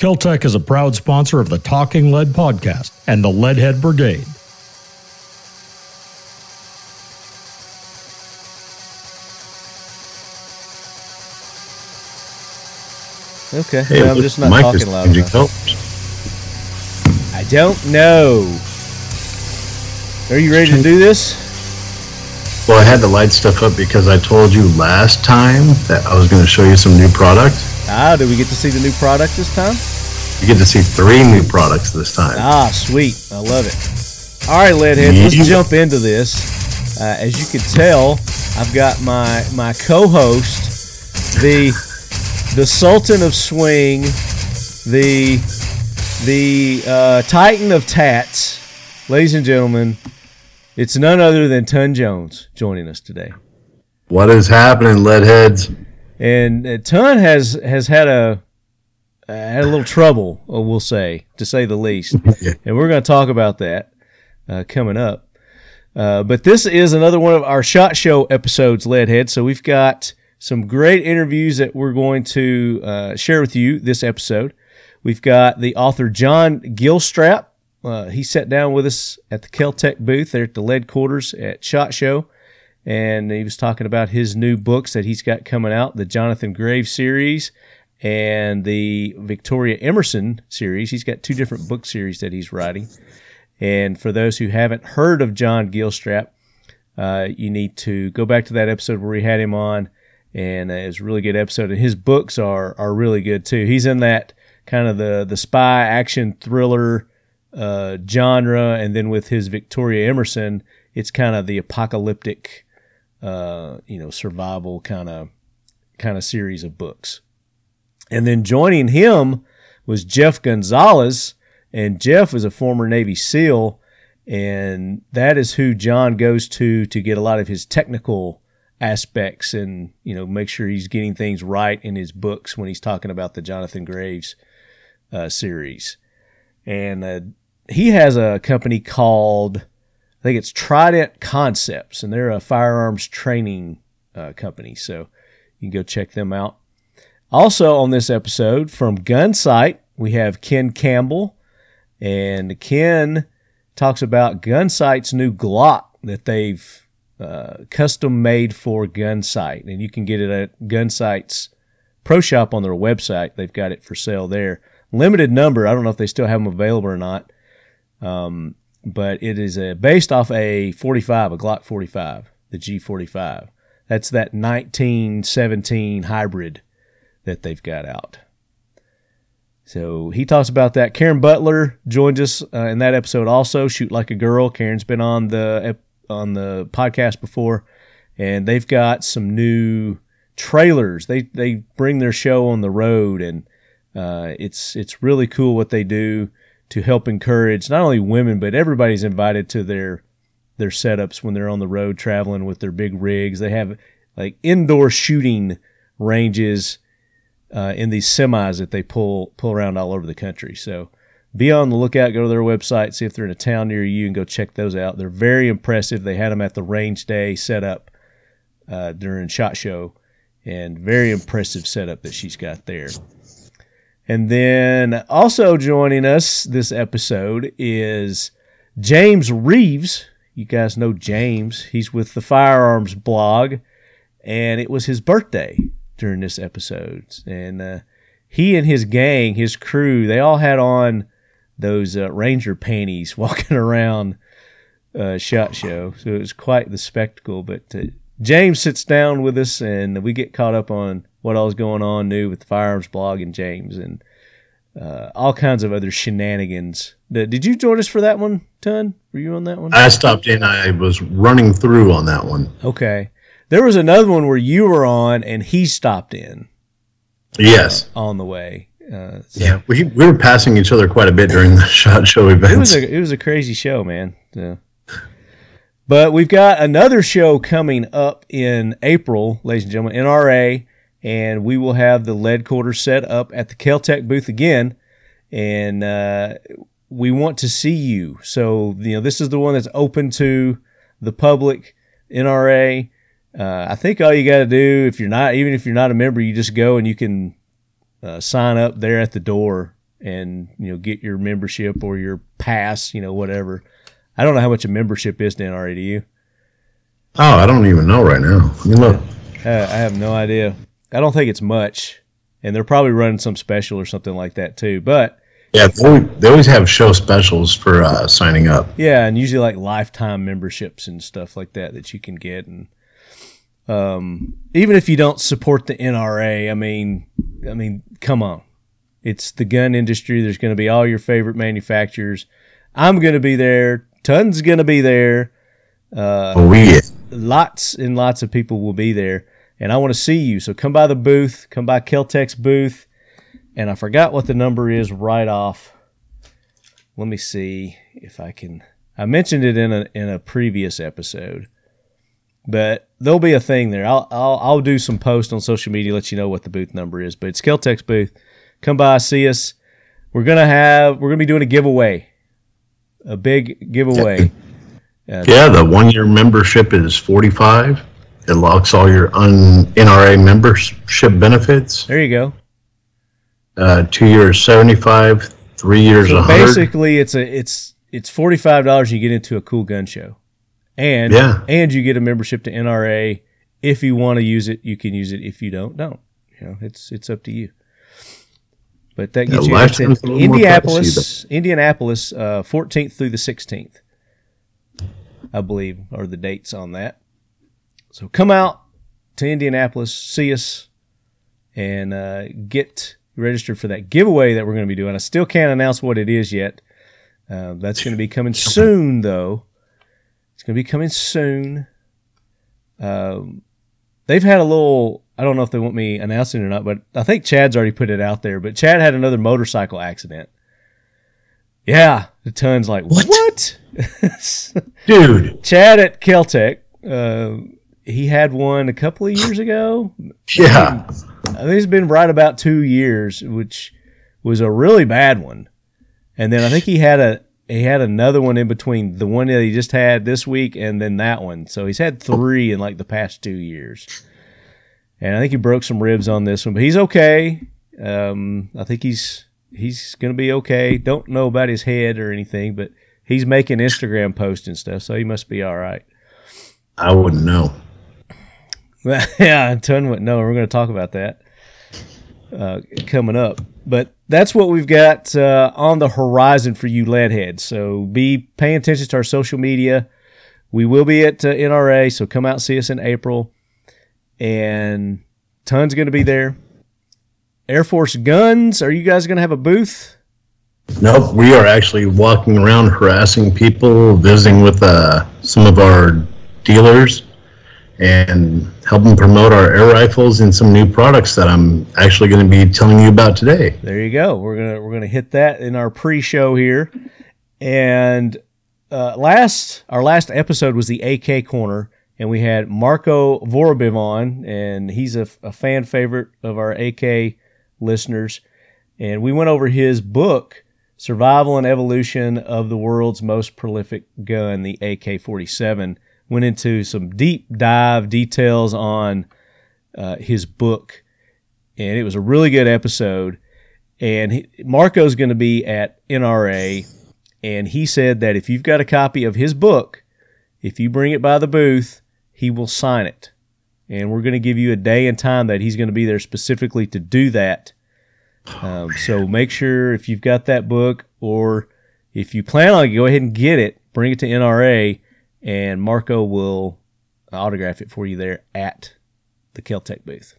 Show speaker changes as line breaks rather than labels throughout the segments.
Kiltech is a proud sponsor of the Talking Lead podcast and the Leadhead Brigade.
Okay,
Hey,
well, I'm
look,
just not
Mike is
talking loud
changing
enough.
colors.
I don't know. Are you ready to do this?
Well, I had to light stuff up because I told you last time that I was going to show you some new product.
Ah, do we get to see the new product this time?
You get to see three new products this time.
Ah, sweet. I love it. All right, Leadhead,
Yeah.
let's jump into this. Uh, as you can tell, I've got my my co-host, the the Sultan of Swing, the the uh, Titan of Tats, ladies and gentlemen. It's none other than Tun Jones joining us today.
What is happening, leadheads?
And uh, Ton has has had a uh, had a little trouble, uh, we'll say, to say the least.
Yeah.
And we're going to talk about that uh, coming up. Uh, but this is another one of our shot show episodes, Leadhead. So we've got some great interviews that we're going to uh, share with you this episode. We've got the author John Gilstrap. Uh, he sat down with us at the Caltech booth there at the lead quarters at Shot Show and he was talking about his new books that he's got coming out the Jonathan Graves series and the Victoria Emerson series. He's got two different book series that he's writing. And for those who haven't heard of John Gilstrap, uh, you need to go back to that episode where we had him on, and uh, it was a really good episode. And his books are are really good too. He's in that kind of the the spy action thriller uh, genre, and then with his Victoria Emerson, it's kind of the apocalyptic, uh, you know, survival kind of kind of series of books. And then joining him was Jeff Gonzalez, and Jeff is a former Navy SEAL and that is who John goes to to get a lot of his technical aspects and you know make sure he's getting things right in his books when he's talking about the Jonathan Graves uh, series. And uh, he has a company called I think it's Trident Concepts, and they're a firearms training uh, company. So you can go check them out. Also on this episode from Gunsight, we have Ken Campbell, and Ken talks about Gunsight's new Glock that they've uh, custom made for Gunsight, and you can get it at Gunsight's pro shop on their website. They've got it for sale there, limited number. I don't know if they still have them available or not, um, but it is a, based off a 45, a Glock 45, the G45. That's that 1917 hybrid that they've got out. So he talks about that. Karen Butler joined us uh, in that episode also. Shoot like a girl. Karen's been on the ep- on the podcast before, and they've got some new trailers. They they bring their show on the road, and uh, it's it's really cool what they do to help encourage not only women but everybody's invited to their their setups when they're on the road traveling with their big rigs. They have like indoor shooting ranges uh, in these semis that they pull pull around all over the country. So be on the lookout. Go to their website, see if they're in a town near you, and go check those out. They're very impressive. They had them at the range day setup uh, during Shot Show, and very impressive setup that she's got there. And then also joining us this episode is James Reeves. You guys know James. He's with the Firearms Blog, and it was his birthday during this episode. And uh, he and his gang, his crew, they all had on those uh, ranger panties walking around uh, shot show. So it was quite the spectacle. But uh, James sits down with us, and we get caught up on what all's going on new with the firearms blog and James and uh, all kinds of other shenanigans. Did did you join us for that one, Ton? Were you on that one?
I stopped in. I was running through on that one.
Okay. There was another one where you were on and he stopped in
Yes.
on the way. Uh, so
Yeah. We, we were passing each other quite a bit during the shot show
It was
events.
a it was a crazy show, man. Yeah. But we've got another show coming up in April, ladies and gentlemen, NRA, and we will have the lead quarter set up at the Caltech booth again, and uh, we want to see you. So you know this is the one that's open to the public, NRA. Uh, I think all you got to do, if you're not, even if you're not a member, you just go and you can uh, sign up there at the door and you know get your membership or your pass, you know whatever. I don't know how much a membership is down already. You,
Oh, I don't even know right now. Let me look.
uh, I have no idea. I don't think it's much, and they're probably running some special or something like that too. But
Yeah, they always, they always have show specials for uh, signing up.
Yeah, and usually like lifetime memberships and stuff like that that you can get, and um, even if you don't support the NRA, I mean, I mean, come on, it's the gun industry. There's going to be all your favorite manufacturers. I'm going to be there. Tons going to be there. Uh,
Oh, we
Lots and lots of people will be there, and I want to see you. So come by the booth. Come by Keltex booth. And I forgot what the number is right off let me see if I can. I mentioned it in a in a previous episode, but there'll be a thing there. I'll I'll, I'll do some post on social media, let you know what the booth number is. But it's Keltex booth. Come by, see us. We're gonna have we're gonna be doing a giveaway, a big giveaway.
yeah, the one year membership is forty five. It locks all your un- NRA membership benefits.
There you go.
Uh, two years seventy five, three years
So
hundred.
basically, it's a it's it's forty five dollars. You get into a cool gun show, and
Yeah.
and you get a membership to NRA. If you want to use it, you can use it. If you don't, don't. You know, it's it's up to you. But that
Yeah,
gets you
lifetime's
it's
a
in
little more
Indianapolis, Indianapolis, uh, fourteenth through the sixteenth, I believe, are the dates on that. So come out to Indianapolis, see us, and uh, get registered for that giveaway that we're going to be doing. I still can't announce what it is yet. Uh, that's going to be coming soon, though. It's going to be coming soon. Um, they've had a little. I don't know if they want me announcing it or not, but I think Chad's already put it out there. But Chad had another motorcycle accident. Yeah, the ton's like what?
Dude,
Chad at Caltech. Uh, he had one a couple of years ago,
yeah,
I think it's been right about two years, which was a really bad one. And then I think he had a he had another one in between the one that he just had this week and then that one. So he's had three in like the past two years. And I think he broke some ribs on this one, but he's okay. Um, I think he's he's gonna be okay. Don't know about his head or anything, but he's making Instagram posts and stuff, so he must be all right.
I wouldn't know.
yeah, ton wouldn't know. We're going to talk about that uh, coming up. But that's what we've got uh, on the horizon for you, Leadhead. So be paying attention to our social media. We will be at uh, NRA, so come out and see us in April. And tons going to be there. Air Force Guns, are you guys going to have a booth?
Nope, we are actually walking around harassing people, visiting with uh, some of our dealers, and helping promote our air rifles and some new products that I'm actually going to be telling you about today.
There you go. We're gonna we're gonna hit that in our pre-show here, and uh, last our last episode was the AK corner, and we had Marco Vorobiv on, and he's a, a fan favorite of our AK listeners, and we went over his book, Survival and Evolution of the World's Most Prolific Gun, the AK-47. Went into some deep dive details on uh, his book, and it was a really good episode and he, Marco's going to be at NRA, and he said that if you've got a copy of his book, if you bring it by the booth, he will sign it, and we're going to give you a day and time that he's going to be there specifically to do that. Um, so make sure if you've got that book, or if you plan on it, go ahead and get it, bring it to NRA, and Marco will autograph it for you there at the Keltec booth.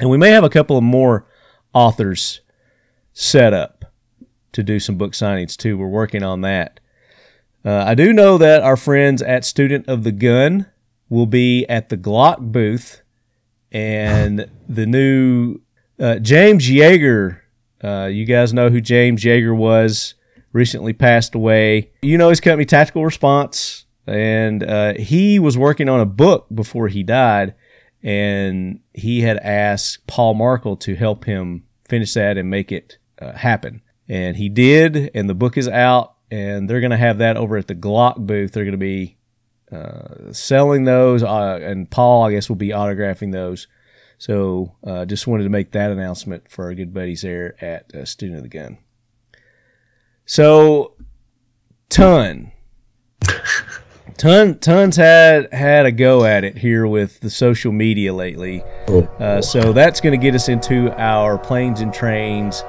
And we may have a couple of more authors set up to do some book signings too. We're working on that. Uh, I do know that our friends at Student of the Gun will be at the Glock booth, and the new uh, James Yeager. Uh, you guys know who James Yeager was. Recently passed away. You know his company, Tactical Response, and uh, he was working on a book before he died and he had asked Paul Markle to help him finish that and make it uh, happen. And he did, and the book is out, and they're going to have that over at the Glock booth. They're going to be uh, selling those, uh, and Paul, I guess, will be autographing those. So uh, just wanted to make that announcement for our good buddies there at uh, Student of the Gun. So, ton, ton, tons had had a go at it here with the social media lately. Uh, so that's going to get us into our planes and trains.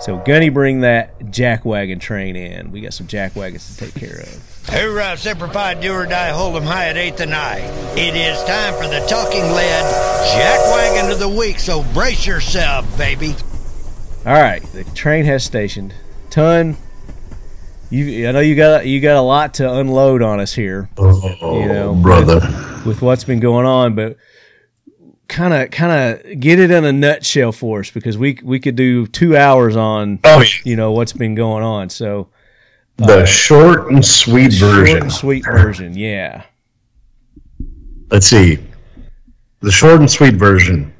So, Gunny, bring that jack wagon train in. We got some jack wagons to take care of.
Hoorah, Semper Fi, do or die, hold 'em high at 8th and I. It is time for the Talking Lead Jackwagon of the Week, so brace yourself, baby.
All right, the train has stationed. Ton, you I know you got you got a lot to unload on us here
Oh,
You know,
brother.
with what's been going on, but kind of kind of get it in a nutshell for us because we we could do two hours on
Oh, yeah.
you know what's been going on. So uh,
the short and sweet
short
version.
and sweet version, yeah.
Let's see. The short and sweet version.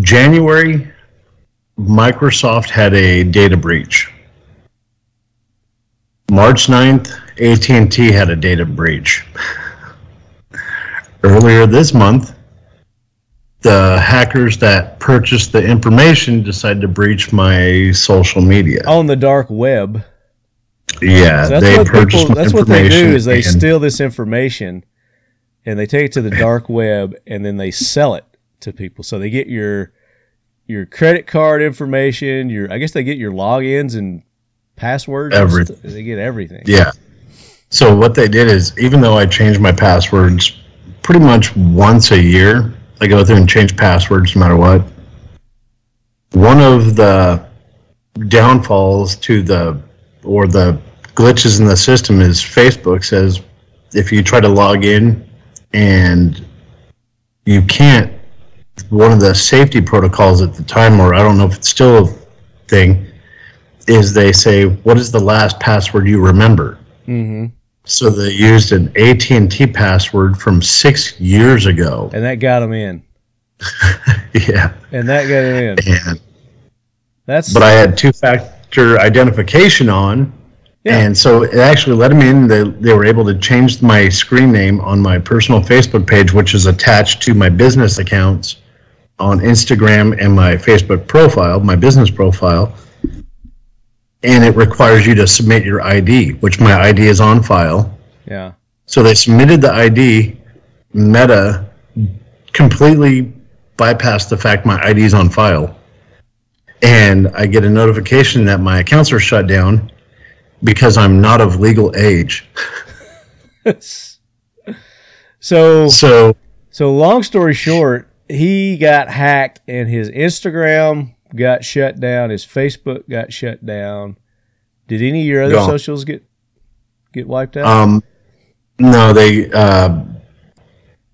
January, Microsoft had a data breach. March 9th, AT&T had a data breach. Earlier this month, the hackers that purchased the information decided to breach my social media.
On the dark web,
yeah,
so that's
they
what
purchased
people,
my
that's what
information.
they do is they
and-
steal this information and they take it to the dark web and then they sell it to people. So they get your your credit card information, your I guess they get your logins and passwords. and
Everything.
stu- They get everything.
Yeah. So what they did is, even though I change my passwords pretty much once a year, I go through and change passwords no matter what. One of the downfalls to the or the glitches in the system is Facebook says if you try to log in and you can't, one of the safety protocols at the time, or I don't know if it's still a thing, is they say, "What is the last password you remember?"
hmm
So they used an AT and T password from six years ago.
And that got them in.
yeah,
And that got 'em in.
and,
That's
but I had two factor identification on,
Yeah.
and so it actually let them in. They they were able to change my screen name on my personal Facebook page, which is attached to my business accounts on Instagram and my Facebook profile, my business profile. And it requires you to submit your ID, which my ID is on file.
yeah.
So they submitted the ID. Meta completely bypassed the fact my ID is on file. And I get a notification that my accounts are shut down because I'm not of legal age.
so
So,
So long story short, he got hacked and his Instagram got shut down, his Facebook got shut down. Did any of your other
Gone.
socials get get wiped out?
um, no, they. Uh,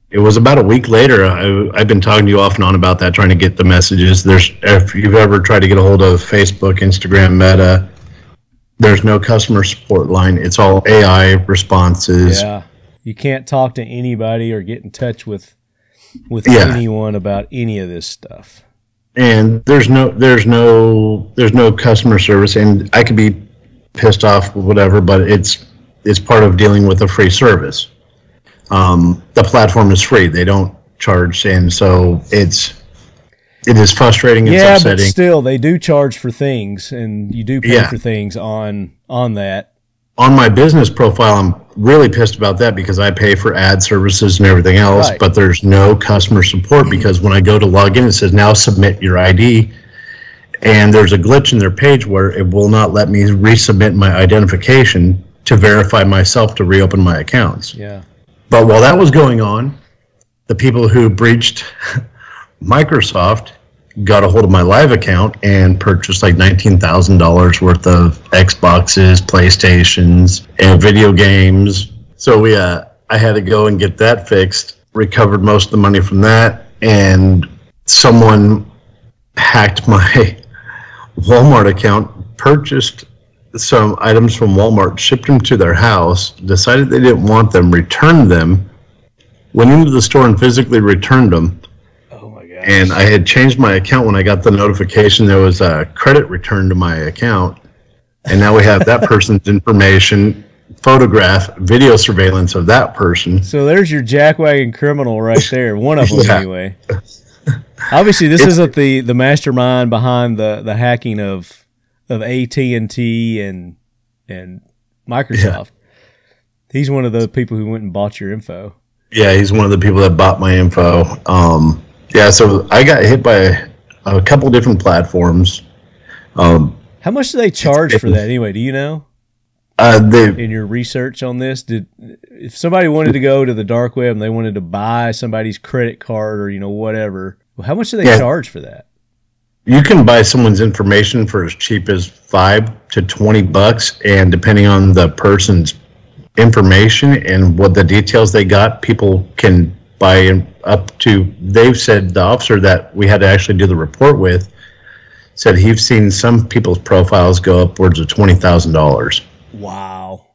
it was about a week later. I, I've been talking to you off and on about that, trying to get the messages. There's if you've ever tried to get a hold of Facebook, Instagram, Meta, there's no customer support line. It's all AI responses.
yeah. You can't talk to anybody or get in touch with with
Yeah.
anyone about any of this stuff.
and there's no there's no there's no customer service and i could be pissed off whatever but it's it's part of dealing with a free service um, the platform is free they don't charge and so it's it is frustrating it's
yeah, but
upsetting
still they do charge for things and you do pay
Yeah.
for things on on that.
on my business profile i'm really pissed about that because i pay for ad services and everything else
Right.
but there's no customer support because when i go to log in it says now submit your id and there's a glitch in their page where it will not let me resubmit my identification to verify myself to reopen my accounts
Yeah.
but while that was going on, the people who breached Microsoft got a hold of my live account and purchased like $19,000 worth of Xboxes, PlayStations, and video games. So we, uh, I had to go and get that fixed, recovered most of the money from that, and someone hacked my Walmart account, purchased some items from Walmart, shipped them to their house, decided they didn't want them, returned them, went into the store and physically returned them.
Oh my god.
And I had changed my account when I got the notification there was a credit return to my account. And now we have that person's information, photograph, video surveillance of that person.
So there's your jackwagon criminal right there. One of them
Yeah.
anyway. Obviously, this isn't the the mastermind behind the the hacking of of AT and T and and Microsoft. He's one of the people who went and bought your info.
Yeah, he's one of the people that bought my info. Um, yeah, so I got hit by a couple different platforms. Um,
How much do they charge for that anyway? Do you know
uh, they,
in your research on this? Did if somebody wanted to go to the dark web and they wanted to buy somebody's credit card or you know whatever, how much do they
Yeah.
charge for that?
you can buy someone's information for as cheap as five to twenty bucks, and depending on the person's information and what the details they got, people can buy in up to. They've said the officer that we had to actually do the report with said he's seen some people's profiles go upwards of twenty thousand dollars.
Wow.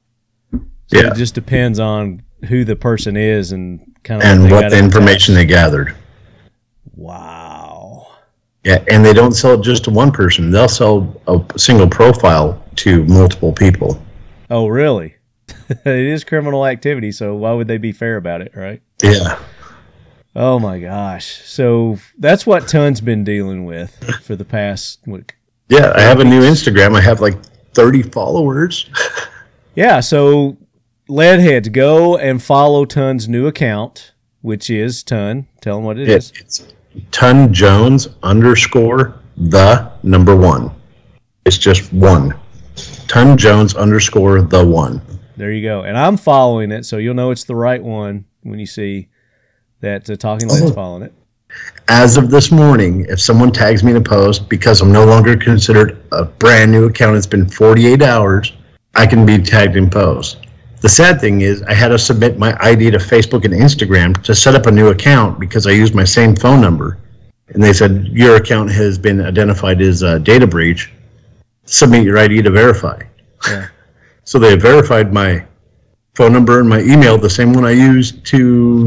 So
Yeah.
it just depends on who the person is and kind of
and what the information they gathered.
Wow.
Yeah, and they don't sell it just to one person. They'll sell a single profile to multiple people.
Oh, really? it is criminal activity, so why would they be fair about it, right?
Yeah,
Oh my gosh. So that's what Tun's been dealing with for the past what,
yeah. I have a new Instagram. I have like thirty followers.
Yeah, so leadheads go and follow Tun's new account, which is Tun. Tell them what it is.
It, it's Ton Jones underscore the number one. It's just one. Ton Jones underscore the one.
There you go. And I'm following it, so you'll know it's the right one when you see that uh, Talking Lead's following it.
As of this morning, if someone tags me in a post because I'm no longer considered a brand new account, it's been 48 hours, I can be tagged in posts. The sad thing is, I had to submit my ID to Facebook and Instagram to set up a new account because I used my same phone number. And they said, Your account has been identified as a data breach. Submit your ID to verify.
Yeah.
so they verified my phone number and my email, the same one I used
For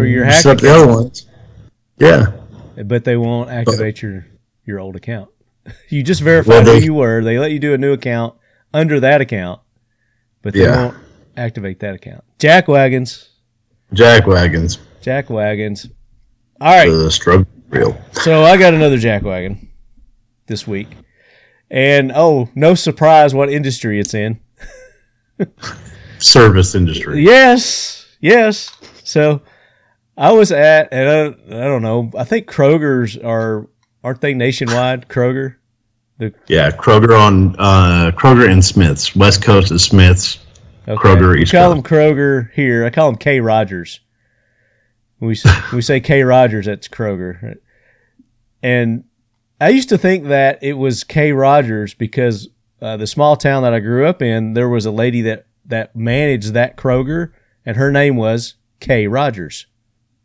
your
to
hack
set up the other ones. Yeah.
But they won't activate your your old account. You just verified
Well, they-
who you were. They let you do a new account under that account, but they
Yeah.
won't activate that account. Jack wagons,
Jack wagons.
jack wagons. All right,
The struggle real.
so I got another jack wagon this week, and oh, no surprise, what industry it's in.
Service industry.
Yes, yes. So I was at, and I, I don't know. I think Kroger's are aren't they nationwide? Kroger.
Yeah, Kroger on uh, Kroger and Smith's. West Coast is Smith's.
Okay.
Kroger, East
We call him Kroger here. I call him K Rogers. When we say, we say K Rogers. That's Kroger. And I used to think that it was K Rogers because uh, the small town that I grew up in, there was a lady that that managed that Kroger, and her name was K Rogers.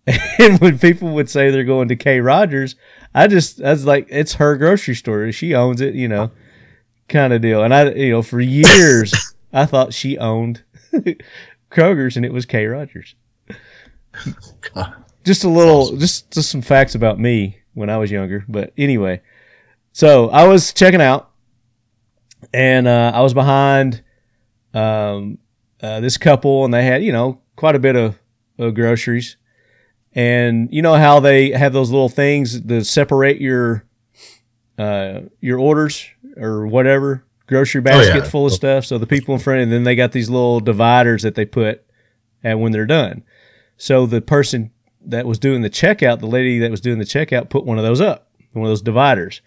And when people would say they're going to K Rogers, I just I was like, it's her grocery store. She owns it, you know, kind of deal. And I, you know, for years I thought she owned Kroger's, and it was K Rogers. Just a little, just just some facts about me when I was younger. But anyway, so I was checking out, and uh, I was behind um, uh, this couple, and they had you know quite a bit of, of groceries, and you know how they have those little things to separate your uh, your orders or whatever grocery basket full of stuff. So the people in front, and then they got these little dividers that they put and when they're done. So the person that was doing the checkout, the lady that was doing the checkout, put one of those up, one of those dividers.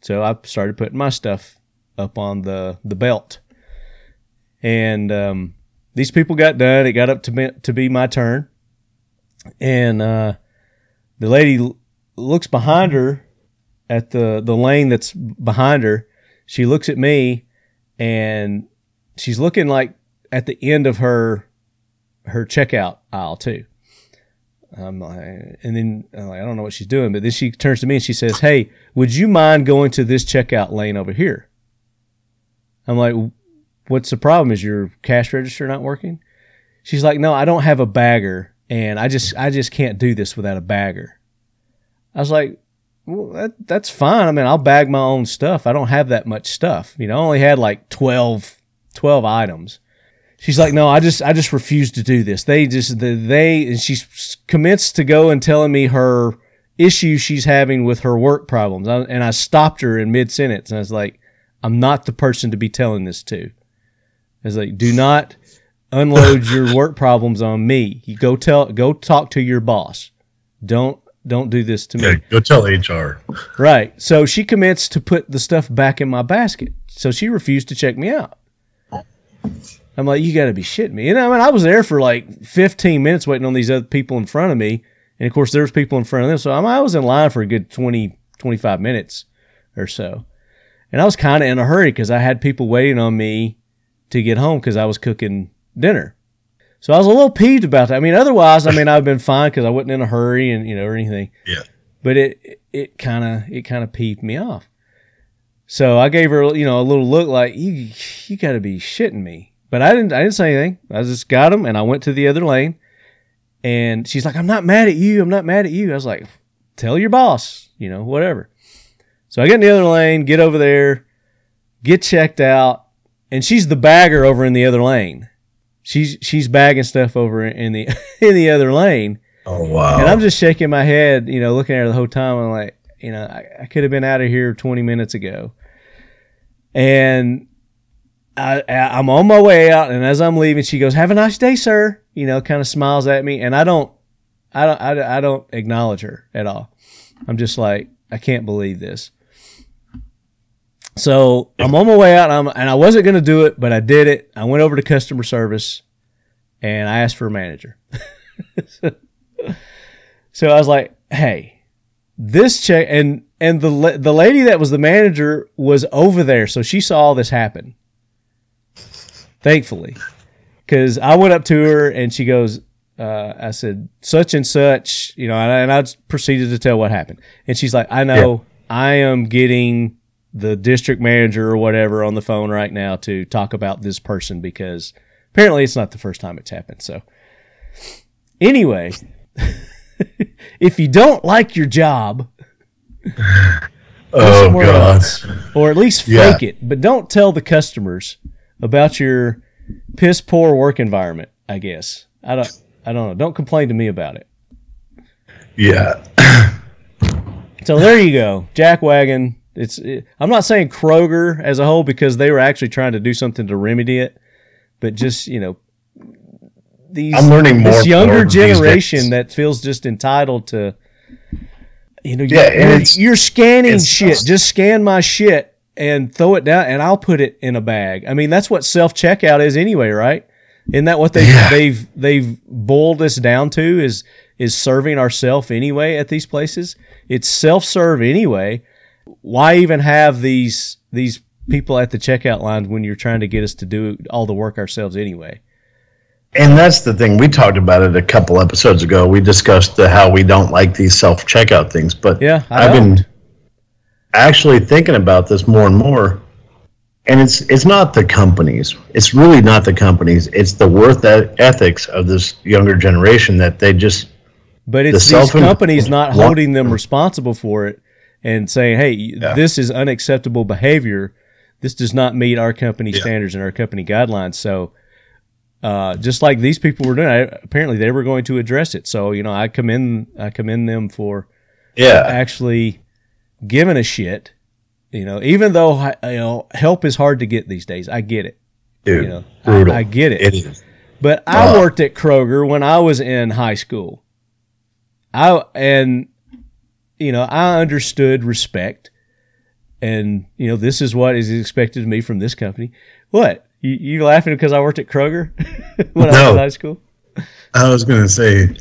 So I started putting my stuff up on the the belt, and um, these people got done. It got up to be, to be my turn, and uh, the lady l- looks behind her at the the lane that's behind her. She looks at me, and she's looking like at the end of her her checkout aisle too. I'm like, and then I'm like, I don't know what she's doing, but then she turns to me and she says, "Hey, would you mind going to this checkout lane over here?" I'm like, "What's the problem? Is your cash register not working?" She's like, "No, I don't have a bagger, and I just I just can't do this without a bagger." I was like, "Well, that, that's fine. I mean, I'll bag my own stuff. I don't have that much stuff. You know, I only had like 12, 12 items." she's like, no, I just, I just refuse to do this. They just, the, they, and she s- commenced to go and telling me her issue she's having with her work problems. I, and I stopped her in mid sentence and I was like, I'm not the person to be telling this to. I was like, do not unload your work problems on me. You go tell, go talk to your boss. Don't, don't do this to me.
Yeah, go tell HR.
Right. So she commenced to put the stuff back in my basket. So she refused to check me out. I'm like, you got to be shitting me. And I mean, I was there for like 15 minutes waiting on these other people in front of me. And of course, there was people in front of them. So I'm, I was in line for a good 20, 25 minutes or so. And I was kind of in a hurry because I had people waiting on me to get home because I was cooking dinner. So I was a little peeved about that. I mean, otherwise, I mean, I've been fine because I wasn't in a hurry and, you know, or anything
Yeah.
but it it kind of it kind of peeved me off. So I gave her you know a little look like you you got to be shitting me. But I didn't I didn't say anything. I just got him and I went to the other lane. And she's like, "I'm not mad at you. I'm not mad at you." I was like, "Tell your boss, you know, whatever." So I get in the other lane, get over there, get checked out, and she's the bagger over in the other lane. She's she's bagging stuff over in the in the other lane.
Oh wow.
And I'm just shaking my head, you know, looking at her the whole time. I'm like, you know, I, I could have been out of here 20 minutes ago. And I, I, I'm on my way out, and as I'm leaving, she goes, "Have a nice day, sir." You know, kind of smiles at me, and I don't, I don't, I, don't- I don't acknowledge her at all. I'm just like, I can't believe this. So I'm on my way out, and, I'm, and I wasn't going to do it, but I did it. I went over to customer service, and I asked for a manager. So I was like, "Hey, this check and and the la- the lady that was the manager was over there, so she saw all this happen. Thankfully, because I went up to her and she goes, uh, "I said such and such," you know, and I, and I just proceeded to tell what happened. And she's like, "I know, I am getting." The district manager or whatever on the phone right now to talk about this person because apparently it's not the first time it's happened. So, anyway, if you don't like your job,
oh
somewhere
god.
else. or at least
Yeah.
fake it, but don't tell the customers about your piss poor work environment. I guess I don't. I don't know. Don't complain to me about it.
Yeah.
So there you go, Jack Wagon. It's. It, I'm not saying Kroger as a whole because they were actually trying to do something to remedy it, but just you know, these
I'm learning more.
this younger
and more these days.
generation that feels just entitled to you know
Yeah, and
you're,
it's-
you're scanning
it's-
shit just scan my shit and throw it down and i'll put it in a bag i mean that's what self-checkout is anyway right isn't that what they
Yeah.
they've they've boiled this down to is is serving ourself anyway at these places it's self-serve anyway why even have these these people at the checkout lines when you're trying to get us to do all the work ourselves anyway
And that's the thing. We talked about it a couple episodes ago. We discussed the, how we don't like these self checkout things, but
Yeah, I
have
don't.
been actually thinking about this more and more. And it's it's not the companies. It's really not the companies. It's the worth e- ethics of this younger generation that they just
But it's
The
these
self-
companies not
Wa-
holding them responsible for it and saying, hey, this is unacceptable behavior. This does not meet our company standards and our company guidelines. So, uh, just like these people were doing, I, apparently they were going to address it. So, you know, I commend I commend them for
yeah
actually giving a shit. You know, even though hi- you know help is hard to get these days, I get it.
dude
You know, I-
brutal.
I get it.
It is.
But I
Wow.
worked at Kroger when I was in high school. I and you know, I understood respect and you know, this is what is expected of me from this company. What? You, you laughing because I worked at Kroger when I was
No.
in high school?
I was gonna say,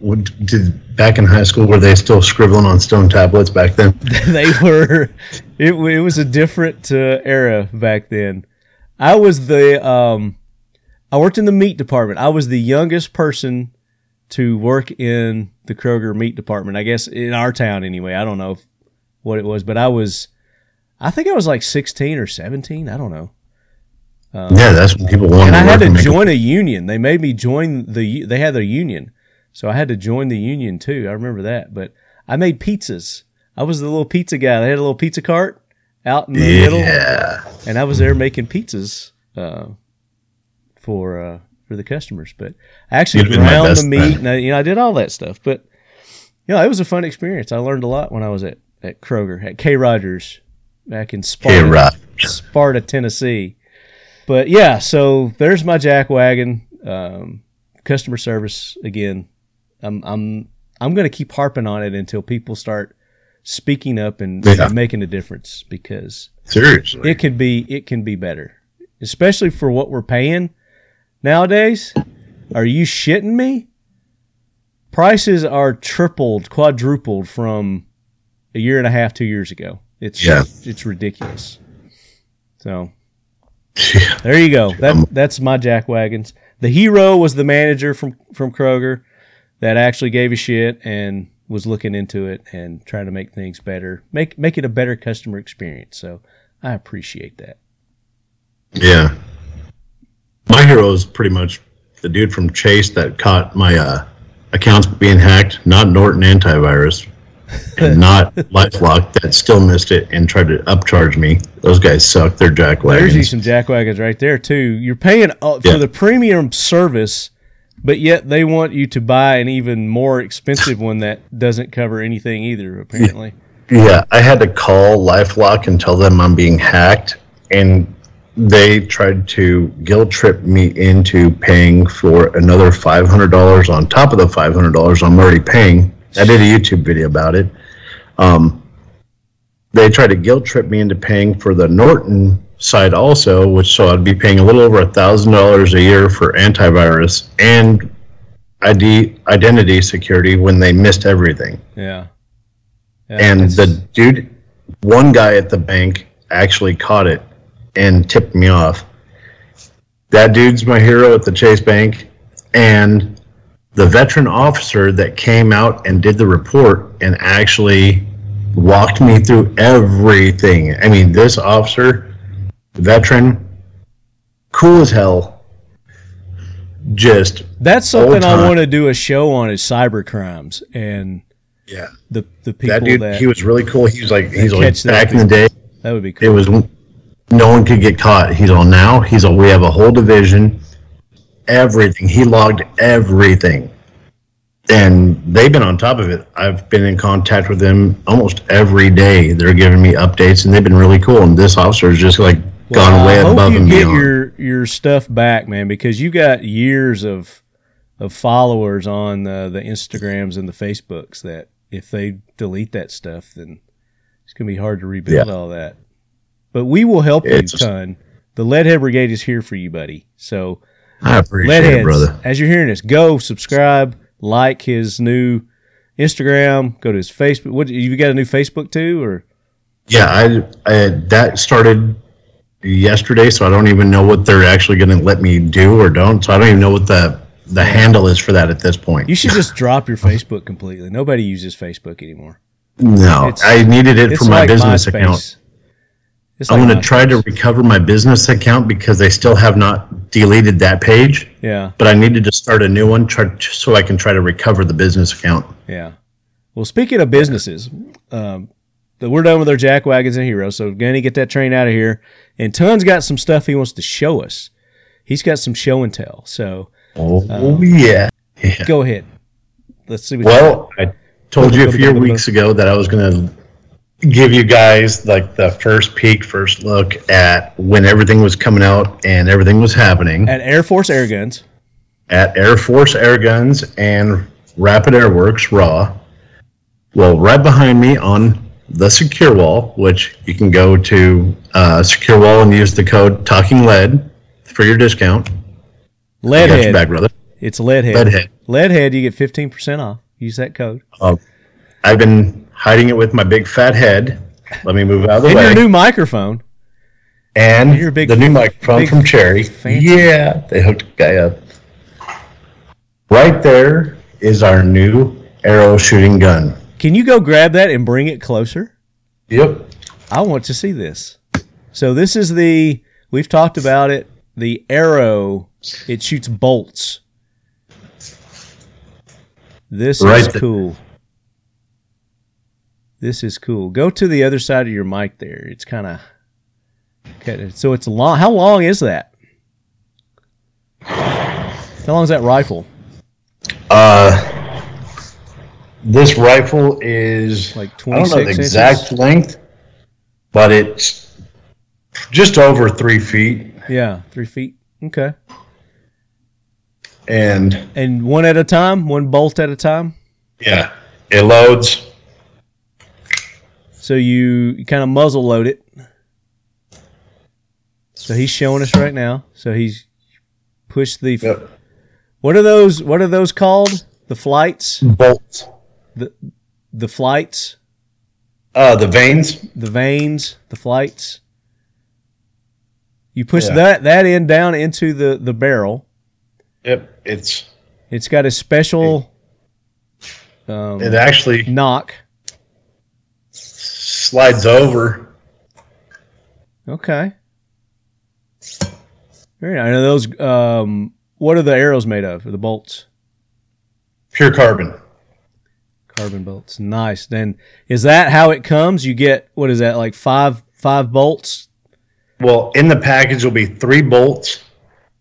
would, did back in high school were they still scribbling on stone tablets back then?
they were it, wa- it was a different uh, era back then. I was the um I worked in the meat department. I was the youngest person to work in the Kroger meat department. I guess in our town anyway. I don't know if, what it was, but I was I think I was like 16 or 17, I don't know.
yeah, that's when people wanted.
Uh, And I
to
had
work
to
and make a-
join a union. They made me join the u- they had a union. So I had to join the union too. I remember that, but I made pizzas. I was the little pizza guy. They had a little pizza cart out in the middle
Yeah.
and I was there making pizzas uh, for uh, for the customers. But I actually
You've been my
ground the
best
meat,
friend.
and I, you know I did all that stuff. But yeah, it was a fun experience. I learned a lot when I was at, at Kroger, at K Rogers back in
Hey,
Sparta,
Rod.
Sparta, Tennessee. But yeah, so there's my jack wagon. Um, customer service again. I'm I'm I'm going to keep harping on it until people start speaking up and,
Yeah.
and making a difference because
Seriously.
it could be it can be better, especially for what we're paying nowadays. Are you shitting me? Prices are tripled, quadrupled from a year and a half, two years ago. It's
Yeah.
it's ridiculous. So
Yeah. Um,
there you go. That that's my jack wagons. The hero was the manager from from Kroger that actually gave a shit and was looking into it and trying to make things better, make make it a better customer experience. So I appreciate that.
Yeah. My hero is pretty much the dude from Chase that caught my uh, accounts being hacked, not Norton antivirus, and not Lifelock that still missed it and tried to upcharge me. Those guys suck. They're
There's you
jackwagons.
some jack wagons right there too. You're paying uh, for
Yeah.
the premium service, but yet they want you to buy an even more expensive one that doesn't cover anything either. Apparently,
Yeah, I had to call Lifelock and tell them I'm being hacked, and they tried to guilt trip me into paying for another $500 on top of the $500 I'm already paying. I did a YouTube video about it. Um, they tried to guilt trip me into paying for the Norton side also, which so I'd be paying a little over $1,000 a year for antivirus and ID identity security when they missed everything
yeah. Yeah,
and
that's-
the dude one guy at the bank actually caught it and tipped me off that dude's my hero at the chase bank and the veteran officer that came out and did the report and actually walked me through everything i mean this officer veteran cool as hell just
that's something I
time.
want to do a show on is cyber crimes and
yeah
the the people
that
that,
dude he was really cool he was like he's like
catch those
back in the day
that would be cool.
it was no one could get caught. He's on now. He's on. We have a whole division. Everything he logged everything, and they've been on top of it. I've been in contact with them almost every day. They're giving me updates, and they've been really cool. And this officer has just like gone
Well,
way
I hope
above
you
and
get
beyond.
your your stuff back, man, because you got years of of followers on uh, the Instagrams and the Facebooks that if they delete that stuff, then it's gonna be hard to rebuild all that. But we will help
It's-
you, ton. The Leadhead Brigade is here for you, buddy. So
I appreciate
Leadheads,
it, brother.
as you're hearing this, go subscribe, like his new Instagram, go to his Facebook. What you got a new Facebook too, or
Yeah, I, I that started yesterday, so I don't even know what they're actually going to let me do or don't. So I don't even know what the the handle is for that at this point.
you should just drop your Facebook completely. Nobody uses Facebook anymore.
No,
It's-
Oh, I needed it for my business account.
It's
I'm
like
going to try to
MySpace.
recover my business account because they still have not deleted that page.
yeah,
But I needed to start a new one try, so I can try to recover the business account.
yeah. Well, speaking of businesses, um, the, we're done with our jack wagons and heroes. So, gonna get that train out of here. And Ton's got some stuff he wants to show us. He's got some show and tell. So, um,
Oh, yeah. yeah.
go ahead. Let's see. What
Well, I told you a few weeks ago that I was going to give you guys like the first peek, first look at when everything was coming out and everything was happening.
at Air Force Air Guns.
at Air Force Air Guns and Rapid Air Works Raw. Well, right behind me on the Secure Wall, which you can go to uh, Secure Wall and use the code Talking Lead for your discount. I got your
Leadhead.
back, brother.
It's Leadhead.
Leadhead.
Leadhead. You get fifteen percent off. Use that code.
Um, I've been hiding it with my big fat head. Let me move out of the
And
way.
your new microphone.
and
your big-
the new microphone
big
from Cherry.
fancy-
Yeah, they hooked the guy up. Right there is our new arrow shooting gun.
Can you go grab that and bring it closer?
Yep.
I want to see this. So this is the we've talked about it. The arrow it shoots bolts. This
Right
is
th-
cool. This is cool. Go to the other side of your mic there. It's kind of okay. So it's long. How long is that? How long is that rifle?
Uh, This rifle is
Like
I don't know
26
the
inches?
exact length, but it's just over three feet.
Yeah, three feet. Okay.
And
And one at a time, one bolt at a time.
yeah, it loads.
So you, you kind of muzzle load it. So he's showing us right now. So he's pushed the.
Yep.
What are those? What are those called? The flights.
Bolts.
The flights.
Uh, the veins.
The veins. The flights. You push
Yeah.
that that end down into the the barrel.
Yep. It's
It's got a special um,
it actually
knock.
slides over.
Okay. Very nice. Are those um what are the arrows made of? The bolts?
Pure carbon.
Carbon bolts. Nice. Then is that how it comes? You get what is that, like five five bolts?
Well, in the package will be three bolts.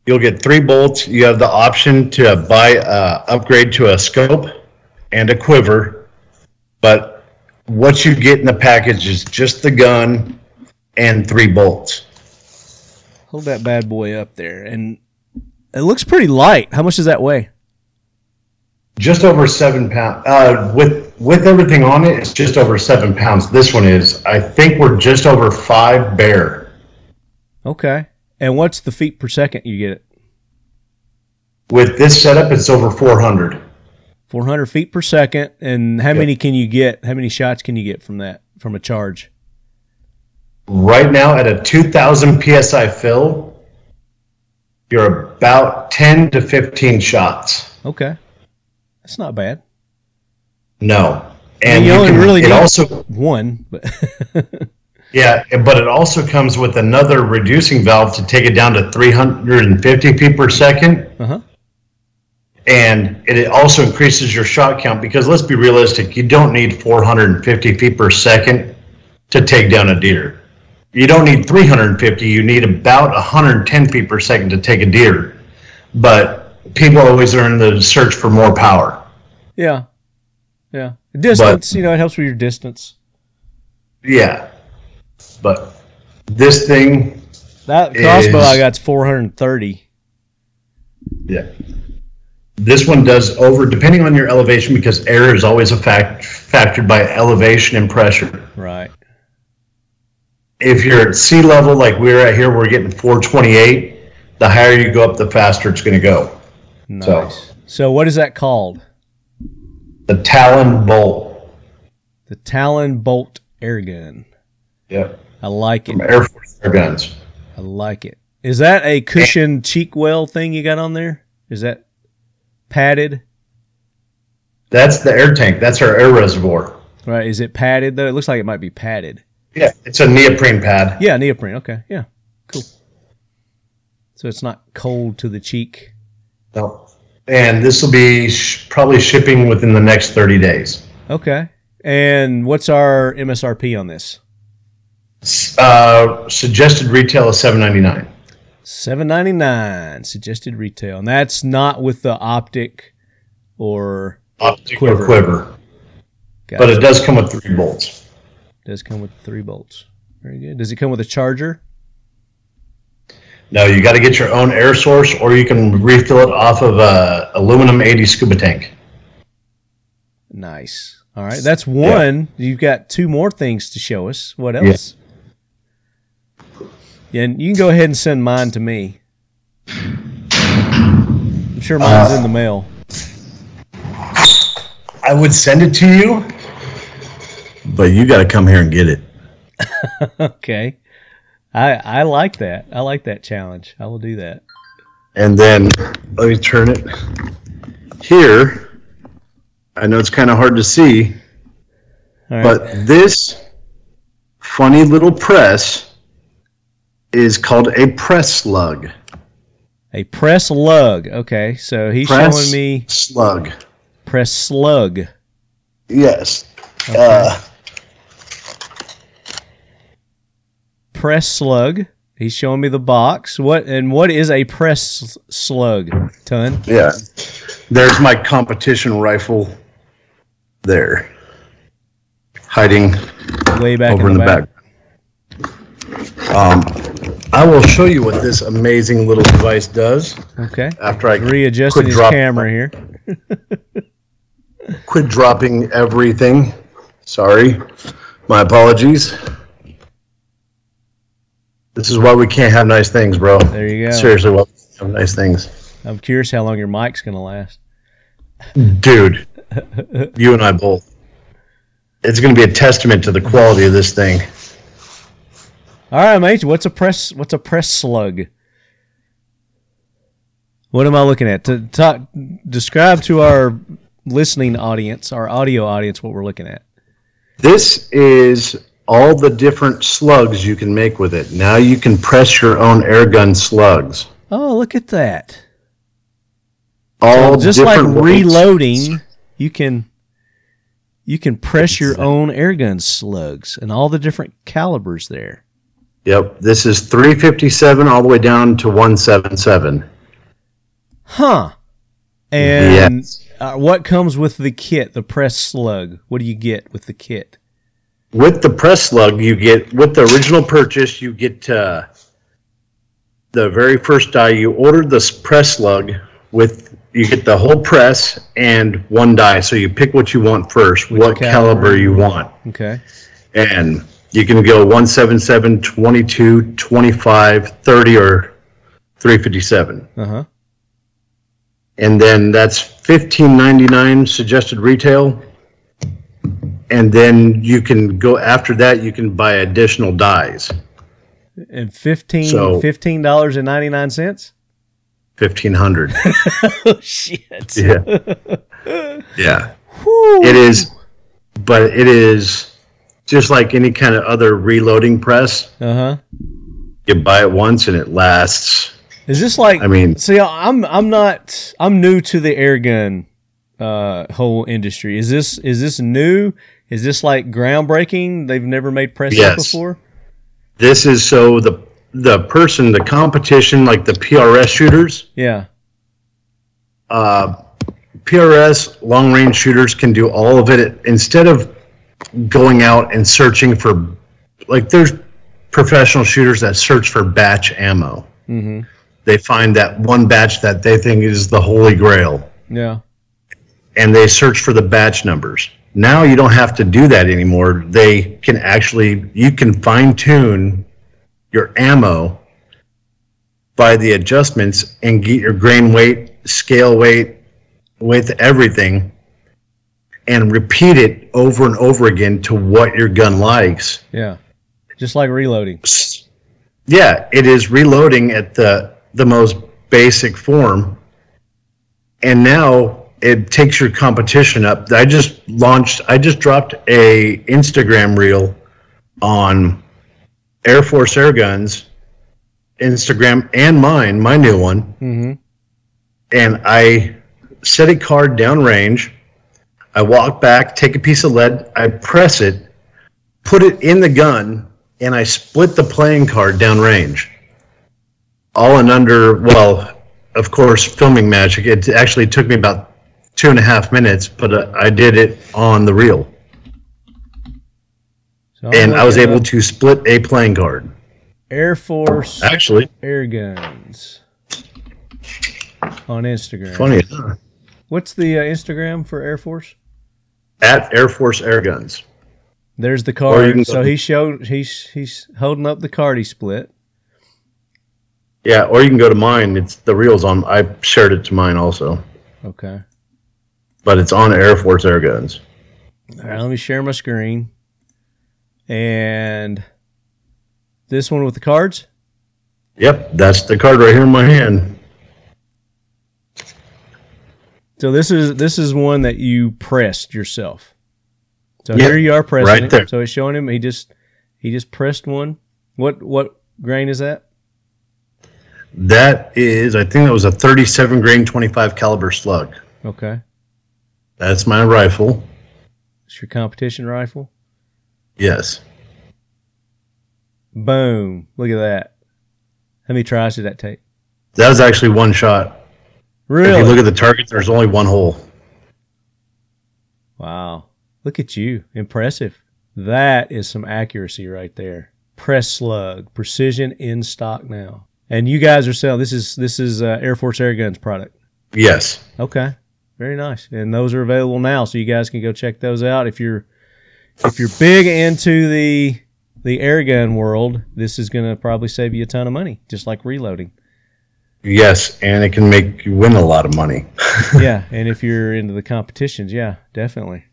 You'll get three bolts. You have the option to buy uh, upgrade to a scope and a quiver, but what you get in the package is just the gun and three bolts.
Hold that bad boy up there. And it looks pretty light. How much does that weigh?
Just over seven pounds. Uh, with with everything on it, it's just over seven pounds. This one is. I think we're just over five bear
Okay. And what's the feet per second you get it?
With this setup, it's over four hundred.
Four hundred feet per second. And how many can you get? How many shots can you get from that from a charge?
right now at a 2000 psi fill you're about 10 to 15 shots
Okay. That's not bad.
no
And
and
you
you
only
can,
really
it
need-
also
One, but
yeah but it also comes with another reducing valve to take it down to 350 feet per second
Uh-huh.
and it- it also increases your shot count because let's be realistic you don't need 450 feet per second to take down a deer you don't need 350 you need about 110 feet per second to take a deer but people always are in the search for more power
Yeah. Yeah. Distance, you know, it helps with your distance.
yeah but this thing
That crossbow
Is-
I got's 430.
yeah this one does over depending on your elevation because air is always a fact factored by elevation and pressure
Right.
if you're at sea level like we're at here, we're getting 428. The higher you go up, the faster it's going to go.
Nice.
So-
So, what is that called?
The Talon Bolt.
The Talon Bolt air gun.
Yep.
I like it.
Air Force air guns.
I like it. Is that a cushion cheek well thing you got on there? Is that padded?
That's the air tank. That's our air reservoir.
Right. Is it padded though? It looks like it might be padded.
Yeah, it's a neoprene pad.
Yeah, neoprene. Okay. Yeah. Cool. So it's not cold to the cheek.
No. And this will be sh- probably shipping within the next 30 days.
Okay. And what's our MSRP on this?
S- Uh, suggested retail is 7.99.
Seven ninety nine suggested retail, and that's not with the optic or
Optic
Quiver.
or quiver. But
gotcha.
it does come with three bolts.
it does come with three bolts. Very good. Does it come with a charger?
No, you got to get your own air source, or you can refill it off of a aluminum 80 scuba tank.
Nice. All right, that's one. You've got two more things to show us. What else? Yeah, and you can go ahead and send mine to me. I'm sure mine's in the mail.
Uh. I would send it to you, but you got to come here and get it.
Okay. I I like that. I like that challenge. I will do that.
And then let me turn it here. I know it's kind of hard to see,
All right.
but this funny little press is called a press slug.
A press lug. Okay, so he's
Press
showing me
slug.
press slug.
Yes. Uh,
Press slug. He's showing me the box. What and what is a press slug? Ton.
yeah. There's my competition rifle. there, hiding
Way back
over
in the, back.
Um, I will show you what this amazing little device does
Okay.
after I
Readjusting
quit
his
drop-
camera here.
quit dropping everything. Sorry. My apologies. This is why we can't have nice things, bro.
There you go.
Seriously, why we can't have nice things.
I'm curious how long your mic's going to last.
Dude, you and I both. It's going to be a testament to the quality of this thing.
All right, mate. What's a press? What's a press slug? What am I looking at? To talk, describe to our listening audience, our audio audience, what we're looking at.
This is all the different slugs you can make with it. Now you can press your own air gun slugs.
Oh, look at that!
All
Just like
different weights.
reloading, you can you can press your own airgun slugs and all the different calibers there.
Yep. This is 357 all the way down to 177.
Huh? And
Yes.
uh, what comes with the kit? The press slug. What do you get with the kit?
With the press slug, you get, with the original purchase, you get uh, the very first die. You ordered this press slug with, you get the whole press and one die. So you pick what you want first, what
caliber.
caliber you want.
Okay.
and you can go 177 22 25 30 or 357
Uh huh.
and then that's 1599 suggested retail and then you can go after that you can buy additional dies
and 15
So-
dollars and 99 cents
1500
oh shit
yeah yeah it is but it is just like any kind of other reloading press
uh-huh
you buy it once and it lasts
is this like
I mean-
see i'm i'm not i'm new to the air gun uh whole industry is this is this new is this like groundbreaking they've never made press
Yes.
before
This is so the the person, the competition, like the PRS shooters,
yeah
uh, PRS long range shooters can do all of it instead of going out and searching for like there's professional shooters that search for batch ammo.
mm-hmm
They find that one batch that they think is the holy grail,
yeah
and they search for the batch numbers. Now you don't have to do that anymore. They can actually you can fine tune your ammo by the adjustments and get your grain weight, scale weight with everything and repeat it over and over again to what your gun likes
yeah just like reloading
yeah, it is reloading at the the most basic form, and now it takes your competition up. I just launched. I just dropped a Instagram reel on Air Force Air Guns Instagram and mine, my new one
mm-hmm
and I set a card downrange. I walk back, take a piece of lead, I press it, put it in the gun, and I split the playing card downrange. All in under, well, of course, filming magic. It actually took me about two and a half minutes, but uh, I did it on the reel.
so I'm
And I was
looking
able
up
to split a playing card.
air force
Actually,
air guns on instagram
funny enough,
what's the uh, instagram for air force
at Air Force Air Guns.
There's the
Or you can
card.
go-
So he showed he's he's holding up the card he split.
Yeah, or you can go to mine. It's the reels on. I shared it to mine also.
Okay.
but it's on Air Force air guns.
All right, let me share my screen. And this one with the cards.
Yep, that's the card right here in my hand.
So this is this is one that you pressed yourself. So
Yeah,
here you are pressing
right
it.
there.
So it's showing him he just he just pressed one. What what grain is that?
That is, I think that was a 37 grain 25 caliber slug.
Okay.
That's my rifle.
It's your competition rifle.
Yes.
Boom. Look at that. How many tries did that take?
That was actually one shot. If you
Really?
look at the target, there's only one hole.
wow. Look at you. Impressive. That is some accuracy right there. Press slug, precision in stock now. And you guys are selling this is this is uh, Air Force Air Guns product.
Yes.
Okay. Very nice. And those are available now so you guys can go check those out if you're if you're big into the the air gun world, this is going to probably save you a ton of money, just like reloading.
Yes, and it can make you win a lot of money.
yeah, and if you're into the competitions, yeah, definitely.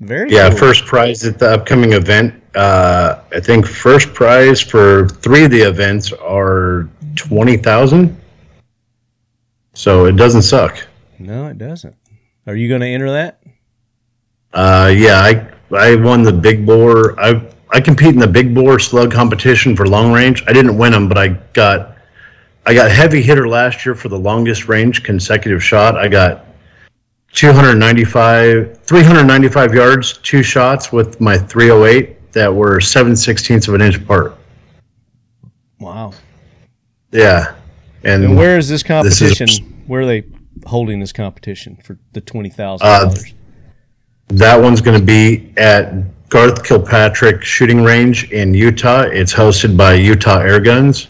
Very
Yeah,
cool.
first prize at the upcoming event. Uh, I think first prize for three of the events are twenty thousand. So it doesn't suck.
No, it doesn't. Are you going to enter that?
Uh, yeah, I I won the big boar. I I compete in the big boar slug competition for long range. I didn't win them, but I got I got heavy hitter last year for the longest range consecutive shot. I got 295 395 yards, two shots with my 308 that were 7 16ths of an inch apart.
Wow.
Yeah. And,
And where is this
This is-
competition? where are they holding this competition for the twenty thousand dollars?
Uh, that one's going to be at Garth Kilpatrick Shooting Range in Utah. It's hosted by Utah Air Guns.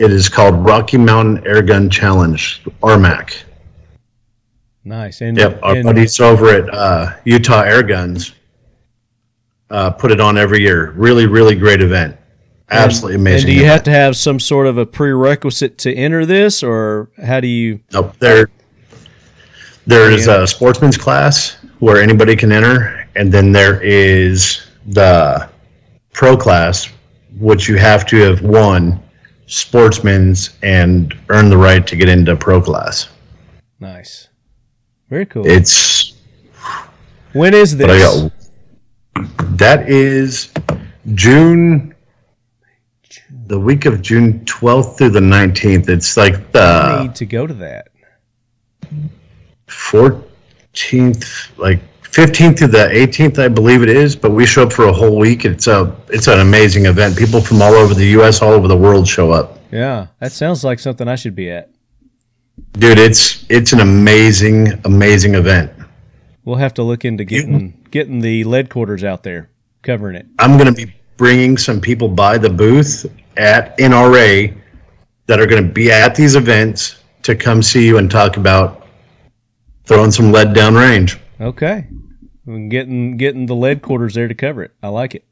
It is called Rocky Mountain Air Gun Challenge, RMAC.
Nice. And,
Yep, our
and
buddies over at uh, Utah Air Guns uh, put it on every year. Really, really great event. Absolutely
and
amazing.
do you have to have some sort of a prerequisite to enter this, or how do you?
Nope. There, there is a sportsman's class where anybody can enter, and then there is the pro class, which you have to have won sportsman's and earn the right to get into pro class.
Nice. Very cool.
It's
when is
but I
this?
got that is June. The week of June 12th through the 19th. It's like
I
the
need to go to that.
14th like 15th to the 18th i believe it is but we show up for a whole week it's a it's an amazing event people from all over the us all over the world show up
Yeah, that sounds like something I should be at.
dude it's it's an amazing amazing event
We'll have to look into getting getting the lead quarters out there, covering it.
i'm going to be bringing some people by the booth at nra that are going to be at these events to come see you and talk about throwing some lead down range
Okay, And getting getting the lead quarters there to cover it. I like it.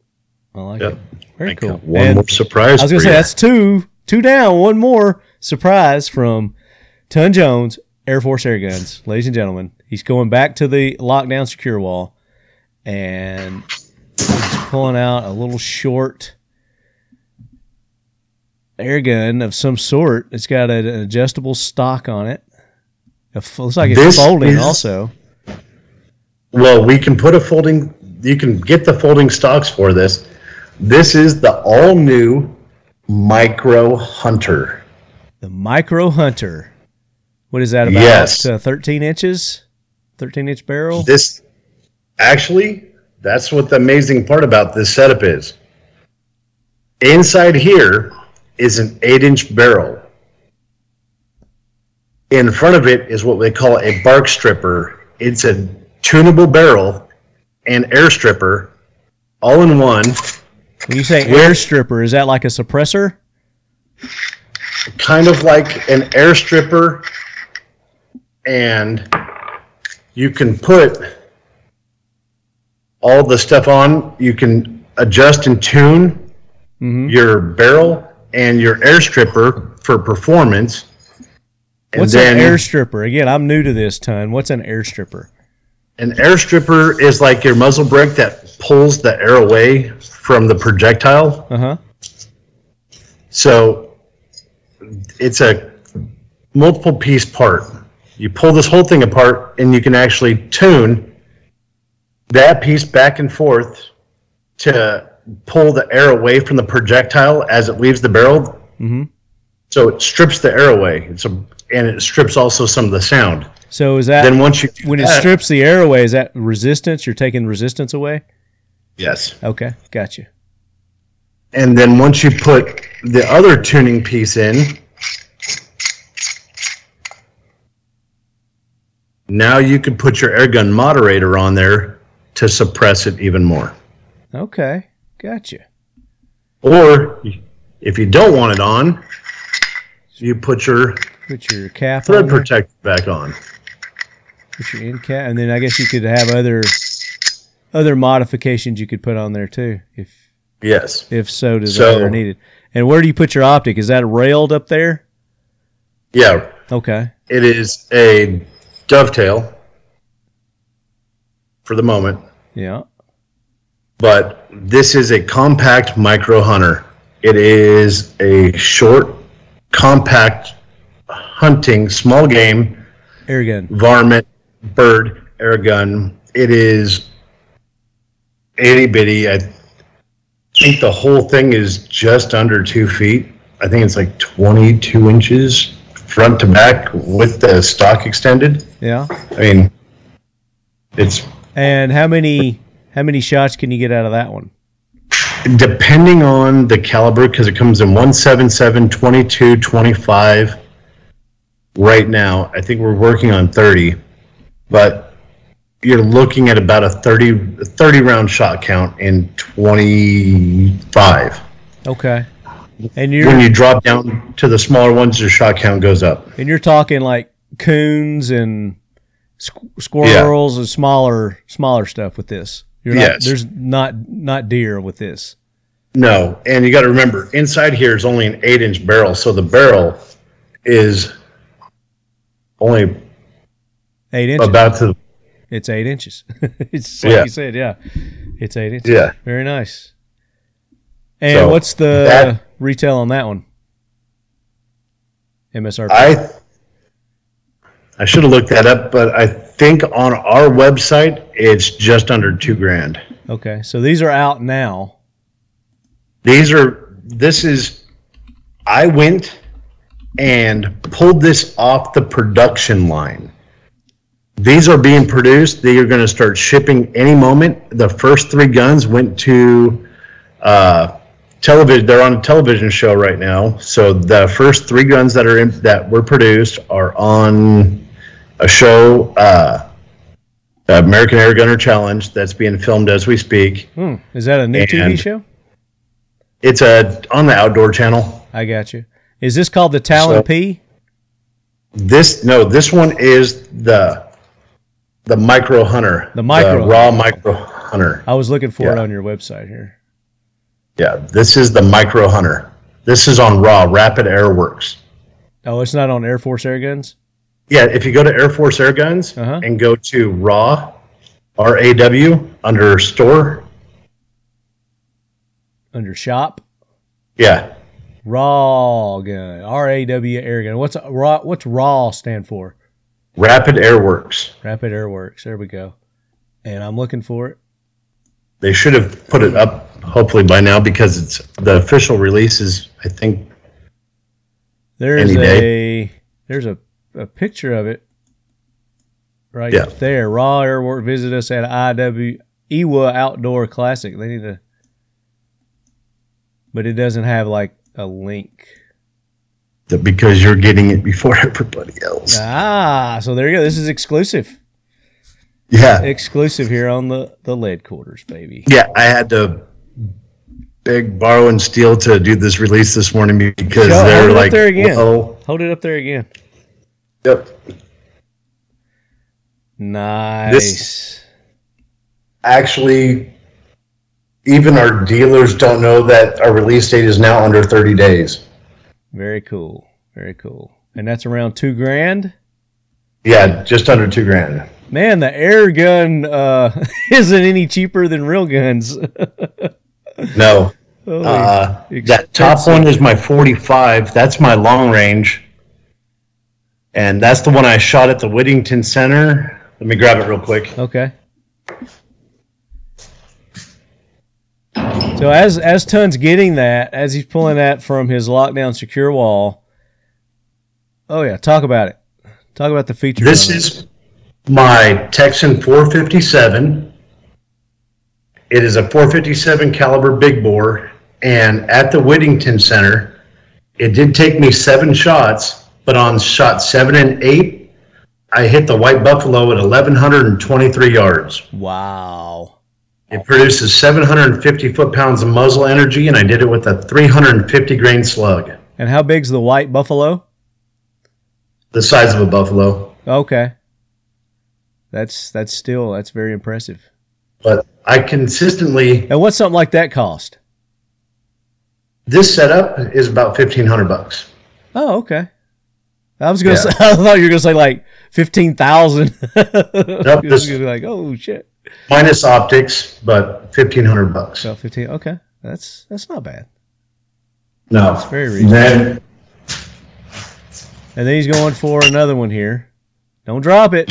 I like
Yep.
it. Very
I
cool.
got one
And
more surprise
I was gonna
for
say
you.
that's two two down, one more surprise from Tun Jones, Air Force Air Guns, ladies and gentlemen. He's going back to the lockdown secure wall, and he's pulling out a little short air gun of some sort. It's got an adjustable stock on it. It f- looks like it's
This
folding
is-
also.
Well, we can put a folding. You can get the folding stocks for this. This is the all new Micro Hunter.
The Micro Hunter. What is that about?
Yes.
Uh, 13 inches? 13 inch barrel?
This actually, that's what the amazing part about this setup is. Inside here is an eight inch barrel. In front of it is what they call a bark stripper. It's a tunable barrel and air stripper all in one.
When you say
Where-
air stripper, is that like a suppressor?
kind of like an air stripper and you can put all the stuff on you can adjust and tune your barrel and your air stripper for performance and
What's
then
an air stripper? Again, I'm new to this ton. What's an air stripper?
an air stripper is like your muzzle brake that pulls the air away from the projectile
Uh huh.
So it's a multiple piece part. You pull this whole thing apart and you can actually tune that piece back and forth to pull the air away from the projectile as it leaves the barrel. So it strips the air away. It's a, and it strips also some of the sound.
So is that
Then once you do
when it
that-
strips the air away, is that resistance? You're taking resistance away?
yes,
Okay, gotcha.
and then once you put the other tuning piece in now you can put your air gun moderator on there to suppress it even more.
Okay, gotcha.
Or if you don't want it on, you put your
Put your cap
thread
on there,
protector back on.
put your end cap, and then I guess you could have other other modifications you could put on there too, if
Yes.
if so desired
So-
or needed. And where do you put your optic? Is that railed up there?
Yeah,
Okay,
it is a dovetail for the moment,
yeah.
but this is a compact micro hunter. It is a short, compact hunting small game
Air gun.
varmint, bird, air gun. It is itty bitty. I think the whole thing is just under two feet. I think it's like 22 inches front to back with the stock extended.
Yeah.
I mean, it's
And how many how many shots can you get out of that one?
depending on the caliber because it comes in 177, 22, 25 right now. I think we're working on 30, but you're looking at about a 30, 30 round shot count in 25.
Okay. And
When
you're
you drop down to the smaller ones, your shot count goes up.
and you're talking like coons and squ- squirrels and smaller smaller stuff with this. You're not,
Yes.
There's not not deer with this.
No, and you got to remember, inside here is only an eight inch barrel, so the barrel is only
Eight inches.
about to
it's eight inches. it's just like
Yeah.
you said. Yeah. It's eight inches.
yeah.
Very nice. And
So,
what's the
that-
retail on that one? MSRP.
I I should have looked that up, but I think on our website it's just under two grand.
okay. So these are out now.
These are this is I went and pulled this off the production line. These are being produced. They are going to start shipping any moment. The first three guns went to uh, television. They're on a television show right now. So the first three guns that are in that were produced are on a show, uh, American Air Gunner Challenge, that's being filmed as we speak.
Hmm. Is that a new TV
And-
show?
It's a on the Outdoor Channel.
I got you. Is this called the Talon
So-
P?
This no, this one is the the micro hunter,
The micro
raw micro hunter.
I was looking for it
Yeah.
on your website here.
Yeah, this is the micro hunter. This is on raw Rapid Air Works.
Oh, it's not on Air Force air guns.
Yeah, if you go to Air Force Air Guns
Uh-huh.
and go to raw R A W under store,
Under shop,
yeah,
raw gun, R A W air gun. What's a- raw? What's raw stand for?
Rapid Air Works.
Rapid Air Works. There we go. And I'm looking for it.
They should have put it up hopefully by now because it's the official release is I think
There's
Any
a there's a, a picture of it right
Yeah.
there. Raw Airwork visit us at IW Ewa Outdoor Classic. They need to, but it doesn't have like a link.
that because you're getting it before everybody else.
Ah, so there you go. This is exclusive,
yeah.
exclusive here on the the lead quarters, baby.
Yeah, I had to beg, borrow, and steal to do this release this morning because
Yeah,
they're
hold it up
like,
there again.
"Well,
Hold it up there again.
yep.
Nice.
Actually, even our dealers don't know that our release date is now under 30 days.
Very cool. Very cool. And that's around two grand.
Yeah, just under two grand.
Man, the air gun uh, isn't any cheaper than real guns.
No,
Holy-
uh,
expensive.
that top one is my 45. That's my long range, and that's the one I shot at the Whittington Center. Let me grab it real quick.
okay. So as as Tun's getting that, as he's pulling that from his lockdown secure wall. Oh yeah, talk about it. Talk about the feature.
This is my Texan 457. It is a 457 caliber big bore, and at the Whittington Center, it did take me seven shots, but on shot seven and eight, I hit the white buffalo at 1,123 yards.
Wow.
It produces 750 foot pounds of muzzle energy, and I did it with a 350 grain slug,
And how big's the white buffalo?
the size of a buffalo.
Okay. That's that's still that's very impressive.
But I consistently,
And what's something like that cost?
this setup is about 1,500 bucks.
Oh, okay. I was gonna
Yeah.
say I thought you were gonna say like fifteen thousand.
Nope, this-
like, oh shit.
Minus optics, but 1,500 bucks.
About fifteen okay. That's that's not bad.
No.
It's very reasonable.
Then
And then he's going for another one here. Don't drop it.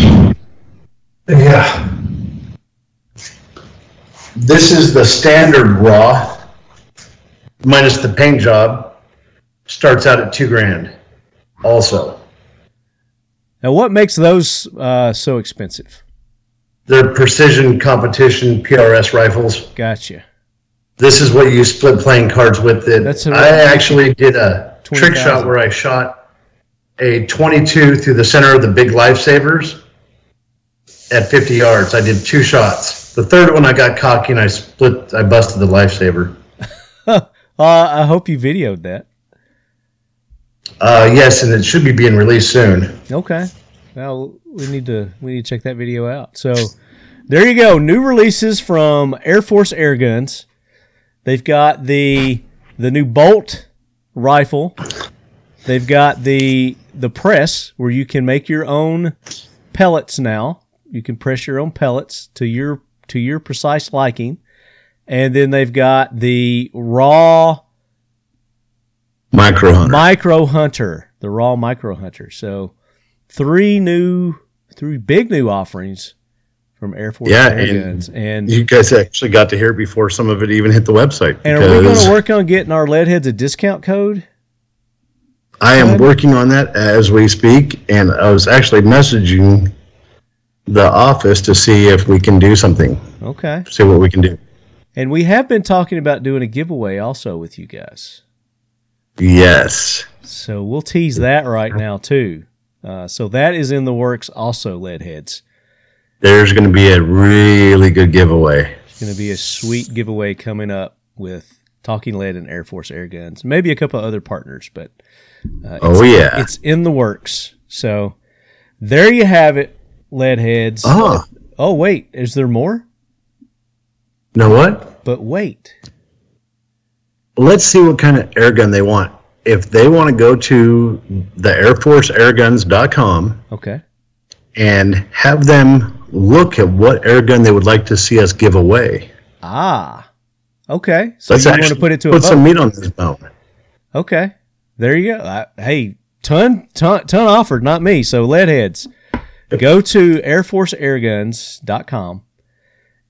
Yeah. This is the standard raw minus the paint job. Starts out at two grand. Also,
Now what makes those uh, so expensive?
they're precision competition PRS rifles.
Gotcha.
This is what you split playing cards with. It.
That's
I
a-
actually did a trick
20,000.
shot where I shot a 22 through the center of the big lifesavers at 50 yards. I did two shots. The third one I got cocky and I split. I busted the lifesaver.
Uh, I hope you videoed that.
Uh, yes, and it should be being released soon.
Okay. Well, we need to we need to check that video out. So there you go. New releases from Air Force Air Guns. They've got the the new bolt rifle. They've got the the press where you can make your own pellets now. You can press your own pellets to your to your precise liking. And then they've got the raw
Micro hunter.
Micro Hunter, the raw Micro Hunter. So three new, three big new offerings from Air Force
Yeah,
Air
and-
Guns. And
you guys actually got to hear it before some of it even hit the website.
and are we going
because
to work on getting our lead heads a discount code?
I am working on that as we speak, and I was actually messaging the office to see if we can do something,
Okay.
see what we can do.
And we have been talking about doing a giveaway also with you guys.
Yes.
So we'll tease that right now too. Uh, so that is in the works also, lead heads.
There's going to be a really good giveaway.
It's going to be a sweet giveaway coming up with Talking Lead and Air Force Air Guns, maybe a couple other partners, but uh,
Oh, yeah.
it's in the works. So there you have it, lead heads.
Oh,
Oh wait, is there more?
you know what?
But wait,
Let's see what kind of air gun they want. If they want to go to the airforceairguns.com
okay,
and have them look at what air gun they would like to see us give away.
ah, okay. So
Let's
you
actually
want to put it to a
put
vote?
some meat on this bone.
okay, there you go. I, hey, ton, ton, ton offered, not me. So lead heads, go to airforceairguns.com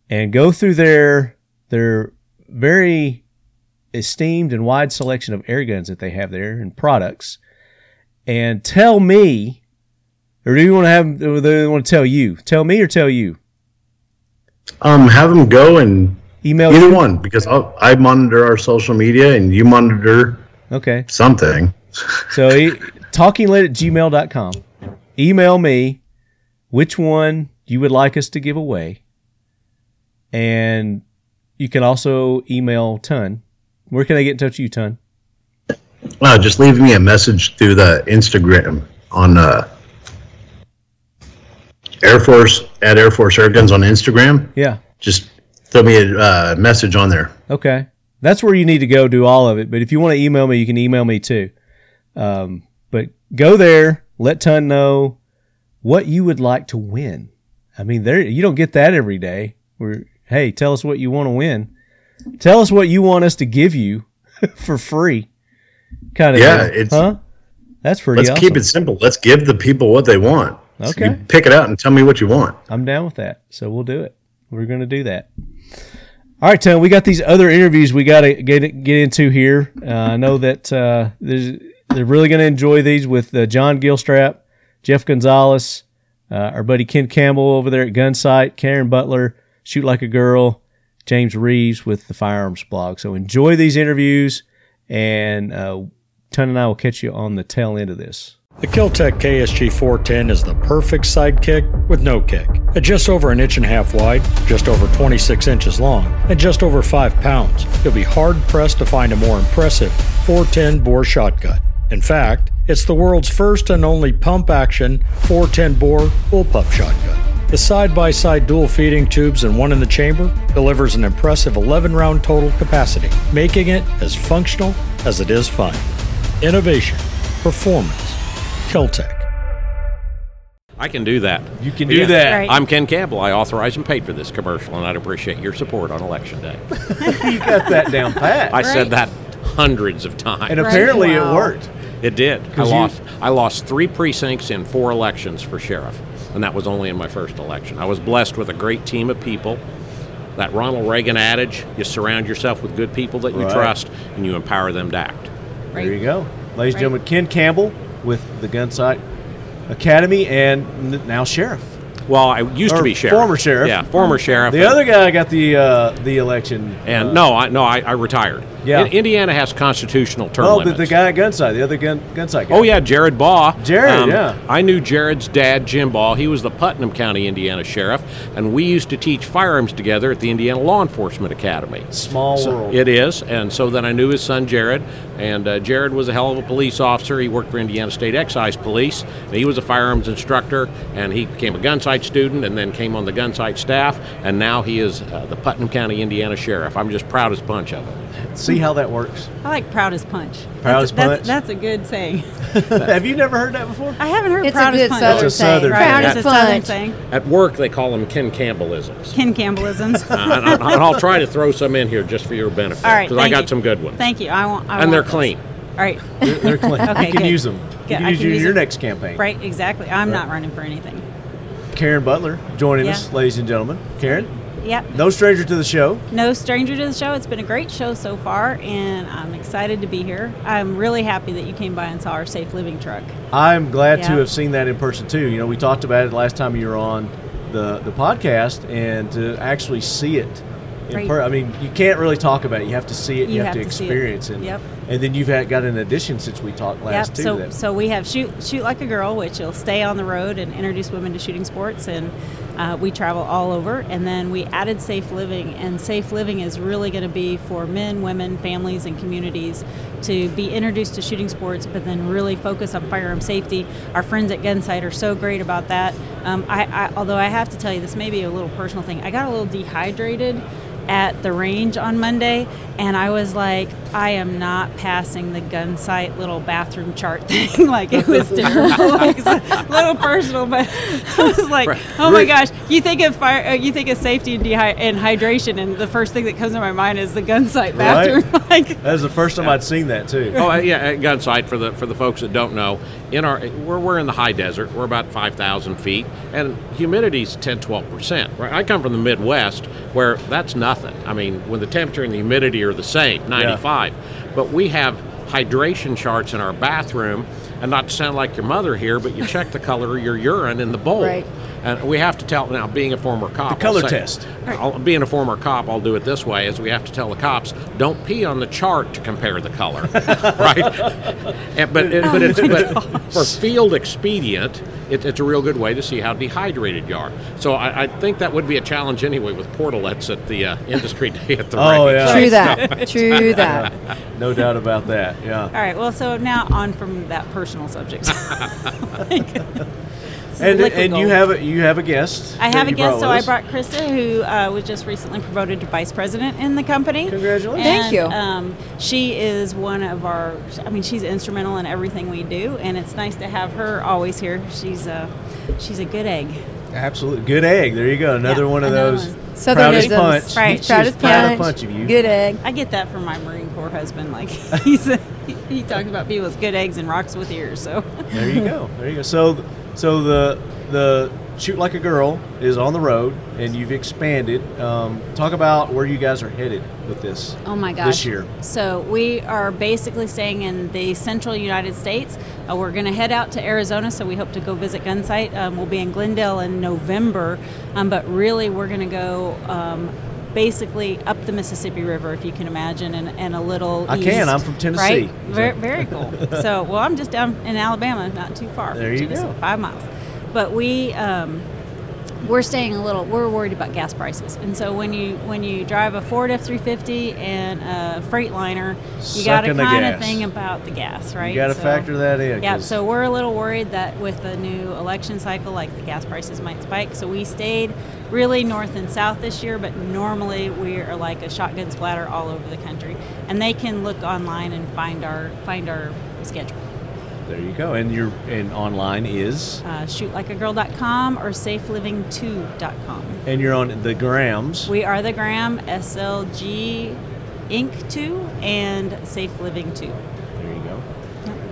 and go through their their very esteemed and wide selection of air guns that they have there and products and tell me or do you want to have or do they want to tell you tell me or tell you
Um, have them go and
email
either
you?
one because I'll, I monitor our social media and you monitor
okay
something.
so e- talkinglit at gmail.com email me which one you would like us to give away and you can also email ton where can i get in touch with you ton
Well, Uh, just leave me a message through the Instagram on uh, Air Force at Air Force Air Guns on Instagram.
yeah
Just throw me a uh, message on there.
Okay. That's where you need to go do all of it. But if you want to email me, you can email me too. Um, but go there, let Ton know what you would like to win. I mean, there you don't get that every day. Where hey, tell us what you want to win. Tell us what you want us to give you for free. Kind of
Yeah, it's-
huh? That's pretty
Let's
awesome.
keep it simple. Let's give the people what they want.
Okay.
You pick it out and tell me what you want.
I'm down with that. So we'll do it. We're going to do that. All right, Tom. We got these other interviews we got to get get into here. Uh, I know that uh, there's, they're really going to enjoy these with uh, John Gilstrap, Jeff Gonzalez, uh, our buddy Ken Campbell over there at Gunsight, Karen Butler, Shoot Like a Girl, James Reeves with the Firearms Blog. So enjoy these interviews, and uh, Ton and I will catch you on the tail end of this.
The Kiltech KSG 410 is the perfect sidekick with no kick. At just over an inch and a half wide, just over 26 inches long, and just over 5 pounds, you'll be hard pressed to find a more impressive 410 bore shotgun. In fact, it's the world's first and only pump action 410 bore bullpup shotgun. The side by side dual feeding tubes and one in the chamber delivers an impressive 11 round total capacity, making it as functional as it is fun. Innovation, performance, Keltec.
I can do that.
You can do that.
Right.
I'm Ken Campbell. I authorized and paid for this commercial, and I'd appreciate your support on election day.
you got that down pat.
I said
Right.
that hundreds of times.
and apparently it
Wow.
worked.
it did. I
'Cause you-
lost. I lost three precincts in four elections for sheriff, and that was only in my first election. I was blessed with a great team of people. That Ronald Reagan adage: you surround yourself with good people that you
Right.
trust, and you empower them to act.
Right.
There you go. Ladies
Right.
and gentlemen, Ken Campbell with the Gunsight Academy and n- now sheriff.
Well, I used
Or
to be sheriff.
former sheriff.
Yeah, former sheriff.
The
and-
other guy got the uh, the election.
And
uh,
no, I no, I, I retired.
Yeah.
In- Indiana has constitutional term
oh, the,
limits.
the guy at Gunsight, the other gun Gunsight guy.
Oh yeah, Jared Baugh. Um,
Jared, yeah.
I knew Jared's dad, Jim Baugh. He was the Putnam County, Indiana sheriff, and we used to teach firearms together at the Indiana Law Enforcement Academy.
Small
So-
world.
It is, and so then I knew his son Jared, and uh, Jared was a hell of a police officer. He worked for Indiana State Excise Police, and he was a firearms instructor, and he became a gun sight student, and then came on the gun sight staff, and now he is uh, the Putnam County, Indiana sheriff. I'm just proud as punch of him.
See how that works.
I like proud as punch.
Proud
that's,
as punch?
That's, that's a good saying.
Oh,
Have you never heard that before?
I haven't heard
It's a
proud as
good
punch.
Southern
It's a saying. Southern
Right,
Proud
it's
as
a Southern
punch.
saying.
At work, they call him Ken Campbellisms.
Ken Campbellisms.
and I'll, and I'll try to throw some in here just for your benefit.
All right,
Because I
thank
got
you.
some good ones.
Thank you. I want. I
And
want
they're
those.
clean.
All right.
They're, they're clean.
Okay,
you can
good.
use them. You
Good,
can
I
use
can
you in
use
your
them.
next campaign.
Right. Exactly. I'm not running for anything.
Karen Butler joining
Yeah.
us, ladies and gentlemen. Karen,
Yep.
no stranger to the show.
No stranger to the show. It's been a great show so far, and I'm excited to be here. I'm really happy that you came by and saw our safe living truck.
I'm glad to
Yeah.
have seen that in person too. You know, we talked about it last time you were on the the podcast, and to actually see it. In
Right.
per- I mean, you can't really talk about it. You have to see it. You,
You
have,
have
to,
to see it.
experience it.
Yep.
And then you've had, got an addition since we talked last too.
So,
that-
so we have shoot shoot like a girl, which will stay on the road and introduce women to shooting sports, and uh, we travel all over. And then we added safe living, and safe living is really going to be for men, women, families, and communities to be introduced to shooting sports, but then really focus on firearm safety. Our friends at Gunsight are so great about that. Um, I, I although I have to tell you, this may be a little personal thing. I got a little dehydrated at the range on Monday, and I was like, I am not passing the gun sight little bathroom chart thing. like it was terrible. like, it's a little personal, but I was like, oh my gosh, you think of fire, uh, you think of safety and, dehy- and hydration, and the first thing that comes to my mind is the gun sight
Right.
bathroom. like,
that was the first time I'd seen that too.
Oh uh, yeah, at Gunsight for the for the folks that don't know, in our we're, we're in the high desert. We're about five thousand feet, and humidity's 10, 12 percent. Right, I come from the Midwest where that's nothing. I mean, when the temperature and the humidity are the same, ninety five, but we have hydration charts in our bathroom. And not to sound like your mother here, but you check the color of your urine in the bowl.
Right.
And we have to tell now. Being a former cop,
The color
I'll say-
test.
I'll, being a former cop, I'll do it this way: is we have to tell the cops, don't pee on the chart to compare the color, right? And- but
Oh
it- but it's but for field expedient, it, it's a real good way to see how dehydrated you are. So I, I think that would be a challenge anyway with portalets at the uh, industry day at the
Oh,
range.
yeah.
True that. True that.
No doubt about that. Yeah.
all right, well, so now on from that personal subject. Like, this is
and
liquid
and you
gold.
have a, you have a guest.
I
that
have a
you
guest, so I
with us.
brought Krista, who uh, was just recently promoted to vice president in the company.
Congratulations.
Thank
And,
you.
Um, she is one of our. I mean, she's instrumental in everything we do, and it's nice to have her always here. She's a, she's a good egg.
Absolutely good egg. There you go. Another
Yeah,
one of
another
those.
one.
proudest
Southernisms.
punch.
Right.
She's
Proudest
proud
punch.
of punch of you.
Good egg.
I get that from my Marine Corps husband. Like he's a, he, he talks about people with good eggs and rocks with ears. So
There you go. There you go. So, so the the shoot like a girl is on the road, and you've expanded. Um, talk about where you guys are headed with this.
Oh my gosh.
This year.
So we are basically staying in the central United States. Uh, we're going to head out to Arizona, so we hope to go visit Gunsight. Um, we'll be in Glendale in November, um, but really we're going to go. Um, basically up the Mississippi River, if you can imagine, and, and a little.
I
east,
can. I'm from Tennessee.
Right?
So-
Very, very cool. so, well, I'm just down in Alabama, not too far. from
There you
Tennessee,
go.
Five miles. But we. Um, we're staying a little we're worried about gas prices and so when you when you drive a ford f-350 and a freightliner you got to
Sucking the
kind of
gas.
think about the gas right
You got to
So-
factor that in.
yeah,
'cause-
so we're a little worried that with the new election cycle, like the gas prices might spike. So we stayed really north and south this year, but normally we are like a shotgun splatter all over the country, and they can look online and find our find our schedule.
there you go. And your and online is
Uh, shootlikeagirl.com or safeliving2.com.
and you're on the grams.
We are the Gram SLG Inc. two and Safe Living two.
There you go.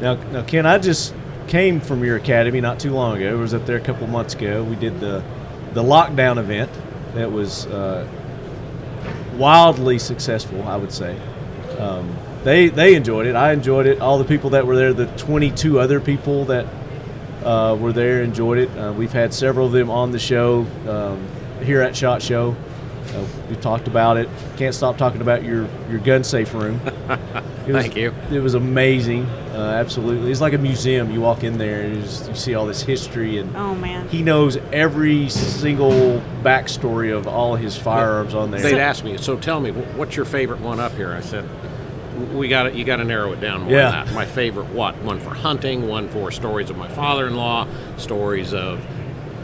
Now, now, Ken, I just came from your academy not too long ago. I was up there a couple months ago. We did the the lockdown event that was uh, wildly successful, I would say. Um, they they enjoyed it. I enjoyed it. All the people that were there, the 22 other people that uh, were there, enjoyed it. Uh, we've had several of them on the show um, here at Shot Show. Uh, we talked about it. Can't stop talking about your your gun safe room. It was-
Thank you.
It was amazing. Uh, absolutely, it's like a museum. You walk in there and you, just, you see all this history, and
Oh man.
he knows every single backstory of all his firearms on there.
They'd ask me, so tell me, wh- what's your favorite one up here? I said, we got to You got to narrow it down more
Yeah.
than that. My favorite what? One for hunting. One for stories of my father-in-law. Stories of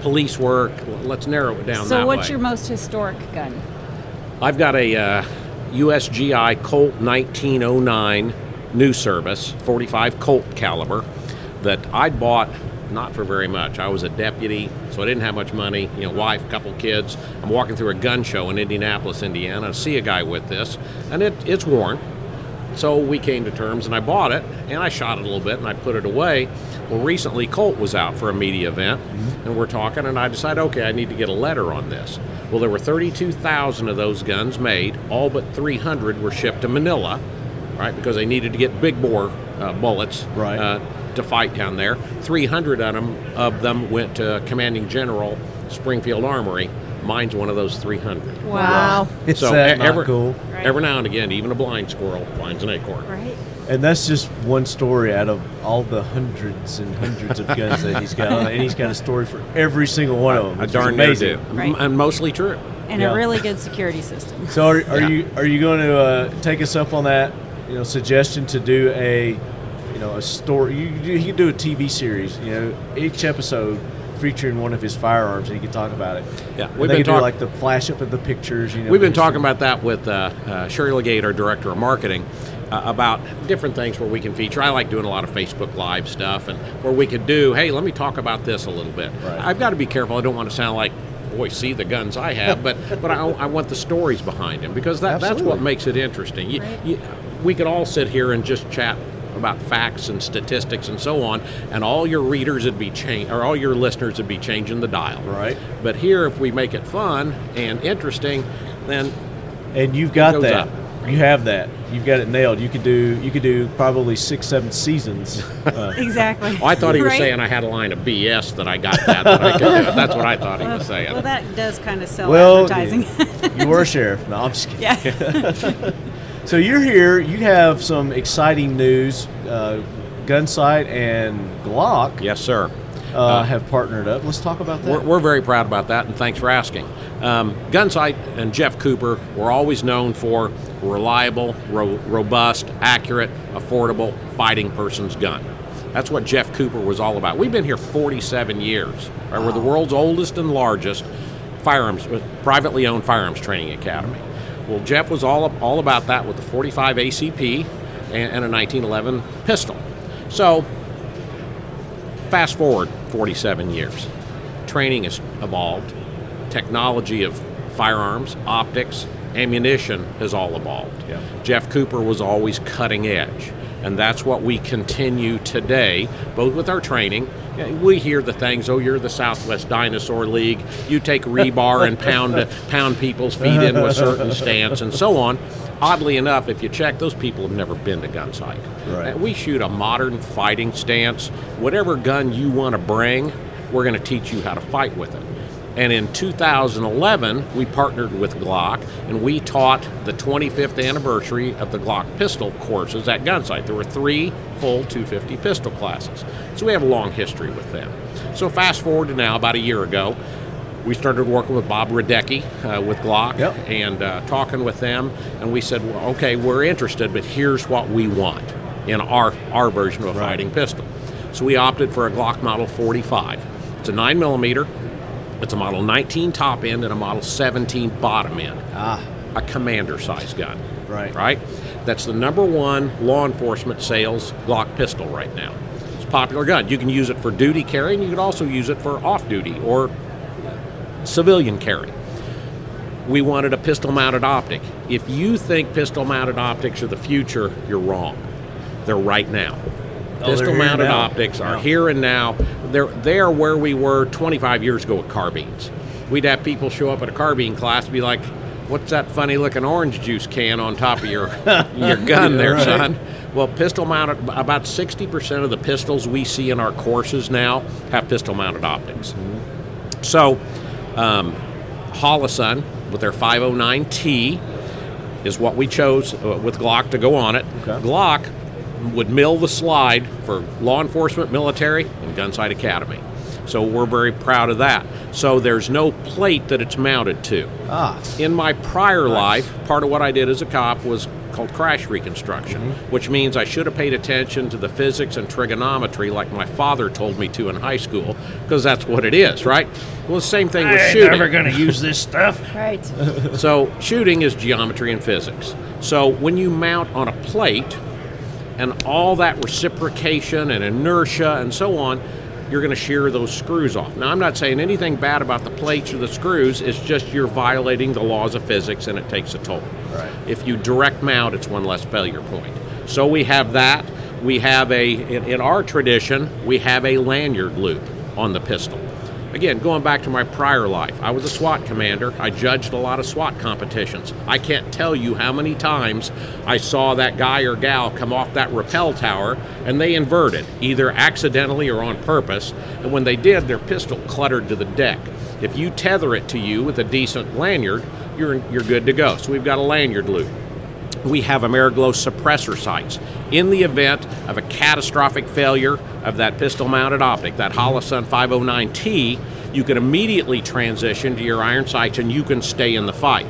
police work. L- Let's narrow it down.
so
that
what's
way.
your most historic gun?
I've got a uh, USGI Colt 1909 new service, 45 Colt caliber, that I bought not for very much. I was a deputy, so I didn't have much money. You know, wife, couple kids. I'm walking through a gun show in Indianapolis, Indiana. I see a guy with this, and it, it's worn. So we came to terms, and I bought it, and I shot it a little bit, and I put it away. Well, recently Colt was out for a media event,
Mm-hmm.
and we're talking, and I decided, okay, I need to get a letter on this. Well, there were 32,000 of those guns made. All but 300 were shipped to Manila, right, because they needed to get big bore uh, bullets
Right.
uh, to fight down there. 300 of them, of them went to Commanding General Springfield Armory. Mine's one of those 300.
Wow.
It's
so
that
e-
not
every,
cool.
Right.
every now and again, even a blind squirrel finds an acorn.
Right.
And that's just one story out of all the hundreds and hundreds of guns that he's got, and he's got a story for every single one of them.
I
which is
darn near
amazing.
do.
Right.
And mostly true.
And
Yeah.
a really good security system.
So are, are you are you going to uh, take us up on that? You know, suggestion to do a you know a story. You, you can do a TV series. You know, each episode featuring one of his firearms, and he can talk about it.
Yeah,
And
we've
they
been
can do,
talk-
like the flash up of the pictures. You know,
We've been
there's-
talking about that with uh, uh, Sherry Legate, our director of marketing, uh, about different things where we can feature. I like doing a lot of Facebook Live stuff and where we could do, hey, let me talk about this a little bit.
Right.
I've got to be careful. I don't want to sound like, boy, see the guns I have, but but I, I want the stories behind them because that, that's what
Absolutely.
makes it interesting. You,
Right.
you, we could all sit here and just chat about facts and statistics and so on, and all your readers would be changing, or all your listeners would be changing the dial.
Right.
But here, if we make it fun and interesting, then
and you've got
goes
that.
up.
You have that. You've got it nailed. You could do you could do probably six, seven seasons. Uh,
Exactly.
oh, I thought he was
Right?
saying I had a line of BS that I got that. that I could do. That's what I thought he
Well,
was saying.
well, that does kind of sell
well,
advertising.
you were a sheriff. No, I'm just kidding.
yeah.
So you're here. You have some exciting news. Uh, Gunsight and Glock
yes, sir.
uh, have partnered up. Let's talk about that.
We're, we're very proud about that, and thanks for asking. Um, Gunsight and Jeff Cooper were always known for reliable, ro- robust, accurate, affordable fighting person's gun. That's what Jeff Cooper was all about. We've been here 47 years. Right? We're the world's oldest and largest firearms, uh, privately owned firearms training academy. Well, Jeff was all all about that with the 45 ACP and, and a 1911 pistol. So Fast forward 47 years. Training has evolved. Technology of firearms, optics, ammunition has all evolved.
Yeah.
Jeff Cooper was always cutting edge. And that's what we continue today, both with our training. Yeah, We hear the things, oh, you're the Southwest Dinosaur League. You take rebar and pound, pound people's feet in with certain stance and so on. Oddly enough, if you check, those people have never been to gun sight.
Right.
We shoot a modern fighting stance. Whatever gun you want to bring, we're going to teach you how to fight with it. And in 2011, we partnered with Glock and we taught the 25th anniversary of the Glock pistol courses at Gunsight. There were three full 250 pistol classes. So we have a long history with them. So fast forward to now, about a year ago, we started working with Bob Radecki uh, with Glock
Yep.
and uh, talking with them, and we said, well, okay, we're interested, but here's what we want in our, our version of a fighting pistol. So we opted for a Glock Model 45. It's a 9 millimeter. It's a Model 19 top end and a Model 17 bottom end. Ah. A commander size gun.
Right.
Right? That's the number one law enforcement sales Glock pistol right now. It's a popular gun. You can use it for duty carry and you can also use it for off duty or civilian carry. We wanted a pistol mounted optic. If you think pistol mounted optics are the future, you're wrong. They're right now.
Oh, they're
pistol mounted
here now.
optics are
Yeah.
here and now. They're they are where we were 25 years ago with carbines. We'd have people show up at a carbine class and be like, "What's that funny looking orange juice can on top of your your gun there,
right.
son?" Well, pistol mounted. About 60% of the pistols we see in our courses now have pistol mounted optics. So, um, Holosun with their 509T is what we chose uh, with Glock to go on it. Glock would mill the slide for law enforcement, military, and Gunsight Academy. So we're very proud of that. So there's no plate that it's mounted to.
Ah.
In my prior life, part of what I did as a cop was called crash reconstruction, which means I should have paid attention to the physics and trigonometry like my father told me to in high school, because that's what it is, right? Well, the same thing with shooting.
gonna use this stuff.
Right.
So shooting is geometry and physics. So when you mount on a plate and all that reciprocation and inertia and so on, you're going to shear those screws off. Now I'm not saying anything bad about the plates or the screws, it's just you're violating the laws of physics and it takes a toll. Right. If you direct mount, it's one less failure point. So we have that. We have a in, in our tradition, we have a lanyard loop on the pistol. Again, going back to my prior life, I was a SWAT commander. I judged a lot of SWAT competitions. I can't tell you how many times I saw that guy or gal come off that rappel tower and they inverted, either accidentally or on purpose. And when they did, their pistol cluttered to the deck. If you tether it to you with a decent lanyard, you're, you're good to go. So we've got a lanyard loop we have Ameriglow suppressor sights. In the event of a catastrophic failure of that pistol mounted optic, that Holosun 509T, you can immediately transition to your iron sights and you can stay in the fight.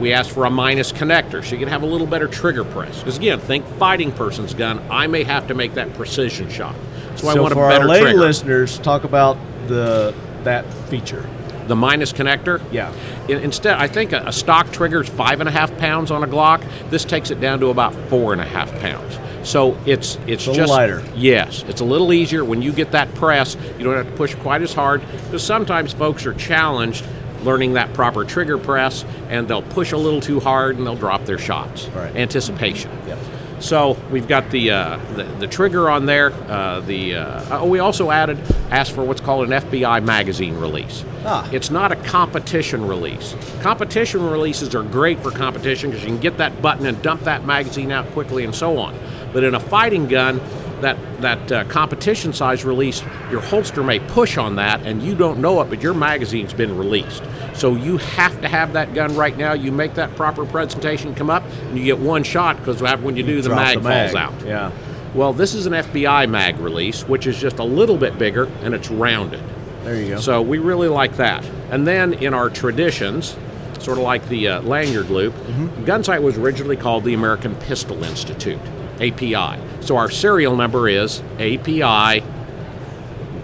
We asked for a minus connector so you can have a little better trigger press. Because again, think fighting person's gun, I may have to make that precision shot. So, I
so
want
for
a better
our lay
trigger.
listeners, talk about the that feature.
The minus connector?
Yeah.
In- Instead, I think a, a stock triggers five and a half pounds on a Glock. This takes it down to about four and a half pounds. So it's it's
little
just
lighter.
Yes, it's a little easier when you get that press. You don't have to push quite as hard because sometimes folks are challenged learning that proper trigger press, and they'll push a little too hard and they'll drop their shots.
Right.
Anticipation. So we've got the, uh, the the trigger on there. Uh, the uh, oh, we also added asked for what's called an FBI magazine release.
Ah.
It's not a competition release. Competition releases are great for competition because you can get that button and dump that magazine out quickly and so on. But in a fighting gun, that that uh, competition size release, your holster may push on that and you don't know it, but your magazine's been released. So you have to have that gun right now. You make that proper presentation come up and you get one shot because when you do, the
Drop
mag,
the mag.
falls out.
Yeah.
Well, this is an FBI mag release, which is just a little bit bigger and it's rounded.
There you go.
So we really like that. And then in our traditions, sort of like the uh, lanyard loop,
Mm-hmm.
Gunsight was originally called the American Pistol Institute, API. So our serial number is API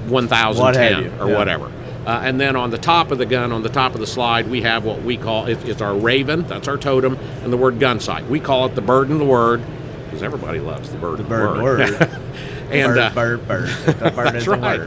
1010
What have you,
or
yeah.
whatever. Uh, and then on the top of the gun, on the top of the slide, we have what we call it, it's our raven, that's our totem, and the word gunsight. We call it the bird and the word because everybody loves the bird and the
Bird word.
and
bird,
uh,
bird, bird. The bird is the
right.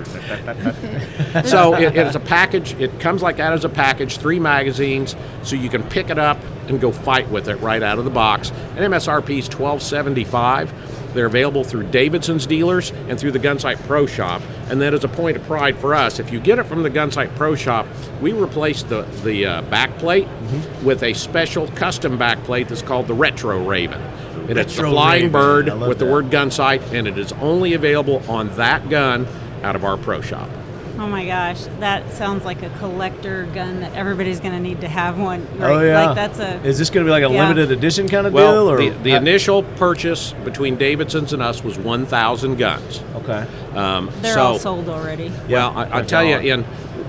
word.
so it, it's a package. It comes like that as a package, three magazines, so you can pick it up and go fight with it right out of the box. And MSRP is twelve seventy five. They're available through Davidson's dealers and through the Gunsight Pro Shop. And that is a point of pride for us. If you get it from the Gunsight Pro Shop, we replace the the uh, back plate
Mm-hmm.
with a special custom back plate that's called the Retro Raven. And it's the
Retro
flying
Raven,
bird
I love
with the
that.
word gun sight, and it is only available on that gun out of our pro shop.
Oh my gosh, that sounds like a collector gun that everybody's going to need to have one. Right?
Oh yeah,
like that's a
Is this going to be like a
Yeah.
limited edition kind of
Well,
deal? Or
the, the
I-
initial purchase between Davidson's and us was 1,000 guns.
Okay.
Um,
they're
so,
all sold already.
Well, I, I'll
They're
tell you,
gone.
in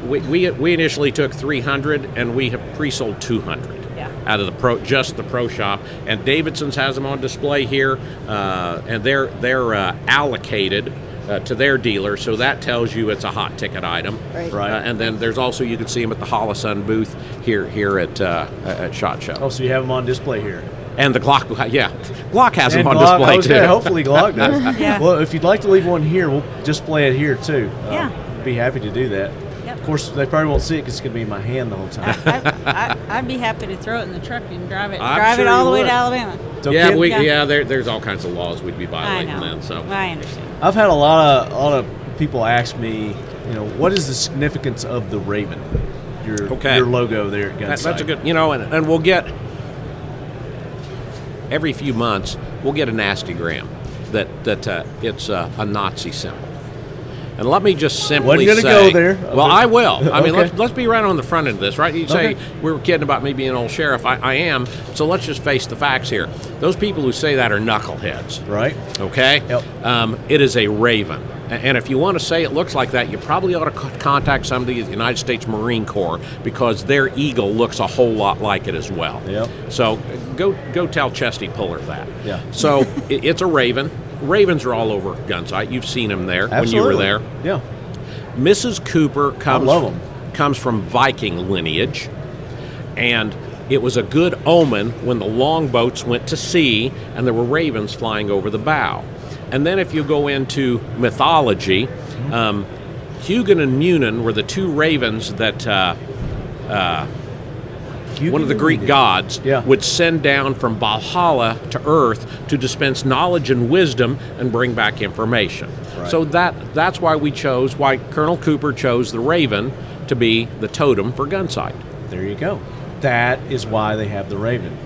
we, we, we initially took 300 and we have pre-sold 200
Yeah.
out of the pro just the pro shop and Davidson's has them on display here uh, and they're they're uh, allocated uh, to their dealer so that tells you it's a hot ticket item
Right.
Right.
Uh, and then there's also you can see them at the Holosun booth here here at uh, at Shot Show
Oh, so you have them on display here.
and the Glock yeah Glock has
And
them on
Glock-
display
oh,
too
yeah, hopefully Glock does.
Yeah.
Well, if you'd like to leave one here, we'll display it here too. Uh,
Yeah.
Be happy to do that.
Yep. Uh,
Of course, they probably won't see it because it's going to be in my hand the whole time.
I, I, I, I'd be happy to throw it in the truck and drive it,
I'm
drive
sure
it all
you
the way
would.
to Alabama.
So,
yeah
Ken,
we
Yeah.
yeah there, there's all kinds of laws we'd be
I
violating
know.
then so
I understand.
I've had a lot of a lot of people ask me, you know, what is the significance of the Raven? Your
Okay.
your logo there at Gun
That- that's a good, you know, and, and we'll get every few months we'll get a nasty gram that that uh, it's uh, a Nazi symbol. And let me just simply
Wasn't gonna go
say,
there.
Well, I will. I mean,
Okay.
let's, let's be right on the front end of this, right? You say
Okay.
we were kidding about me being an old sheriff. I, I am. So let's just face the facts here. Those people who say that are knuckleheads.
right?
Okay.
Yep.
Um, it is a raven, A- and if you want to say it looks like that, you probably ought to co- contact somebody at the United States Marine Corps because their eagle looks a whole lot like it as well.
Yep.
So uh, go go tell Chesty Puller that.
Yeah.
So i it's a raven. Ravens are all over Gunsight. You've seen them there
Absolutely.
when you were there.
Yeah.
Mrs. Cooper comes
love 'em.
comes from Viking lineage, and it was a good omen when the longboats went to sea and there were ravens flying over the bow. And then if you go into mythology, um, Hugin and Munin were the two ravens that. Uh,
You
one of the
can
Greek
read it.
gods
Yeah.
would send down from Valhalla to Earth to dispense knowledge and wisdom and bring back information.
Right.
So that that's why we chose why Colonel Cooper chose the Raven to be the totem for Gunsight.
There you go. That is why they have the Raven.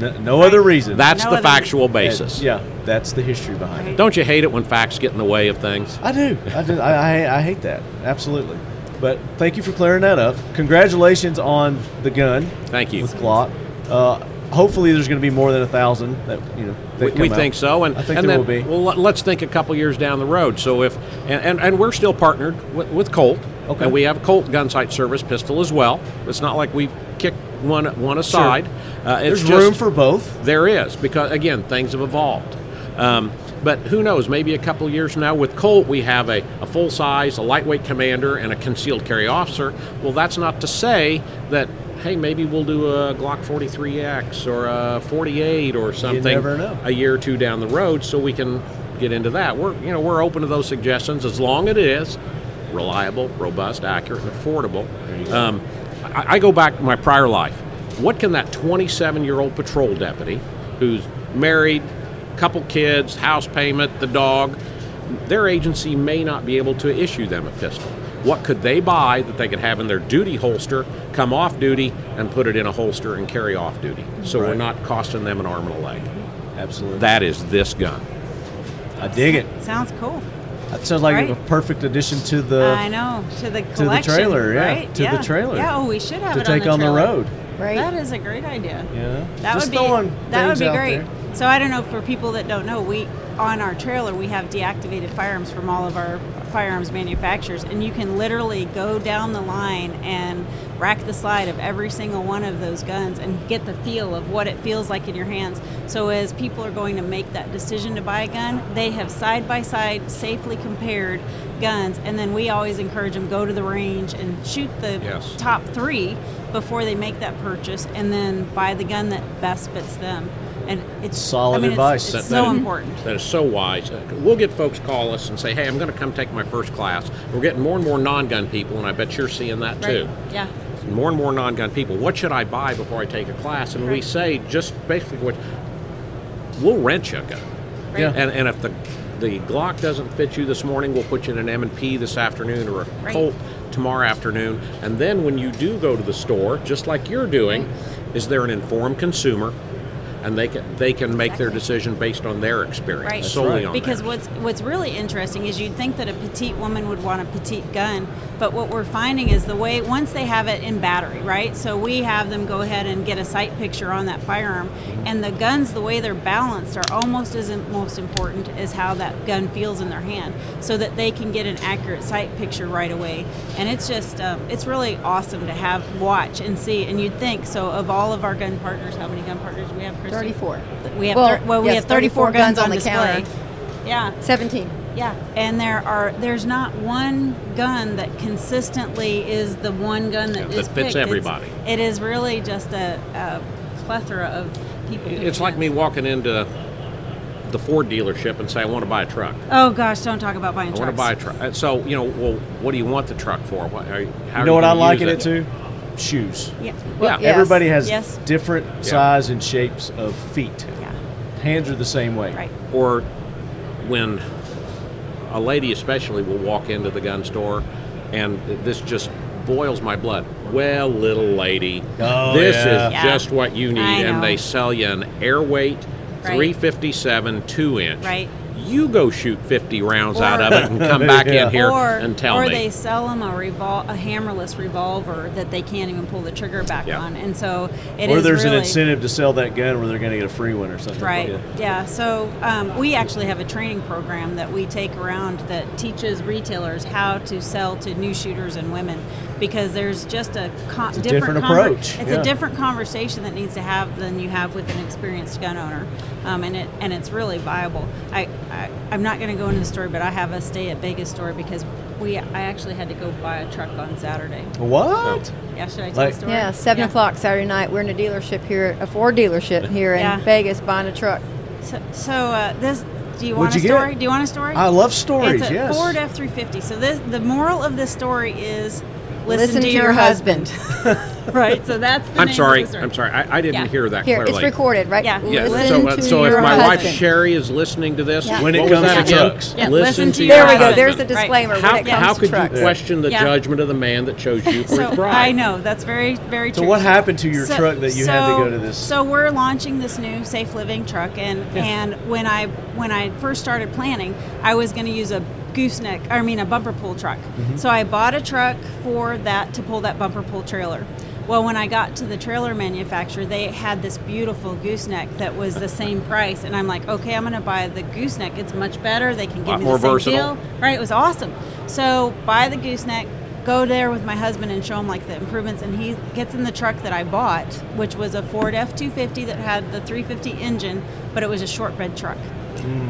No, no other reason.
That's
No
the
other-
factual
That-
basis.
Yeah, that's the history behind it.
Don't you hate it when facts get in the way of things?
I do. I do. I, I, I hate that. Absolutely. But thank you for clearing that up. Congratulations on the gun.
Thank you.
With Glock. Uh, hopefully, there's going to be more than a thousand. That you know. that
We, we
come out.
think so, and
I think
and
there
then,
will be.
Well, let- let's think a couple years down the road. So if and, and, and we're still partnered with, with Colt,
Okay.
and we have Colt gun sight service pistol as well. It's not like we've kicked one one aside. Uh,
there's
it's just-
room for both.
There is because again things have evolved. Um, but who knows? Maybe a couple years from now, with Colt, we have a, a full size, a lightweight commander, and a concealed carry officer. Well, that's not to say that hey, maybe we'll do a Glock 43X or a 48 or something
never know.
a year or two down the road, so we can get into that. We're you know we're open to those suggestions as long as it is reliable, robust, accurate, and affordable. Um, I, I go back to my prior life. What can that 27-year-old patrol deputy, who's married, couple kids, house payment, the dog, their agency may not be able to issue them a pistol. What could they buy that they could have in their duty holster, come off duty, and put it in a holster and carry off duty? So we're
Right.
not costing them an arm and a leg.
Absolutely.
That is this gun.
I dig it.
Sounds cool.
That sounds like a
Right.
perfect addition to the.
I know to the collection,
trailer, yeah,
right?
to the trailer.
Yeah, oh, we should have
To
it
take
on
on
the,
the
trailer.
road.
Right.
That is a great idea.
Yeah.
That
Just
would
throwing
be that would
things
be
out
great.
there.
So I don't know for people that don't know, we on our trailer we have deactivated firearms from all of our firearms manufacturers, and you can literally go down the line and rack the slide of every single one of those guns and get the feel of what it feels like in your hands. So as people are going to make that decision to buy a gun, they have side by side safely compared guns, and then we always encourage them go to the range and shoot the
Yes.
top three before they make that purchase and then buy the gun that best fits them. And it's
Solid
I mean,
advice.
It's, it's
That-
so
that-
important.
That is so wise. We'll get folks call us and say, "Hey, I'm going to come take my first class." We're getting more and more non-gun people, and I bet you're seeing that too.
Yeah.
More and more non-gun people. What should I buy before I take a class? And we
Right.
say, just basically, what we'll rent you a gun.
Right.
Yeah.
And, and if the the Glock doesn't fit you this morning, we'll put you in an M and P this afternoon or a
Right.
Colt tomorrow afternoon. And
Mm-hmm.
then when you do go to the store, just like you're doing, is there an informed consumer and they can they can make their decision based on their experience
Right. That's
solely
right.
on
Because what's
theirs.
what's really interesting is you'd think that a petite woman would want a petite gun, but what we're finding is the way once they have it in battery, right? So we have them go ahead and get a sight picture on that firearm, and the guns, the way they're balanced, are almost as im- most important as how that gun feels in their hand, so that they can get an accurate sight picture right away. And it's just um, it's really awesome to have watch and see. And you'd think so of all of our gun partners, how many gun partners do we have? Christy?
34.
We have
Well,
thir- well, we
yes,
have 34,
34
guns,
guns on
on
the
display.
counter.
Yeah,
17.
yeah. And there are there's not one gun that consistently is the one gun that
Yeah, that
is
fits
picked. It's-
everybody.
it is really just a, a plethora of people. who
It's like
can-
me walking into the Ford dealership and say, I want to buy a truck.
Oh gosh, don't talk about buying
I
trucks.
want to buy a truck. And So, you know, well, what do you want the truck for? What, are you, how
You
are
know what
gonna
I like in
use
it too? Shoes.
Yeah.
Yeah.
Yes.
Everybody has
Yes.
different size and shapes of feet.
Yeah.
Hands are the same way.
Right.
Or when a lady, especially, will walk into the gun store and this just boils my blood. Well, little lady,
Oh,
this
yeah.
is
Yeah.
just what you need.
I know.
And they sell you an air weight
Right.
357 two inch.
Right.
You go shoot 50 rounds out
Or-
of it and come back
Yeah.
in here
or,
and tell
or
me.
they sell them a revol- a hammerless revolver that they can't even pull the trigger back
Yeah.
on, and so it is
Or there's
really,
an incentive to sell that gun where they're going to get a free one or something.
Right.
Yeah.
Yeah. So um, we actually have a training program that we take around that teaches retailers how to sell to new shooters and women because there's just a, con-
a
different,
different
conver-
approach,
It's
yeah.
a different conversation that needs to have than you have with an experienced gun owner, um, and it and it's really viable. I, I I'm not going to go into the story, but I have a stay at Vegas story because we I actually had to go buy a truck on Saturday.
What?
Yeah. Should I tell
Like-
the story?
Yeah, 7
Yeah.
o'clock Saturday night. We're in a dealership here, a Ford dealership here in
Yeah.
Vegas buying a truck.
So, so uh, this. Do you
What'd
want a
you get?
story? Do you want a story?
I love stories.
It's a
yes.
Ford F three fifty. So this, the moral of this story is listen,
Listen
to, your husband. right. So that's. The name
I'm
of
sorry.
the story.
I'm sorry. I, I didn't
Yeah.
hear that
Here,
clearly.
it's recorded, right?
Yeah.
Yeah,
Listen
so, uh,
to
so if
your
my wife
husband.
Sherry is listening to this,
Yeah.
When it
what
comes
was that
to
again?
trucks.
Yeah, listen to
your
your
There we go.
husband.
There's the
Right.
disclaimer when
How,
it comes
how
to
could
trucks.
you question the
Yeah.
judgment of the man that chose you for his
So
bride?
I know that's very very
So
true.
what happened to your truck that you had to go to this-
So we're launching this new safe living truck, and and when I when I first started planning, I was going to use a gooseneck, I mean a bumper pull truck.
Mm-hmm.
So I bought a truck for that to pull that bumper pull trailer. Well, when I got to the trailer manufacturer, they had this beautiful gooseneck that was the same price, and I'm like, okay, I'm going to buy the gooseneck. It's much better. They can give
Lot
me
more
the same
versatile.
deal right? It was awesome. So buy the gooseneck, go there with my husband and show him like the improvements, and he gets in the truck that I bought, which was a Ford F two fifty that had the three fifty engine, but it was a short bed truck.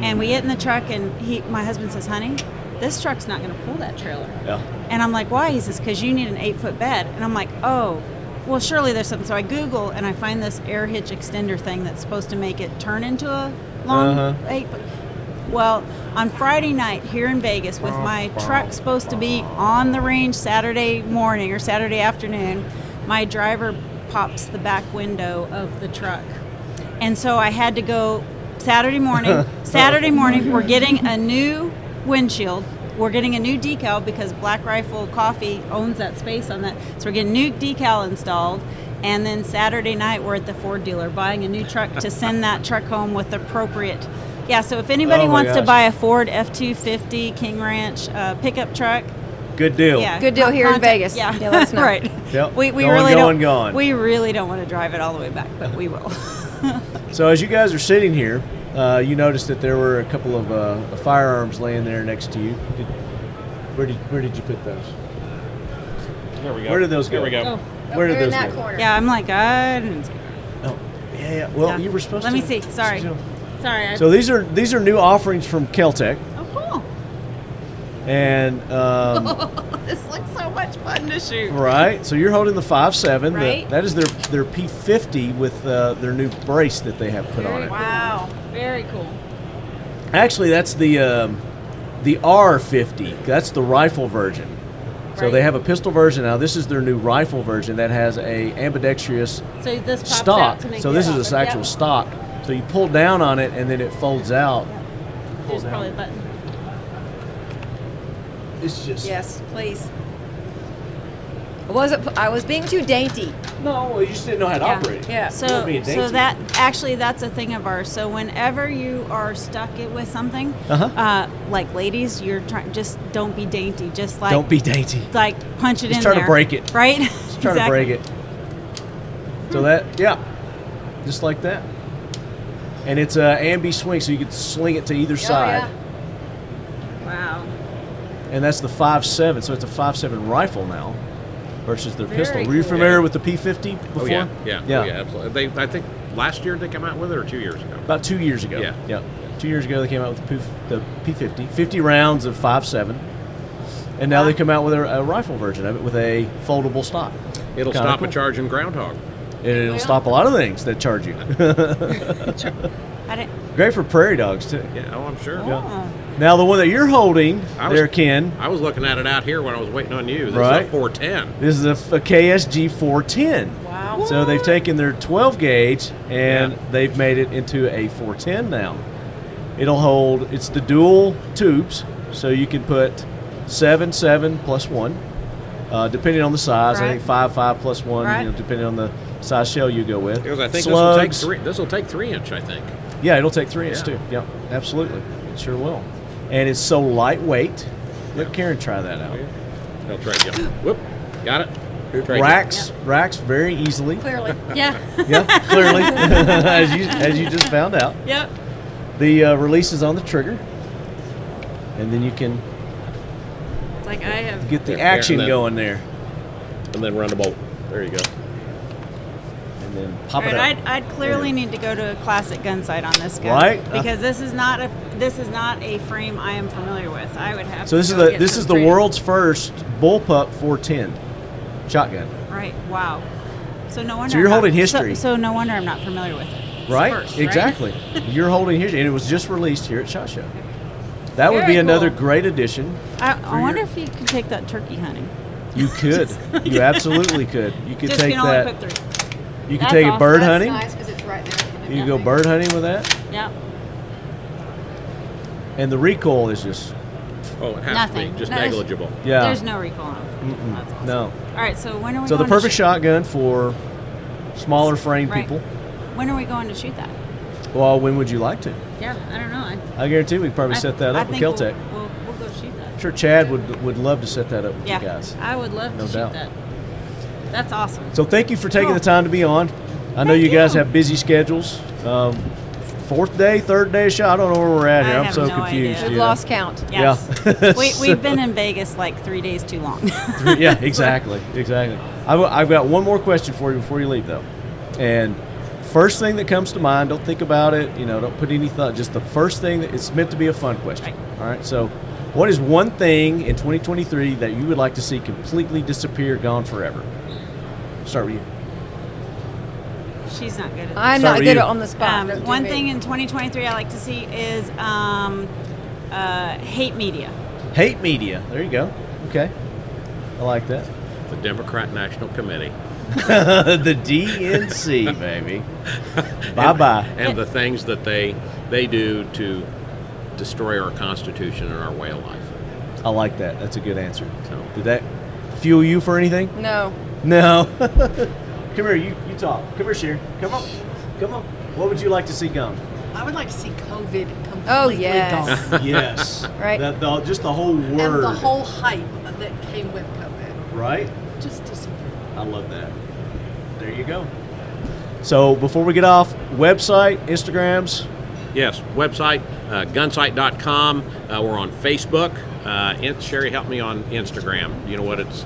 And we get in the truck, and he, my husband says, "Honey, this truck's not going to pull that trailer."
Yeah.
And I'm like, why? He says, because you need an eight foot bed. And I'm like, oh, well, surely there's something. So I Google and I find this air hitch extender thing that's supposed to make it turn into a long
Uh-huh.
eight foot. Well, on Friday night here in Vegas, with my truck supposed to be on the range Saturday morning or Saturday afternoon, my driver pops the back window of the truck. And so I had to go Saturday morning. Saturday morning, we're getting a new windshield. We're getting a new decal because Black Rifle Coffee owns that space on that. So we're getting new decal installed. And then Saturday night, we're at the Ford dealer buying a new truck to send that truck home with appropriate. Yeah, so if anybody
Oh my
wants to
gosh.
buy a Ford F 250 King Ranch uh, pickup truck,
Good deal.
yeah,
Good deal here in
contact-
Vegas.
Yeah,
Yeah, let's know.
right.
Yep.
We, we
Going,
really
going,
don't.
gone.
We really don't want to drive it all the way back, but we will.
So as you guys are sitting here, uh, you noticed that there were a couple of uh, firearms laying there next to you. Did, where did where did you put those?
There we go.
Where did those go?
There we
Oh,
go.
Where did
They're in
those
that
go?
corner.
yeah, I'm like I didn't.
Oh, yeah, yeah. Well,
Yeah.
you were supposed
Let
to.
me see. Sorry. Sorry. I,
So these are these are new offerings from Keltec,
oh, cool.
and um,
This looks so much fun to shoot.
right. So you're holding the five seven.
Right.
that is their their P fifty with uh, their new brace that they have put on it.
Wow. Very cool.
Actually, that's the um, the R50. That's the rifle version. So
Right.
they have a pistol version now. This is their new rifle version that has a ambidextrous
So this pops
stock.
out to make
So
it
this is
pop.
this actual
Yep.
stock. So you pull down on it and then it folds out.
There's probably a button.
It's just
Yes, please. wasn't. I was being too dainty.
No, you just didn't know how to
Yeah.
operate it.
Yeah.
That'd
So,
be a dainty.
so that actually that's a thing of ours. So whenever you are stuck i- with something,
Uh-huh.
uh, like ladies, you're trying just don't be dainty. Just like
Don't be dainty.
like punch it
Just
in.
try to
there,
break it.
Right.
Just trying to break it. So that, yeah, just like that. And it's a ambi swing, so you can sling it to
Oh,
either side.
Wow.
And that's the five seven, so it's a five seven rifle now versus their pistol.
Very
Were you
cool.
familiar with the P fifty before?
Oh yeah, yeah,
yeah,
yeah, yeah, absolutely. They, I think last year they came out with it, or two years ago.
About two years ago.
Yeah.
yeah. Two years ago, they came out with the P- the P fifty, fifty rounds of five seven, and now they come out with a, a rifle version of it with a foldable stock.
It'll
Kinda
stop
cool.
a charging groundhog.
And it'll stop a lot of things that charge you.
I didn't.
Great for prairie dogs too.
Yeah, oh, I'm sure.
oh.
Now the one that you're holding
I was-
there, Ken,
I was looking at it out here when I was waiting on you. This
Right.
is a 410.
this is a, a KSG 410.
Wow.
So they've taken their 12 gauge and
Yeah.
they've made it into a 410 now. It'll hold. It's the dual tubes, so you can put seven seven plus one, uh, depending on the size. I
Right.
think five five plus one,
Right.
you know, depending on the size shell you go with.
Because I think this will take
Slugs.
three. This will take three inch. I think.
Yeah, it'll take three inch
Yeah.
too. Yeah, absolutely. It sure will. And it's so lightweight. Let Karen try that out.
They'll try to get. Whoop, got it. Try to-
Racks, racks very easily.
Clearly.
Yeah.
Yeah, clearly, as you as you just found out,
yep.
the uh, release is on the trigger, and then you can
Like I have.
get the
There, there,
action
and then-
going there,
and then run the bolt. There you go.
and then pop
Right,
it
I'd,
out.
I'd clearly need to go to a classic gun sight on this gun,
Right.
Because this is not a this is not a frame I am familiar with. I would have. to
So this is
go
the
get
this
some
is the
frame.
world's first bullpup 410 shotgun.
Right. Wow. So no wonder.
So you're
I'm not-
holding history.
So, so no wonder I'm not familiar with it. It's
Right?
first,
Exactly. You're holding here, and it was just released here at Shot Show. That would be
Very
another
cool.
great addition.
I,
For
I
your-
wonder if you could take that turkey hunting.
You could, you absolutely could. You could
Just
take
can only
that.
put three.
You could
That's
take it
awesome.
bird
That's
hunting.
nice 'cause it's right there.
You could go bird hunting with that,
Yep.
and the recoil is just
Oh, it has to
Nothing.
be just
No, it's-
negligible.
yeah.
There's no recoil on it. That's awesome.
No.
All right. So when are we?
So the
going to
perfect
shoot-
shotgun for smaller frame
Right.
people.
When are we going to shoot that?
Well, when would you like to?
Yeah. I don't know. I,
I guarantee we could probably
I-
set that
I
up with
think
Keltec.
We'll, we'll, we'll go shoot that.
I'm sure Chad would would love to set that up with
Yeah.
you guys.
I would love
No
to shoot
doubt.
that. That's awesome.
So thank you for taking
Cool.
the time to be on. I know
Thank
you guys
you.
have busy schedules. Um, fourth day, third day shot. I don't know where we're at
I
here. I'm
have
so
no
confused.
idea.
We've
you know.
lost count.
Yes.
Yeah.
we,
So-
we've been in Vegas like three days too long.
Three- yeah, exactly, exactly. I've, I've got one more question for you before you leave, though. And first thing that comes to mind, don't think about it. You know, don't put any thought. Just the first thing that it's meant to be a fun question. All right. So, what is one thing in 2023 that you would like to see completely disappear, gone forever? Start with you.
She's not good at
I'm
Start
not
with
good
you.
at on the spot.
Um,
Don't do
one
me.
thing in 2023 I like to see is um, uh, hate media.
Hate media. There you go. Okay. I like that.
The Democrat National Committee.
the DNC, baby. bye bye.
and the things that they they do to destroy our constitution and our way of life.
I like that. That's a good answer.
So-
Did that fuel you for anything?
No.
No. Come here, you, you talk. Come here, Sheer. Come on. Come on. What would you like to see gone?
I would like to see COVID completely
Oh, yes.
gone.
Yes.
Right.
The, the, just the whole word.
And the whole hype that came with COVID
right?
just disappeared.
I love that. There you go. So before we get off, website, Instagrams,
Yes, website, uh, gunsight.com. Uh, we're on Facebook. Uh, in- Sherry, help me on Instagram. You know what it's?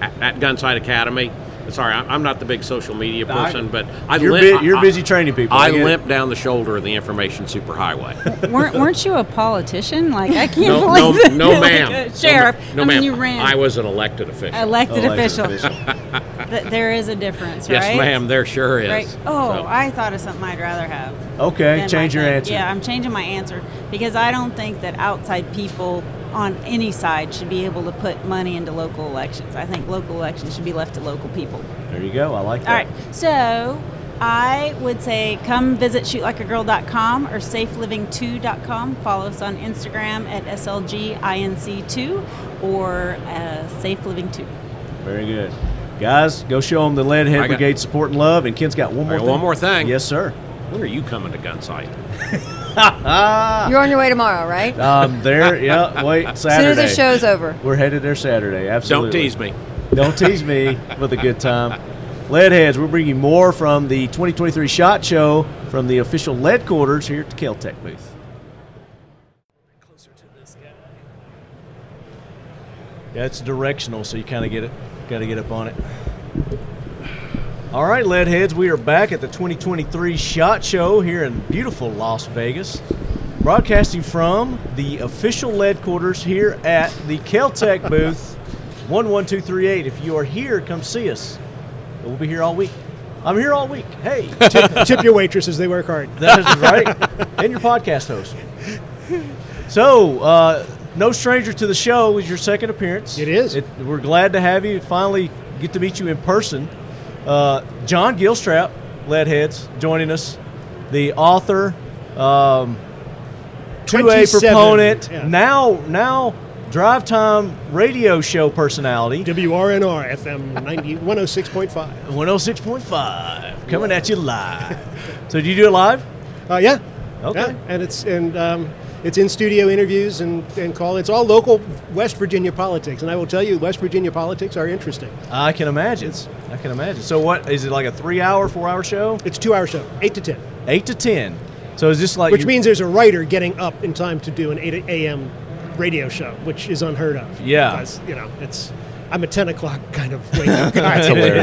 At, at Gunsight Academy. Sorry, I- I'm not the big social media
I-
person, but I
You're
limp.
bu- you're
I-
busy training people. I
I,
get it.
limp down the shoulder of the information superhighway.
weren't, weren't you a politician? Like I can't
no, no,
believe that.
no,
Like,
ma'am.
uh,
No,
sheriff.
ma- No,
I mean,
ma'am.
you ran
I was an elected official.
elected
Elected
official.
official.
Th- there is a difference,
yes,
right?
ma'am. There sure is.
Right. Oh,
So-
I thought of something I'd rather have.
Okay,
than
change
my
your
thing.
answer.
Yeah, I'm changing my answer because I don't think that outside people on any side should be able to put money into local elections. I think local elections should be left to local people.
There you go. I like
All right.
that.
So I would say come visit shootlikeagirl.com or safeliving2.com. Follow us on Instagram at SLGINC2 or uh, safeliving2.
Very good. Guys, go show them the Leadhead
I got-
Brigade support and love. And Ken's got one more
got
thing.
one more thing.
Yes, sir.
When are you coming to Gunsight?
You're on your way tomorrow, right?
Uh,
Um, there, yeah, wait,
As soon as
Saturday.
the show's over.
We're headed there Saturday, absolutely.
Don't tease me.
Don't tease me with a good time. Leadheads, we'll bring you more from the 2023 SHOT Show from the official lead quarters here at the Caltech booth. Yeah, it's directional, so you kind of get it. Got to get up on it. All right, Leadheads, we are back at the 2023 SHOT Show here in beautiful Las Vegas. Broadcasting from the official lead quarters here at the Caltech booth, 11238. If you are here, come see us. We'll be here all week. I'm here all week. Hey,
tip, tip your waitresses; they work hard.
that is right. and your podcast host. So, uh, no stranger to the show is your second appearance.
It is.
we're glad to have you. Finally, get to meet you in person. Uh, John Gilstrap, Leadheads, joining us, the author, um, two A
27,
proponent,
yeah.
now now drive time radio show personality.
WRNR FM 90, 106.5.
106.5 coming at you live. so, do you do it live?
Uh, yeah.
Okay.
Yeah, And it's and um, it's in studio interviews and, and call. It's all local West Virginia politics, and I will tell you, West Virginia politics are interesting.
I can imagine. I can imagine. So what is it like a three-hour, four-hour show?
It's two hour show, eight to ten,
Eight to ten. So is this like
which
Oh, you-
means there's a writer getting up in time to do an eight a.m. radio show, which is unheard of.
Yeah.
Because you know it's. I'm a 10 o'clock kind of wake up guy.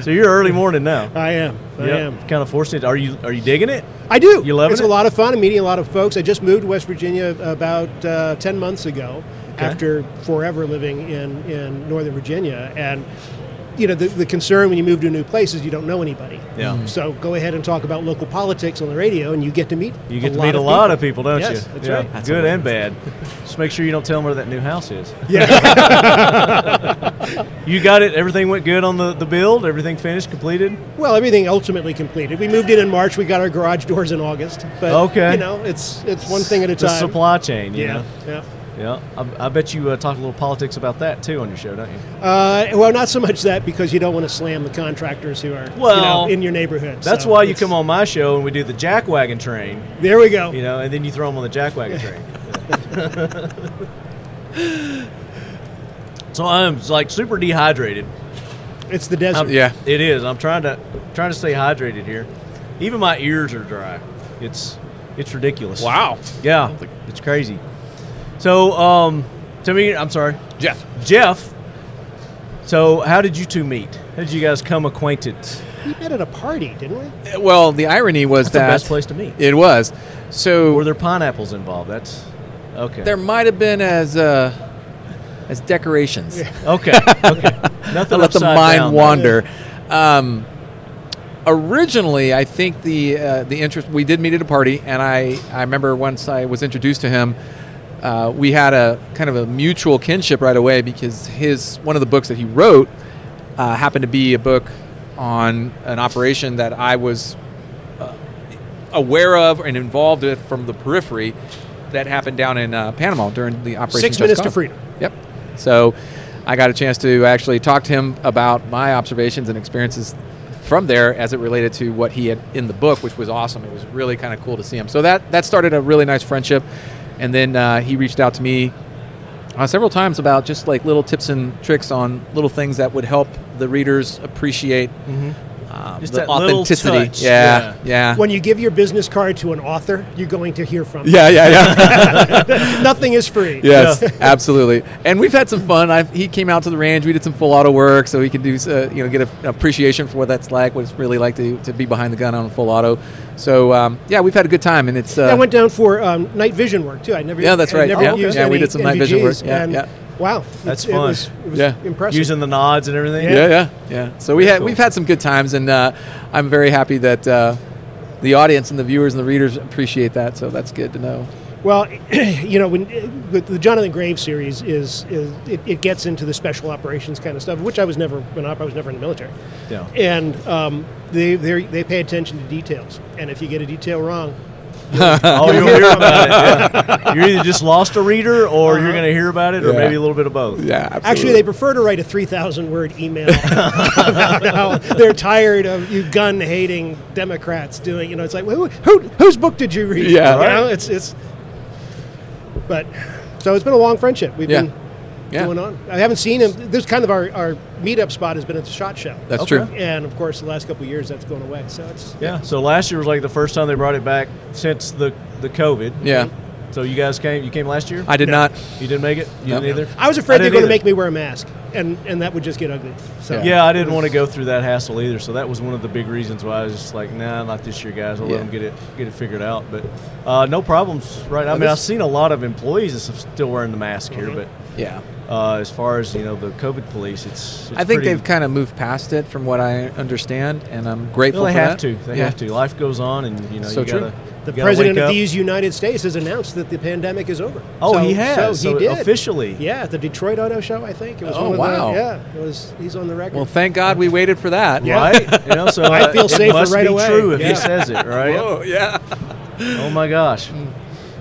so you're early morning now.
I am. I
Yep.
am.
Kind of forcing it. Are you are you digging it?
I do.
You loving
it's
it?
a lot of fun. I'm meeting a lot of folks. I just moved to West Virginia about uh, ten months ago, after forever living in in Northern Virginia. And you know, the, the concern when you move to a new place is you don't know anybody.
Yeah. Mhm.
So go ahead and talk about local politics on the radio, and you get to meet.
You get to meet a lot of people, don't
Yes,
you?
that's
Yeah,
right.
Good and bad. Just make sure you don't tell them where that new house is.
Yeah.
You got it. Everything went good on the, the build. Everything finished, completed.
well, everything ultimately completed. We moved in in March. We got our garage doors in August. But
Okay.
you know, it's it's one thing at a
The
time.
supply chain. You
yeah. Yeah.
Know? Yeah. I, I bet you uh, talk a little politics about that too on your show, don't you?
Uh, well, not so much that because you don't want to slam the contractors who are
Well,
you know, in your neighborhood.
That's
So
why you
it's-
come on my show and we do the jack wagon train.
There we go.
You know, and then you throw them on the jackwagon train. so I'm like super dehydrated.
It's the desert.
Um,
I'm- it is. I'm trying to trying to stay hydrated here. Even my ears are dry. It's it's ridiculous.
Wow.
Yeah, it's crazy. So, um, to me, I'm sorry,
Jeff.
Jeff. So, how did you two meet? How did you guys come acquainted?
We met at a party, didn't we?
Uh, Well, the irony was
That's the
that
best place to meet.
It was. So
Were there pineapples involved? That's okay.
there might have been as uh, as decorations.
Okay. Okay.
I
Nothing
let the
upside
mind
down, though.
wander. Um, originally, I think the uh, the interest we did meet at a party, and I I remember once I was introduced to him. Uh, we had a kind of a mutual kinship right away because his one of the books that he wrote uh, happened to be a book on an operation that I was uh, aware of and involved with from the periphery that happened down in uh, Panama during the Operation
Six
Just
minutes to
Cause.
freedom.
Yep. So I got a chance to actually talk to him about my observations and experiences from there as it related to what he had in the book, which was awesome. It was really kind of cool to see him. So that, that started a really nice friendship. And then uh, he reached out to me uh, several times about just like little tips and tricks on little things that would help the readers appreciate
Mm-hmm.
uh,
Just
the
that little
authenticity.
touch.
Yeah, yeah.
When you give your business card to an author, you're going to hear from
yeah, yeah, yeah.
them. Nothing is free.
Yes, absolutely. And we've had some fun. i he came out to the range. We did some full auto work, so he could do uh, you know get a, an appreciation for what that's like, what it's really like to, to be behind the gun on a full auto. So um, yeah, we've had a good time, and it's uh,
I went down for um, night vision work too. I never.
Yeah, that's
I
right.
never
Yeah.
used
Yeah, we
any
did some night vision work.
NVGs,
Yeah,
and
yeah.
Wow,
That's
It- It
fun.
was, it was
Yeah.
impressive.
using the nods and everything.
yeah, yeah, yeah. So we had
cool.
we've had some good times, and uh, I'm very happy that uh, the audience and the viewers and the readers appreciate that. So that's good to know.
Well, you know, when with the Jonathan Graves series is, is it, it gets into the special operations kind of stuff, which I was never when I I was never in the military.
Yeah.
And um, they they're- they pay attention to details, and if you get a detail wrong,
oh, you'll hear about it. yeah. You're either just lost a reader, or you're going to hear about it, or
Uh-huh. Yeah.
maybe a little bit of both.
Yeah,
Uh-huh. Actually, they prefer to write a 3,000 word email about how they're tired of you gun hating Democrats doing, you know, it's like, who, who, whose book did you read?
Yeah.
You know,
Right.
it's, it's, but, so it's been a long friendship. We've
Yeah.
been
Yeah.
going on. I haven't seen him. This kind of our, our meetup spot has been at the shot show.
That's Okay. true.
And of course, the last couple of years that's gone away. So it's,
Yeah. So last year was like the first time they brought it back since the the COVID.
Yeah.
So you guys came. You came last year.
I did No. not.
You didn't make it. You
No.
didn't either.
I was afraid they were
didn't
going to
either.
make me wear a mask and, and that would just get ugly. So
Yeah. I didn't want to go through that hassle either. So that was one of the big reasons why I was just like, nah, not this year, guys. I'll
Yeah.
let them get it get it figured out. But uh, no problems, right? I
Well,
mean, I've
this-
seen a lot of employees that's still wearing the mask
Mm-hmm.
here, but
Yeah.
Uh, as far as you know, the COVID police, it's. it's
I think
pretty-
they've kind of moved past it, from what I understand, and I'm grateful.
Well, they
for
have to.
that.
They
Yeah.
have to. Life goes on, and you know
So
you
true.
gotta.
The
you gotta
president
wake
of
up.
these United States has announced that the pandemic is over.
Oh,
So-
he has.
So he
So
did
officially.
Yeah, at the Detroit Auto Show, I think it was.
Oh,
one of
wow.
The, yeah, it was. He's on the record.
Well, thank God we waited for that.
Yeah.
Right? You know, so
I
uh,
feel
it
safer
must
right
be
away.
true if
Yeah.
he says it, right?
Oh yeah.
Oh my gosh.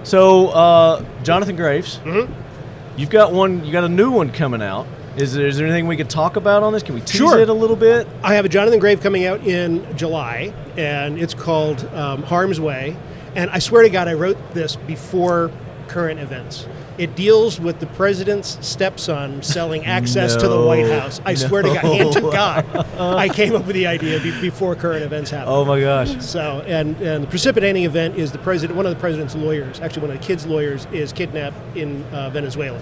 So, uh, Jonathan Graves,
Mm-hmm.
you've got one. You got a new one coming out. Is there, is there anything we could talk about on this? Can we tease
Sure.
it a little bit?
I have a Jonathan Grave coming out in July, and it's called um, Harm's Way. And I swear to God, I wrote this before current events. It deals with the president's stepson selling access to the
No.
White House. I swear to God,
No.
hand to God, I came up with the idea be- before current events happened.
Oh my gosh.
So, and, and the precipitating event is the president, one of the president's lawyers, actually one of the kid's lawyers, is kidnapped in uh, Venezuela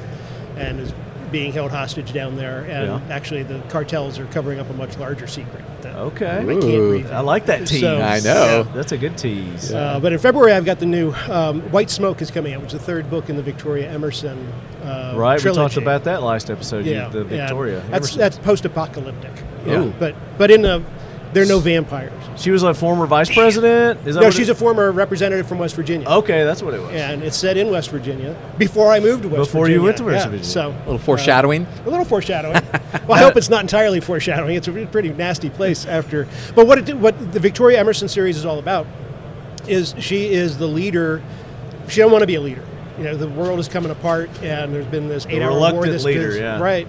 and is being held hostage down there. And
Yeah.
actually, the cartels are covering up a much larger secret. that-
Okay.
I can't read.
I like that tease.
So-
I know.
That's a good tease.
Uh, but in February, I've got the new um, White Smoke is coming out, which is the third book in the Victoria Emerson uh,
right.
trilogy.
We talked about that last episode. you-
Yeah,
the
and
Victoria.
That's
Emerson.
that's post-apocalyptic.
Yeah. Ooh.
But but in the there are no vampires.
She was a former vice president. Is that
No,
what it-
she's a former representative from West Virginia.
Okay, that's what it was.
and it's set in West Virginia before I moved to West
Before
Virginia.
you went to West
Yeah,
Virginia. Uh,
So uh,
A little foreshadowing.
a little foreshadowing. well, I hope it's not entirely foreshadowing. It's a re- pretty nasty place after. But what it, did- what the Victoria Emerson series is all about is she is the leader. She don't want to be a leader. You know, the world is coming apart, and there's been this
The
eight-hour war.
reluctant
This
leader,
this-
yeah.
right.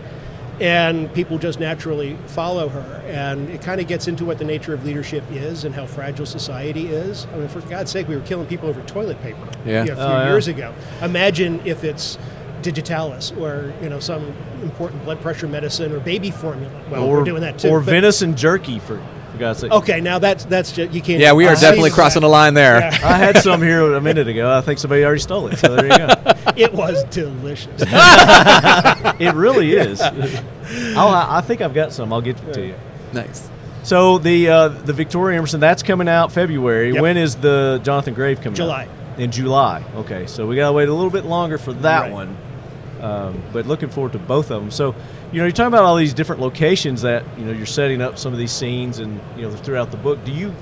And people just naturally follow her, and it kind of gets into what the nature of leadership is and how fragile society is. I mean, for God's sake, we were killing people over toilet paper
Yeah.
you know, a few
Oh, yeah.
years ago. Imagine if it's digitalis or you know some important blood pressure medicine or baby formula. Well,
or,
we're doing that too.
Or
but- Oh,
venison jerky for, for God's sake.
Okay, now that's that's just you can't.
Yeah, we are
I see
definitely
that.
crossing the line there.
Yeah.
I had some here a minute ago. I think somebody already stole it. So there you go.
It was delicious.
It really is. I'll, I I think I've got some. I'll get it to you.
Nice.
So the uh, the Victoria Emerson that's coming out February.
Yep.
When is the Jonathan Grave coming? out?
July.
In July. Okay, so we gotta wait a little bit longer for that
Right.
one. Um, but looking forward to both of them. So, you know, you're talking about all these different locations that you know you're setting up some of these scenes and you know throughout the book. Do you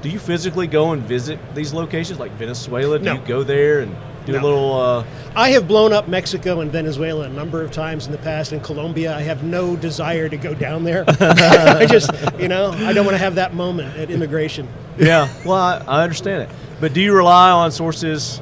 do you physically go and visit these locations like Venezuela? Do
No.
you go there and do a
No.
little? Uh,
I have blown up Mexico and Venezuela a number of times in the past, and Colombia. I have no desire to go down there. I just, you know, I don't want to have that moment at immigration.
yeah. Well, I, I understand it. But do you rely on sources,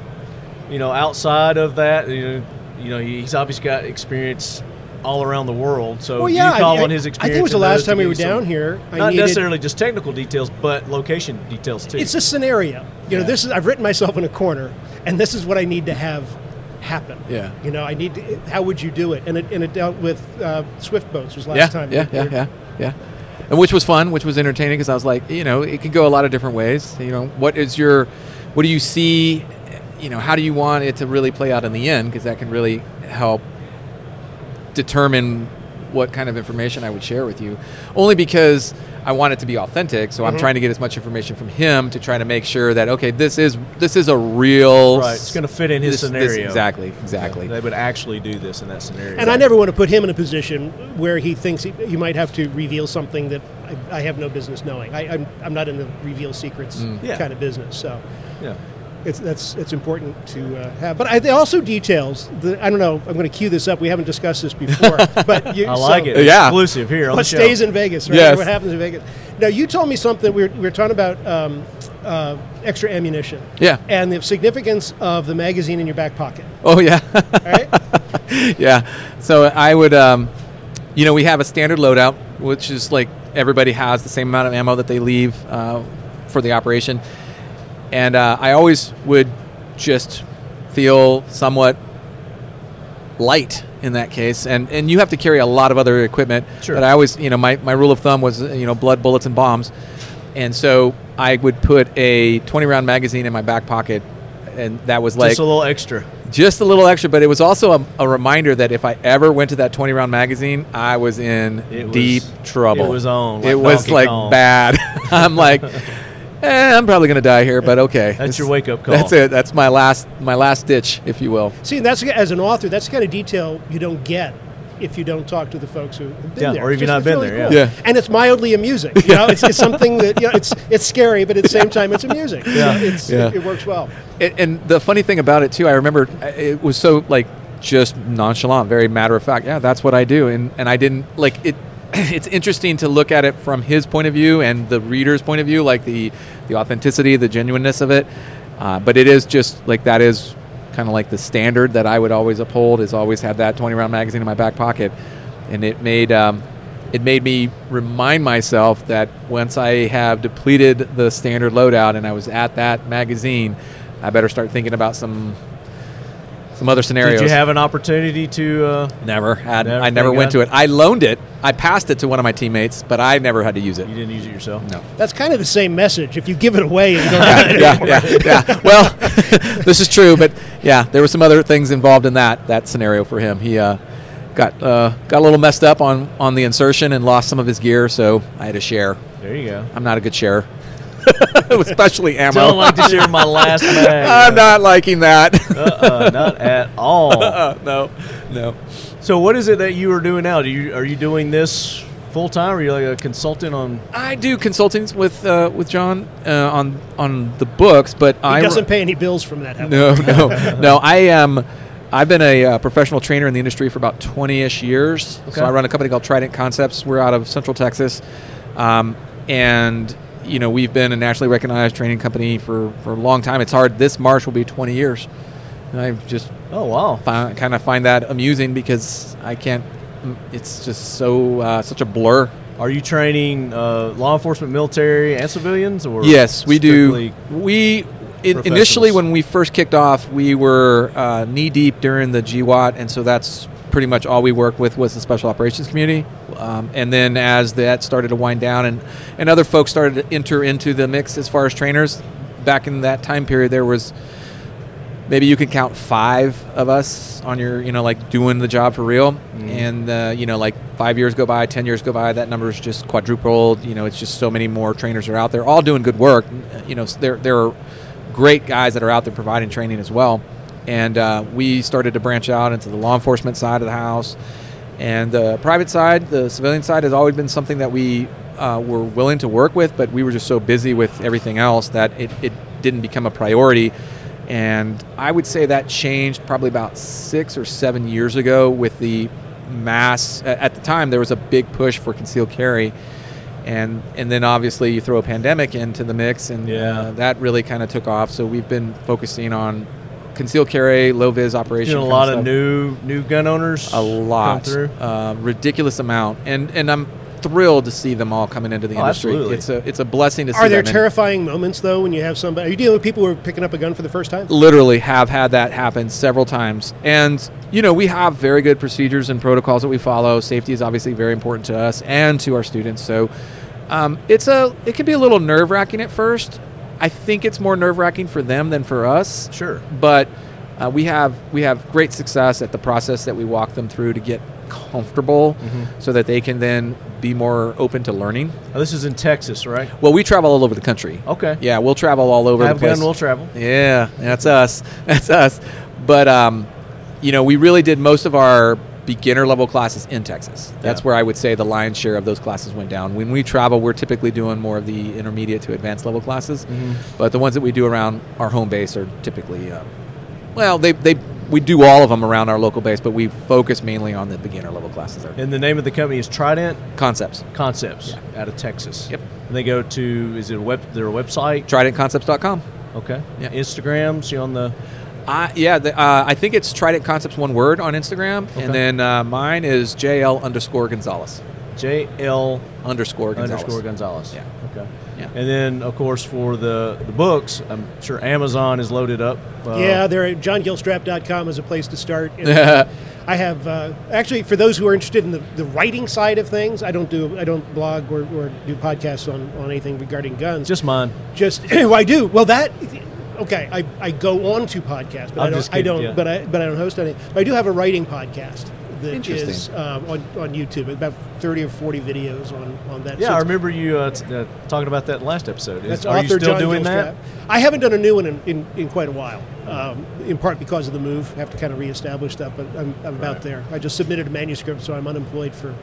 you know, outside of that? You know, you know he's obviously got experience all around the world. So
Well,
do
yeah,
you call
I-
on his
I think it
experience.
was the
and
last
those to
time we
give
were
you some-
down here, I
not
needed-
necessarily just technical details, but location details too.
It's a scenario. You know, this is I've written myself in a corner, and this is what I need to have happen.
Yeah.
You know, I need. To, how would you do it? And it and it dealt with uh, swift boats was last
yeah,
time.
Yeah, yeah, yeah, yeah. And which was fun, which was entertaining because I was like, you know, it can go a lot of different ways. You know, what is your, what do you see, you know, how do you want it to really play out in the end? Because that can really help determine what kind of information I would share with you. Only because I want it to be authentic, so
Mm-hmm.
I'm trying to get as much information from him to try to make sure that okay, this is this is a real.
Right, it's gonna fit in
this-
his
this-
scenario.
exactly, exactly.
They would actually do this in that scenario.
And I never want to put him in a position where he thinks he, he might have to reveal something that
Mm.
I, I have no business knowing. I, I'm, I'm not in the reveal secrets
Yeah.
kind of business. So,
Yeah.
it's that's it's important to uh, have. But I, it also details the. I don't know. I'm going to cue this up. We haven't discussed this before, but you,
I like
so-
it. Yeah. Exclusive here on
What
the show.
stays in Vegas, right?
Yes.
What happens in Vegas? Now you told me something. We were, we were talking about um, uh, extra ammunition.
Yeah.
And the significance of the magazine in your back pocket.
Oh yeah. yeah. So I would, um, you know, we have a standard loadout, which is like everybody has the same amount of ammo that they leave uh, for the operation, and uh, I always would just feel somewhat light in that case and and you have to carry a lot of other equipment
Sure.
but i always you know my, my rule of thumb was you know blood bullets and bombs and so i would put a 20 round magazine in my back pocket and that was like
Just a little extra.
just a little extra, but it was also a, a reminder that if I ever went to that 20 round magazine, I was in
It was-
deep trouble.
it was on, like
it was
Donkey
like
Kong.
bad. I'm like, eh, I'm probably gonna die here, but okay.
That's
This-
your wake-up call.
That's it. That's my last my last ditch, if you will.
See, that's as an author, that's the kind of detail you don't get if you don't talk to the folks who have been
Yeah,
there.
or if
It's
you've
just-
not
it's
been
really
there,
cool.
yeah. Yeah.
And it's mildly amusing. You know, it's, it's something that you know, it's it's scary, but at the same time, it's amusing. You know, it's,
Yeah.
It, it works well.
And, and the funny thing about it too, I remember uh, it was so like just nonchalant, very matter of fact. Yeah, that's what I do, and and I didn't like it. It's interesting to look at it from his point of view and the reader's point of view, like the the authenticity, the genuineness of it. Uh, but it is just like that is kind of like the standard that I would always uphold. Is always have that twenty round magazine in my back pocket, and it made. Um, it made me remind myself that once I have depleted the standard loadout and I was at that magazine, I better start thinking about some some other scenarios.
Did you have an opportunity to? Uh,
never had. I never went to it. I loaned it. I passed it to one of my teammates, but I never had to use it. You
didn't use it yourself.
No.
That's kind of the same message. If you give it away, you don't have it
yeah,
anymore.
yeah, yeah. Well, this is true, but yeah, there were some other things involved in that that scenario for him. He uh, got uh, got a little messed up on on the insertion and lost some of his gear, so I had to share.
There you go.
I'm not a good sharer, especially ammo.
Don't like to share my last bag.
I'm not liking that.
uh-uh, not at all.
Uh-uh, no, no.
So what is it that you are doing now? Do you are you doing this full time? Are you like a consultant on?
I do consultings with uh, with John uh, on on the books, but
He
I
doesn't pay any bills from that. however.
No, no, no. I am. I've been a uh, professional trainer in the industry for about 20-ish years.
Okay.
So I run a company called Trident Concepts. We're out of Central Texas, um, and you know we've been a nationally recognized training company for, for a long time. It's hard. This March will be 20 years, and I just
oh wow,
kind of find that amusing because I can't. mm, It's just so uh, such a blur.
Are you training uh, law enforcement, military, and civilians? Or
yes we do
strictly
we in,
professionals?
initially when we first kicked off we were uh, knee deep during the gwat and so that's pretty much all we worked with was the special operations community um, and then as that started to wind down and, and other folks started to enter into the mix as far as trainers back in that time period there was maybe you could count five of us on your you know like doing the job for real and uh, you know like five years go by ten years go by that number is just quadrupled you know it's just so many more trainers are out there all doing good work uh, you know s- there, there are great guys that are out there providing training as well and uh, we started to branch out into the law enforcement side of the house and the private side the civilian side has always been something that we uh, were willing to work with but we were just so busy with everything else that it, it didn't become a priority and I would say that changed probably about six or seven years ago with the mass. a- At the time, there was a big push for concealed carry, and and then obviously you throw a pandemic into the mix, and uh, that really kind of took off. So we've been focusing on concealed carry, low vis operation.
doing a
kinda
lot of
stuff
new new gun owners?
a lot,
Come through?
uh, ridiculous amount, and and I'm thrilled to see them all coming into the
Oh,
industry.
absolutely.
It's a it's a blessing to see.
Are there
that many.
terrifying moments though when you have somebody? Are you dealing with people who are picking up a gun for the first time?
literally have had that happen several times. And, you know, we have very good procedures and protocols that we follow. Safety is obviously very important to us and to our students. So um, it's a it can be a little nerve wracking at first. I think it's more nerve wracking for them than for us.
Sure.
But uh, we have we have great success at the process that we walk them through to get comfortable
Mhm.
so that they can then be more open to learning.
Oh, this is in Texas, right?
Well, we travel all over the country.
Okay.
Yeah, we'll travel all over
Have
the place.
gun, will travel.
Yeah, that's us. That's us. But um, you know, we really did most of our beginner level classes in Texas. That's
Yeah.
where I would say the lion's share of those classes went down. When we travel, we're typically doing more of the intermediate to advanced level classes,
Mm-hmm.
Mhm.
but the ones that we do around our home base are typically, uh, well, they, they we do all of them around our local base, but we focus mainly on the beginner level classes. There.
And the name of the company is Trident
Concepts.
Concepts out of Texas. Yep. And they go to is it a web their website?
TridentConcepts.com.
Okay.
Yeah.
Instagram. See on the.
Uh, yeah, the, uh, I think it's Trident Concepts one word on Instagram,
Okay.
and then uh, mine is JL underscore Gonzalez.
JL
underscore Gonzalez.
Underscore Gonzalez. Yeah. Okay.
Yeah.
And then, of course, for the, the books, I'm sure Amazon is loaded up. Uh,
yeah, there. JohnGillstrap.com is a place to start. And I have uh, actually for those who are interested in the, the writing side of things. I don't do I don't blog or, or do podcasts on, on anything regarding guns.
Just mine.
Just well, I do. Well, that okay. I, I go on to podcasts, but
I'm
I don't.
just
I
kidding,
don't.
yeah.
But I but I don't host any. But I do have a writing podcast that
Interesting.
is um, on on YouTube. About thirty or forty videos on on that.
Yeah,
So
I
it's-
remember you uh, t- uh, talking about that last episode. Is-
that's
are
author
you still
John
doing
Gilstrap.
that?
I haven't done a new one in, in, in quite a while, um, in part because of the move. I have to kind of reestablish stuff, but I'm, I'm about there. I just submitted a manuscript, so I'm unemployed for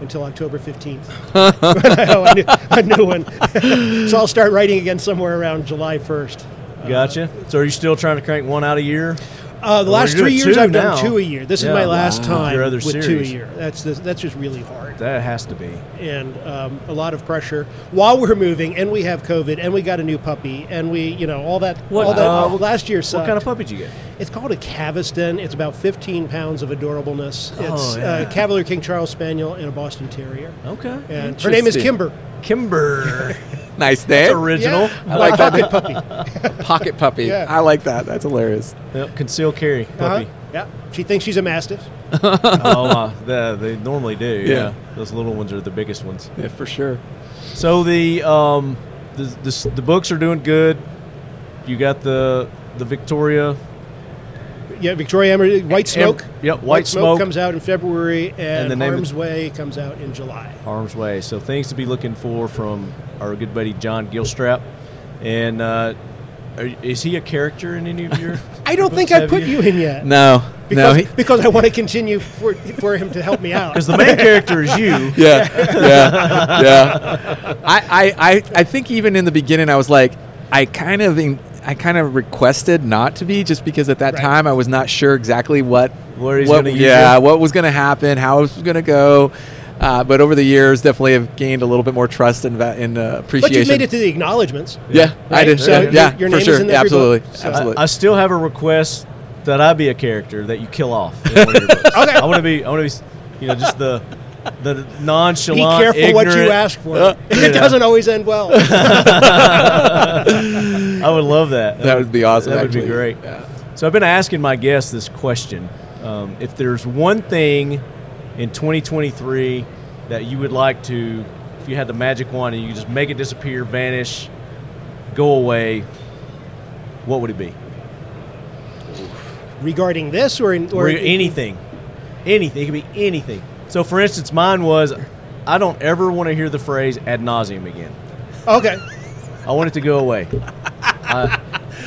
until October 15th. Oh, I, knew, I knew one. so I'll start writing again somewhere around July 1st.
Gotcha. So are you still trying to crank one out a year?
Uh, the
Or
last
you're
three
doing
years,
two
I've done
now.
two a year. This
Yeah.
is my last
Wow.
time
Your other
with two a
series.
year. That's the, that's just really hard.
That has to be.
and um, a lot of pressure while we're moving, and we have COVID, and we got a new puppy, and we, you know, all that.
What-
all that
uh, what-
last year sucked.
What kind of puppy did you get?
It's called a Caveston. It's about 15 pounds of adorableness.
Oh,
It's
yeah.
uh, Cavalier King Charles Spaniel and a Boston Terrier.
Okay.
And her name is
Interesting.
Kimber.
Kimber.
Nice name.
original.
Yeah. I like that. Pocket
puppy. Pocket puppy.
Yeah.
I like that. That's hilarious.
Yep, conceal carry puppy.
Uh-huh. Yeah. She thinks she's a mastiff.
oh, uh, they, they normally do. Yeah.
Yeah.
those little ones are the biggest ones.
Yeah, for sure.
So the um, the, the, s- the books are doing good. You got the the Victoria.
Yeah, Victoria Emery, White Smoke.
yep, White
Smoke,
Smoke.
comes out in February, and,
the name of-
Harm's Way comes out in July.
harm's way. So things to be looking for from our good buddy John Gilstrap. And uh, are, is he a character in any of your?
I don't think
books?
I put you in yet.
No. no.
Because,
he-
because I want to continue for, for him to help me out.
Because the main character is you.
yeah. Yeah. Yeah. I, I, I, I think even in the beginning, I was like, I kind of. in- I kind of requested not to be just because at that
Right.
time I was not sure exactly what
Where he's
what,
gonna use
yeah,
you.
what was going to happen, how it was going to go. Uh, but over the years, definitely have gained a little bit more trust and, va- and uh,
But
appreciation.
you made it to the acknowledgements.
Yeah, I
Right?
did.
So
Yeah,
your-
yeah,
your
for
name
sure.
is in every
Absolutely.
book.
Absolutely.
I, I still have a request that I be a character that you kill off. In one of your books. okay. I want to be. I want to be. You know, just the the nonchalant.
Be careful what you
ignorant-
ask for.
you
it
know.
doesn't always end well.
I would love that.
That would be awesome,
That would
actually.
be great. So I've been asking my guests this question: um, If there's one thing in 2023 that you would like to, if you had the magic wand and you could just make it disappear, vanish, go away, what would it be?
Regarding this or, in,
Or,
or
anything, anything. It could be anything. So, for instance, mine was: I don't ever want to hear the phrase ad nauseum again.
Okay.
I want it to go away. I,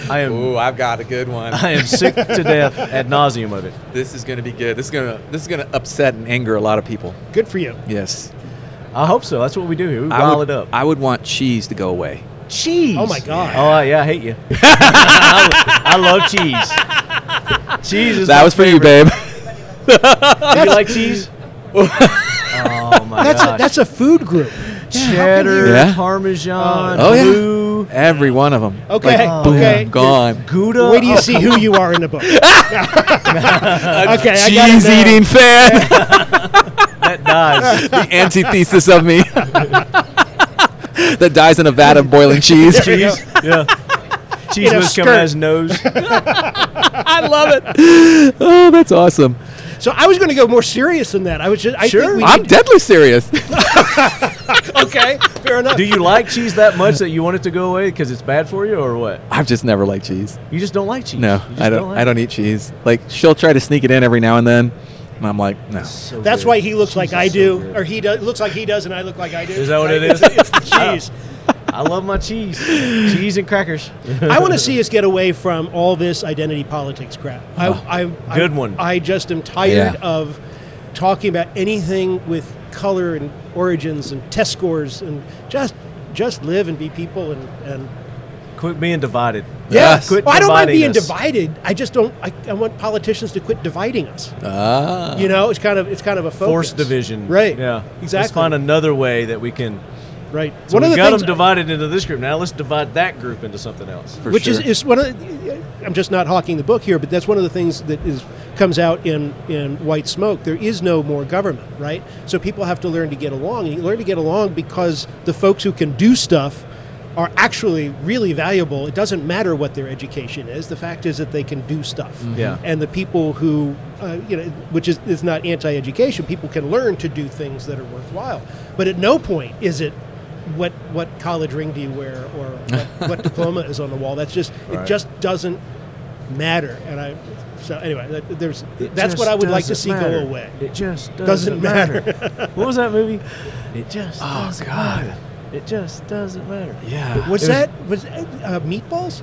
I am.
Ooh, I've got a good one.
I am sick to death ad nauseum of it.
This is going to be good. This is going to this is going to upset and anger a lot of people.
Good for you.
Yes.
I hope so. That's what we do here. We
I
bottle
would-
it up.
I would want cheese to go away.
Cheese.
Oh my God.
Oh yeah, I hate you. I, I love cheese. Cheese is.
That
my
was for you,
favorite.
babe.
Do you like cheese? oh my
That's a,
gosh.
that's a food group.
cheddar,
Yeah.
parmesan,
Oh yeah.
blue,
Every one of them.
Okay,
boom,
okay.
Gone.
Gouda.
Where do you
Oh,
see who you are in the book? okay, I got it
cheese
now.
eating fan.
that dies.
the antithesis of me. that dies in a vat of boiling cheese.
cheese. Yeah. Cheese
In a
must come out
skirt.
his nose.
I love it. Oh, that's awesome.
So I was going to go more serious than that. I was just I
Sure.
think we
I'm deadly serious.
okay. Fair enough.
Do you like cheese that much that you want it to go away because it's bad for you, or what?
I've just never liked cheese.
You just don't like cheese.
No,
You just
I don't.
like
I don't eat cheese. Like she'll try to sneak it in every now and then, and I'm like, no.
it. So
That's
good.
why he looks like
Cheese
I
is so
do,
good.
or he does looks like he does, and I look like I do.
Is that what it
It's-
is?
It's the cheese.
I love my cheese, cheese and crackers.
I want to see us get away from
Oh,
all this identity politics crap. I, I, I
Good one.
I just am tired
Yeah.
of talking about anything with color and origins and test scores and just just live and be people and, and
Quit being divided.
Yes.
Quit
well, I don't mind
dividing
being
us.
divided. I just don't. I, I want politicians to quit dividing us.
Ah.
You know, it's kind of it's kind of a focus.
Force division.
Right.
Yeah. Let's
Exactly.
find another way that we can.
Right.
So
One
we
of the
got
things-
them divided into this group. Now let's divide that group into something else.
which is, is one of the, I'm just not hawking the book here, but that's one of the things that is comes out in in White Smoke. There is no more government, right? So people have to learn to get along, and you learn to get along because the folks who can do stuff are actually really valuable. It doesn't matter what their education is. The fact is that they can do stuff.
Yeah.
And the people who, uh, you know, which is, is not anti-education, people can learn to do things that are worthwhile. But at no point is it what what college ring do you wear or what, what diploma is on the wall. That's just
Right.
it just doesn't matter. And I so anyway, that, there's
It
that's what
just
I would like to see
doesn't matter.
go away.
It just doesn't,
Doesn't matter.
what was that movie? It just.
Oh,
doesn't
God.
matter. It just doesn't matter.
Yeah.
Was
It was-
that was that, uh, meatballs?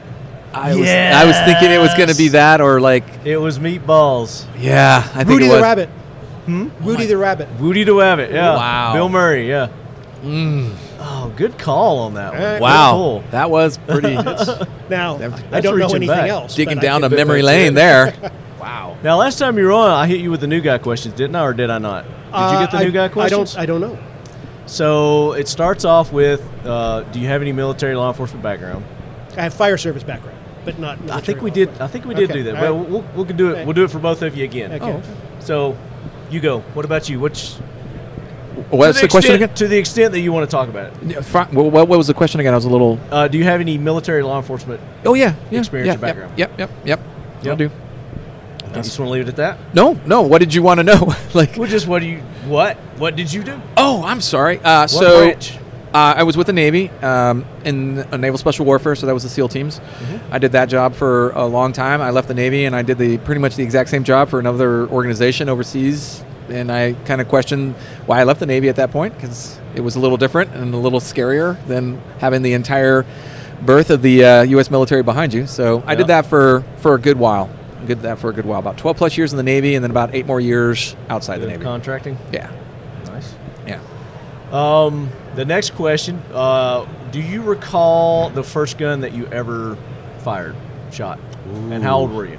I was, I was thinking it was going to be
Yes.
that or like,
It was meatballs.
yeah, I think
Rudy
it was.
the Rabbit.
Hmm?
Rudy the Rabbit.
Woody the Rabbit. Yeah.
Wow.
Bill Murray. Yeah.
Mm,
Oh, good call on that one.
All right.
Good
wow,
pull.
that was pretty
Now
That's-
I
that's
don't know
reaching
anything
back.
else.
digging
but I
down
can-
a
bet
memory
that's it.
lane there.
Wow. Now, last time you were on, I hit you with the new guy questions, didn't I, or did I not? Did you
Uh,
get the
I-
new guy questions?
I don't. I don't know.
So it starts off with, uh, do you have any military law enforcement background?
I have fire service background, but not.
I
military
think we
law
did. I
enforcement.
think we did
Okay,
do that.
all right.
Well, we'll, we'll can do it.
Okay.
We'll do it for both of you again.
Okay. Oh.
So, you go. What about you? Which
What's
to
the question
extent-
again?
To the extent that you want to talk about it,
Yeah, fri- wha- What, what was the question again? I was a little.
uh, do you have any military law enforcement?
Oh yeah, yeah
Experience
yeah,
or background.
Yep, yep, yep. yep. I
Yep.
do.
I just want to leave it at that.
No, no. What did you want to know? like,
Well, just what do you? What? What did you do?
oh, I'm sorry. Uh,
What
so
branch?
Uh, I was with the Navy um, in uh, Naval Special Warfare, so that was the SEAL teams. I did that job for a long time. I left the Navy and I did the pretty much the exact same job for another organization overseas. And I kind of questioned why I left the Navy at that point because it was a little different and a little scarier than having the entire birth of the uh, U.S. military behind you. So I did
Yeah.
that for for a good while. I did that for a good while, about 12 plus years in the Navy, and then about eight more years outside the
Doing
Navy.
Contracting.
yeah,
Nice.
yeah.
Um, the next question: uh, Do you recall the first gun that you ever fired, shot, and how old were you?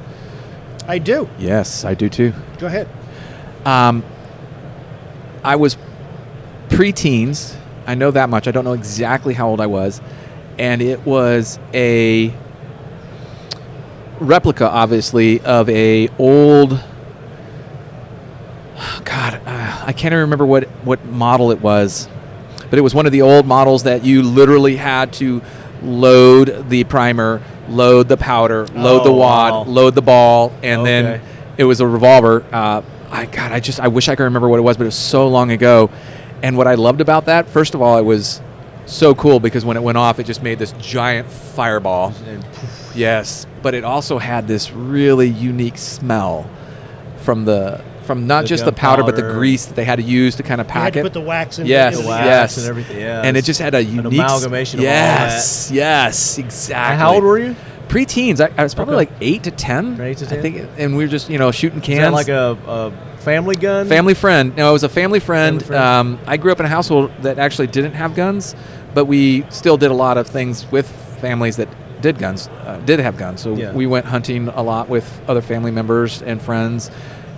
I do.
Yes, I do too.
Go ahead.
Um, I was preteens. I know that much. I don't know exactly how old I was, and it was a replica, obviously, of a old. God, uh, I can't even remember what what model it was, but it was one of the old models that you literally had to load the primer, load the powder, load the
Oh,
wad,
wow.
load the ball, and
Okay.
then it was a revolver. Uh, I God, I just I wish I could remember what it was, but it was so long ago. And what I loved about that, first of all, it was so cool because when it went off, it just made this giant fireball.
And
Yes, but it also had this really unique smell from the from not
The
just the powder, but the
gunpowder.
grease that they had to use to kind of
You had
pack
to
it.
put the wax in.
Yes,
in
the
the-
wax
yes.
and everything. Yeah,
and it
it's
just had a unique s-
amalgamation of all
Yes, yes, exactly.
And how old were you?
Pre-teens. I, I was probably like
Okay.
eight to ten.
Eight to
I
10?
think, and we were just you know shooting
Is
cans.
that like a, a family gun?
Family friend. No, it was a family friend.
Family friend.
Um, I grew up in a household that actually didn't have guns, but we still did a lot of things with families that did guns, uh, did have guns. So
Yeah.
we went hunting a lot with other family members and friends,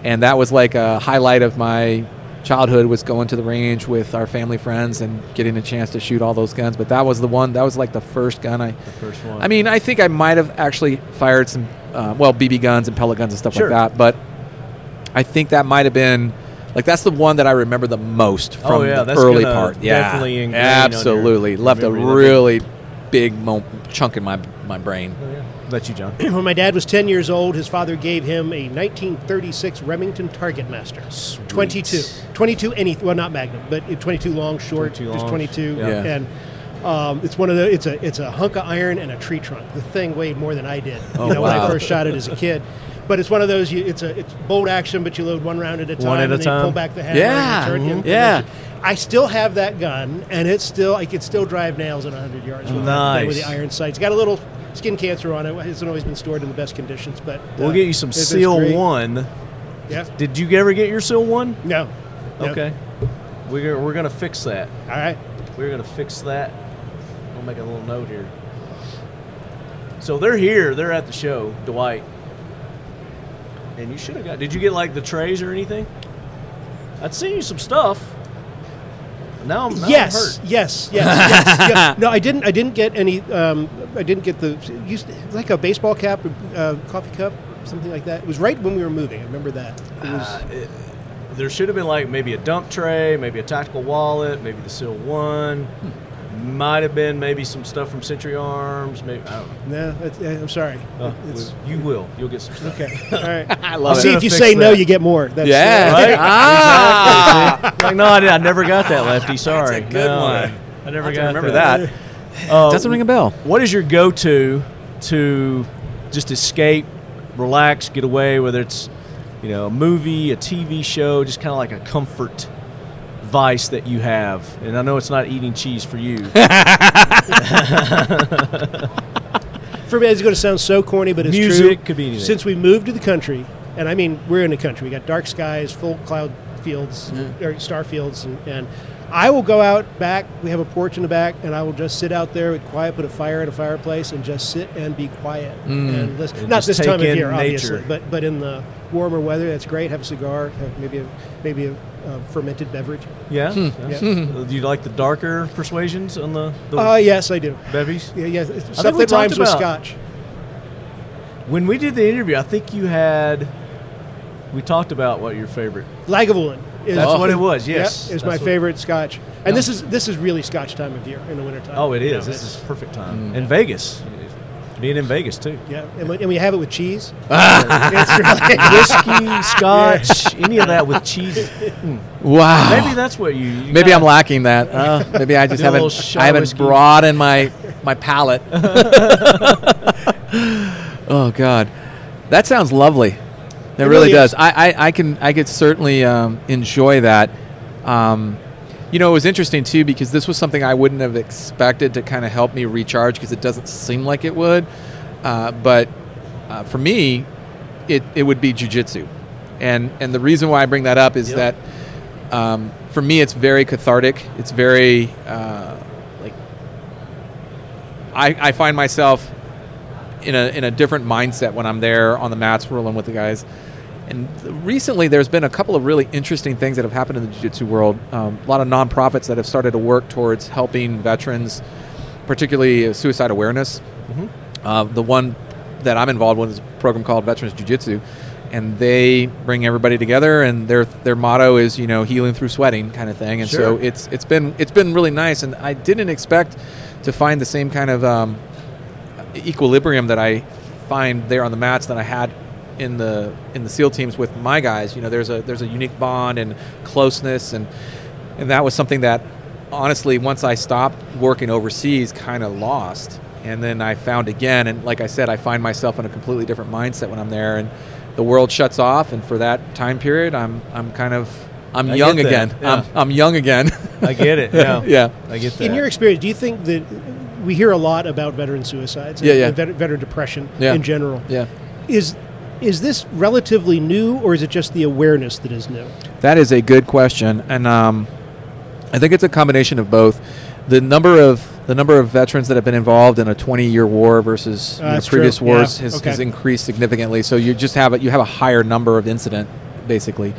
and that was like a highlight of my childhood was going to the range with our family friends and getting a chance to shoot all those guns. But that was the one. That was like the first gun I.
First one.
I mean, I think I might have actually fired some, uh, well, BB guns and pellet guns and stuff
Sure.
like that. But I think that might have been, like, that's the one that I remember the most from
Oh, yeah,
the
that's
early
gonna
part. Yeah,
definitely ingrain on your
absolutely. Left a
memory, doesn't it?
really big mo- chunk in my my brain.
Let Oh, you, John.
When my dad was 10 years old, his father gave him a 1936 Remington Target Master. 22. 22 any well not magnum, but it- 22 long, short,
22
just
long.
22
Yeah.
Yeah.
and um, it's one of the it's a it's a hunk of iron and a tree trunk. The thing weighed more than I did.
Oh,
you know, when
wow.
I first shot it as a kid. But it's one of those. You, it's a it's bolt action, but you load one round at a time,
One at a
and then you pull
time.
back the hammer.
Yeah.
and you turn it
Mhm.
and
Yeah.
finish it. I still have that gun, and it's still I could still drive nails at 100 yards. with it, with
Nice.
the iron sights. Got a little skin cancer on it. It hasn't always been stored in the best conditions, but uh,
We'll get you some
it- it's
Seal
great.
One
Yeah.
Did you ever get your seal one?
No. No.
Okay. We're, we're going to fix that.
All right.
We're going to fix that. I'll make a little note here. So they're here. They're at the show, Dwight. And you should have got. Did you get like the trays or anything? I'd seen you some stuff. Now I'm now I'm
yes,
hurt.
yes, yes, yes, yes. No, I didn't. I didn't get any. Um, I didn't get the used, like a baseball cap, uh, coffee cup, something like that. It was right when we were moving. I remember that. It was,
Uh, it- there should have been like maybe a dump tray, maybe a tactical wallet, maybe the Seal One. Might have been maybe some stuff from Century Arms. Maybe I don't know.
no, it, eh, I'm sorry.
Uh,
it's,
you will. You'll get some stuff.
okay. All right.
I
I'll see if you say no, you get more. That's
yeah.
Right?
Right?
Ah.
Exactly, see? Like, no, I, did, I never got that lefty. Sorry.
That's a good
No,
one.
I never
I'll have to
got
remember
that. Uh,
Doesn't ring a bell.
What is your go-to to just escape, relax, get away? Whether it's you know a movie, a TV show, just kind of like a comfort vice that you have. And I know it's not eating cheese for you.
For me, it's going to sound so corny, but it's true.
Music could be anything.
Since we moved to the country, and I mean, we're in the country. We got dark skies, full cloud fields, or star fields, and, and I will go out back. We have a porch in the back, and I will just sit out there with quiet, put a fire at a fireplace, and just sit and be quiet
Mm.
and listen.
And
Not
just
this time of
take in
year, obviously,
nature.
but but in the warmer weather, that's great. Have a cigar, have maybe a, maybe a, uh fermented beverage. Hmm.
yeah.
Hmm.
Hmm.
Yeah.
Do you like the darker persuasions on the, the
Uh, yes, I do.
bevies?
Yeah, yeah. it's
we
Stuff that
talked
rhymes with
about-
scotch.
When we did the interview, I think you had. We talked about what your favorite.
Lagavulin. Is
That's what it was, yes.
Yep, is
That's
my
what-
favorite Scotch, and this is this is really Scotch time of year in the wintertime.
Oh, it
You know,
is. This
it's-
is perfect
Mm.
time. In Vegas, being in Vegas too.
yeah, and we, and we have it with cheese. it's really,
Whiskey, scotch, any of that with cheese. Mm.
Wow.
Maybe that's what you. you
Maybe I'm
gotta-
lacking that. Uh, maybe I just
Do a little
haven't.
shot
I
of
haven't
whiskey.
broadened my my palate. oh God, that sounds lovely. It, really,
really
does.
is.
I, I I can I could certainly um, enjoy that. Um, you know, it was interesting too because this was something I wouldn't have expected to kind of help me recharge because it doesn't seem like it would. Uh, but uh, for me, it, it would be jujitsu, and and the reason why I bring that up is
Yep.
that um, for me it's very cathartic. It's very uh, like I, I find myself in a in a different mindset when I'm there on the mats rolling with the guys. And th- recently, there's been a couple of really interesting things that have happened in the jiu-jitsu world. Um, a lot of nonprofits that have started to work towards helping veterans, particularly uh, suicide awareness. Uh, the one that I'm involved with is a program called Veterans Jiu-Jitsu, and they bring everybody together. And their their motto is, you know, healing through sweating, kind of thing. And so
Sure.
it's it's been it's been really nice. And I didn't expect to find the same kind of um, equilibrium that I find there on the mats that I had in the in the SEAL teams with my guys. You know, there's a there's a unique bond and closeness, and and that was something that honestly, once I stopped working overseas, kind of lost. And then I found again, and like I said, I find myself in a completely different mindset when I'm there, and the world shuts off. And for that time period, I'm I'm kind of I'm
I
young
get that,
again.
yeah.
I'm, I'm young again.
Uh, I get it. Yeah.
yeah.
I get that.
in your experience, do you think that we hear a lot about veteran suicides? and-
Yeah, yeah.
and veteran, veteran depression
Yeah.
in general.
Yeah.
Is is this relatively new, or is it just the awareness that is new?
That is a good question, and um, I think it's a combination of both. The number of the number of veterans that have been involved in a 20-year war versus you
Uh,
know,
that's
previous
true.
wars
Yeah.
has,
Okay.
has increased significantly. So you just have a, you have a higher number of incident, basically.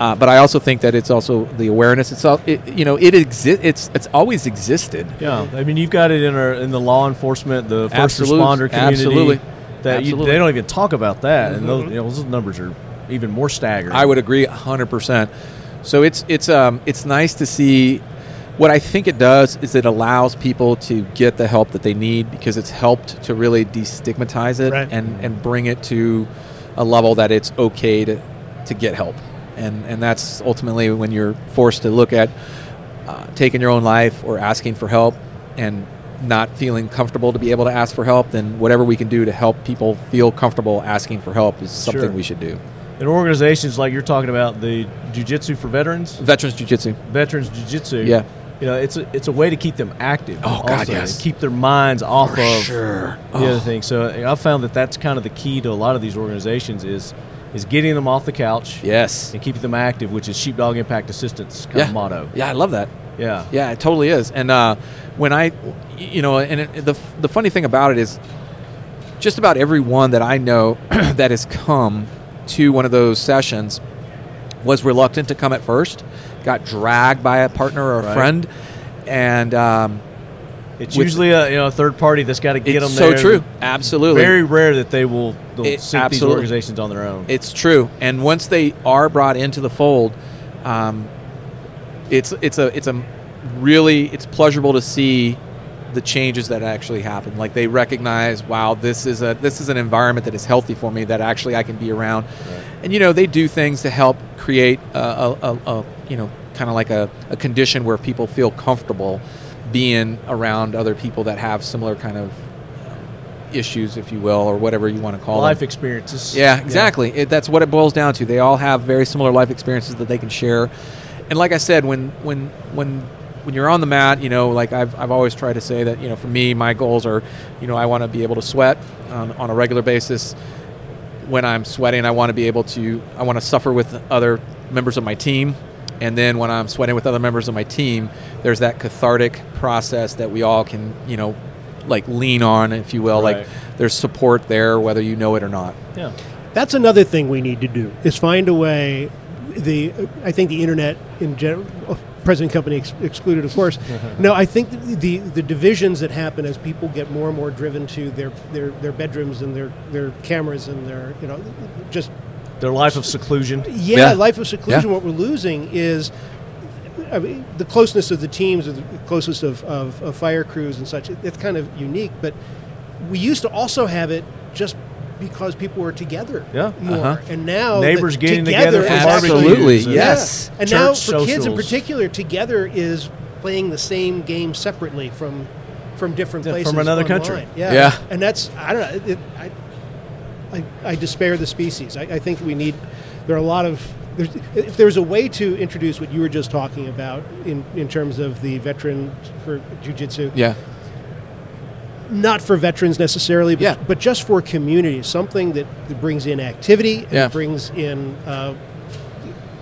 Uh, but I also think that it's also the awareness. It's all, it, you know it exi- It's it's always existed.
Yeah, I mean, you've got it in our in the law enforcement, the first
Absolute-
responder community.
absolutely.
That you,
Absolutely.
they don't even talk about that, and
Mm-hmm.
those, you know, those numbers are even more staggering.
I would agree 100%. So it's it's um it's nice to see what I think it does is it allows people to get the help that they need because it's helped to really destigmatize it
Right.
and and bring it to a level that it's okay to to get help. And and that's ultimately when you're forced to look at uh, taking your own life or asking for help and not feeling comfortable to be able to ask for help, then whatever we can do to help people feel comfortable asking for help is something
Sure.
we should do.
In organizations like you're talking about, the Jiu-Jitsu for veterans,
Veterans Jiu Jitsu.
veterans Jiu-Jitsu.
Yeah.
You know, it's a, it's a way to keep them active.
Oh, God,
also,
yes.
and Keep their minds off of
sure. Oh.
the other thing. So I found that that's kind of the key to a lot of these organizations is
is getting them off the couch.
Yes.
And keeping them active, which is Sheepdog Impact Assistance kind
Yeah.
of motto.
Yeah, I love that.
Yeah.
Yeah, it totally is. And uh, when I, you know, and it, the the funny thing about it is, just about everyone that I know that has come to one of those sessions was reluctant to come at first, got dragged by a partner or a
Right.
friend, and um,
It's
with-
usually a you know third party that's got to get
It's
them
so
there.
true. Absolutely.
Very rare that they will they'll
It-
seek
absolutely.
these organizations on their own.
It's true, and once they are brought into the fold, um, it's it's a it's a really it's pleasurable to see the changes that actually happen. Like they recognize, wow, this is a this is an environment that is healthy for me that actually I can be around, and you know they do things to help create a, a, a, a you know kind of like a, a condition where people feel comfortable being around other people that have similar kind of um, issues, if you will, or whatever you want to call
Life
them.
experiences.
Yeah, exactly. It, that's what it boils down to. They all have very similar life experiences that they can share. And like I said, when when when when you're on the mat, you know, like I've, I've always tried to say that, you know, for me, my goals are, you know, I want to be able to sweat um, on a regular basis. When I'm sweating, I want to be able to, I want to suffer with other members of my team. And then when I'm sweating with other members of my team, there's that cathartic process that we all can, you know, like lean on, if you will.
Right.
Like there's support there, whether you know it or not.
Yeah.
That's another thing we need to do is find a way. The I think the internet in general, present company ex- excluded, of course. no, I think the the divisions that happen as people get more and more driven to their their, their bedrooms and their their cameras and their you know just
Their life of seclusion.
yeah, life of seclusion.
Yeah.
What we're losing is I mean, the closeness of the teams, or the closeness of, of, of fire crews and such. It's kind of unique, but we used to also have it just because people were together
Yeah.
more,
Uh-huh.
and now
Neighbors
that
getting together
together
for
is
barbecues
Absolutely,
actually-
and- yes.
Yeah. and now for
Church
kids in
socials.
particular, together is playing the same game separately from from different
Yeah, from
places
another
online.
country.
Yeah.
Yeah.
and that's I don't know. It, I, I, I despair the species. I, I think we need. There are a lot of. There's, if there's a way to introduce what you were just talking about in, in terms of the veteran for jujitsu,
Yeah.
not for veterans necessarily, but,
Yeah.
but just for community, something that, that brings in activity and
Yeah.
brings in uh,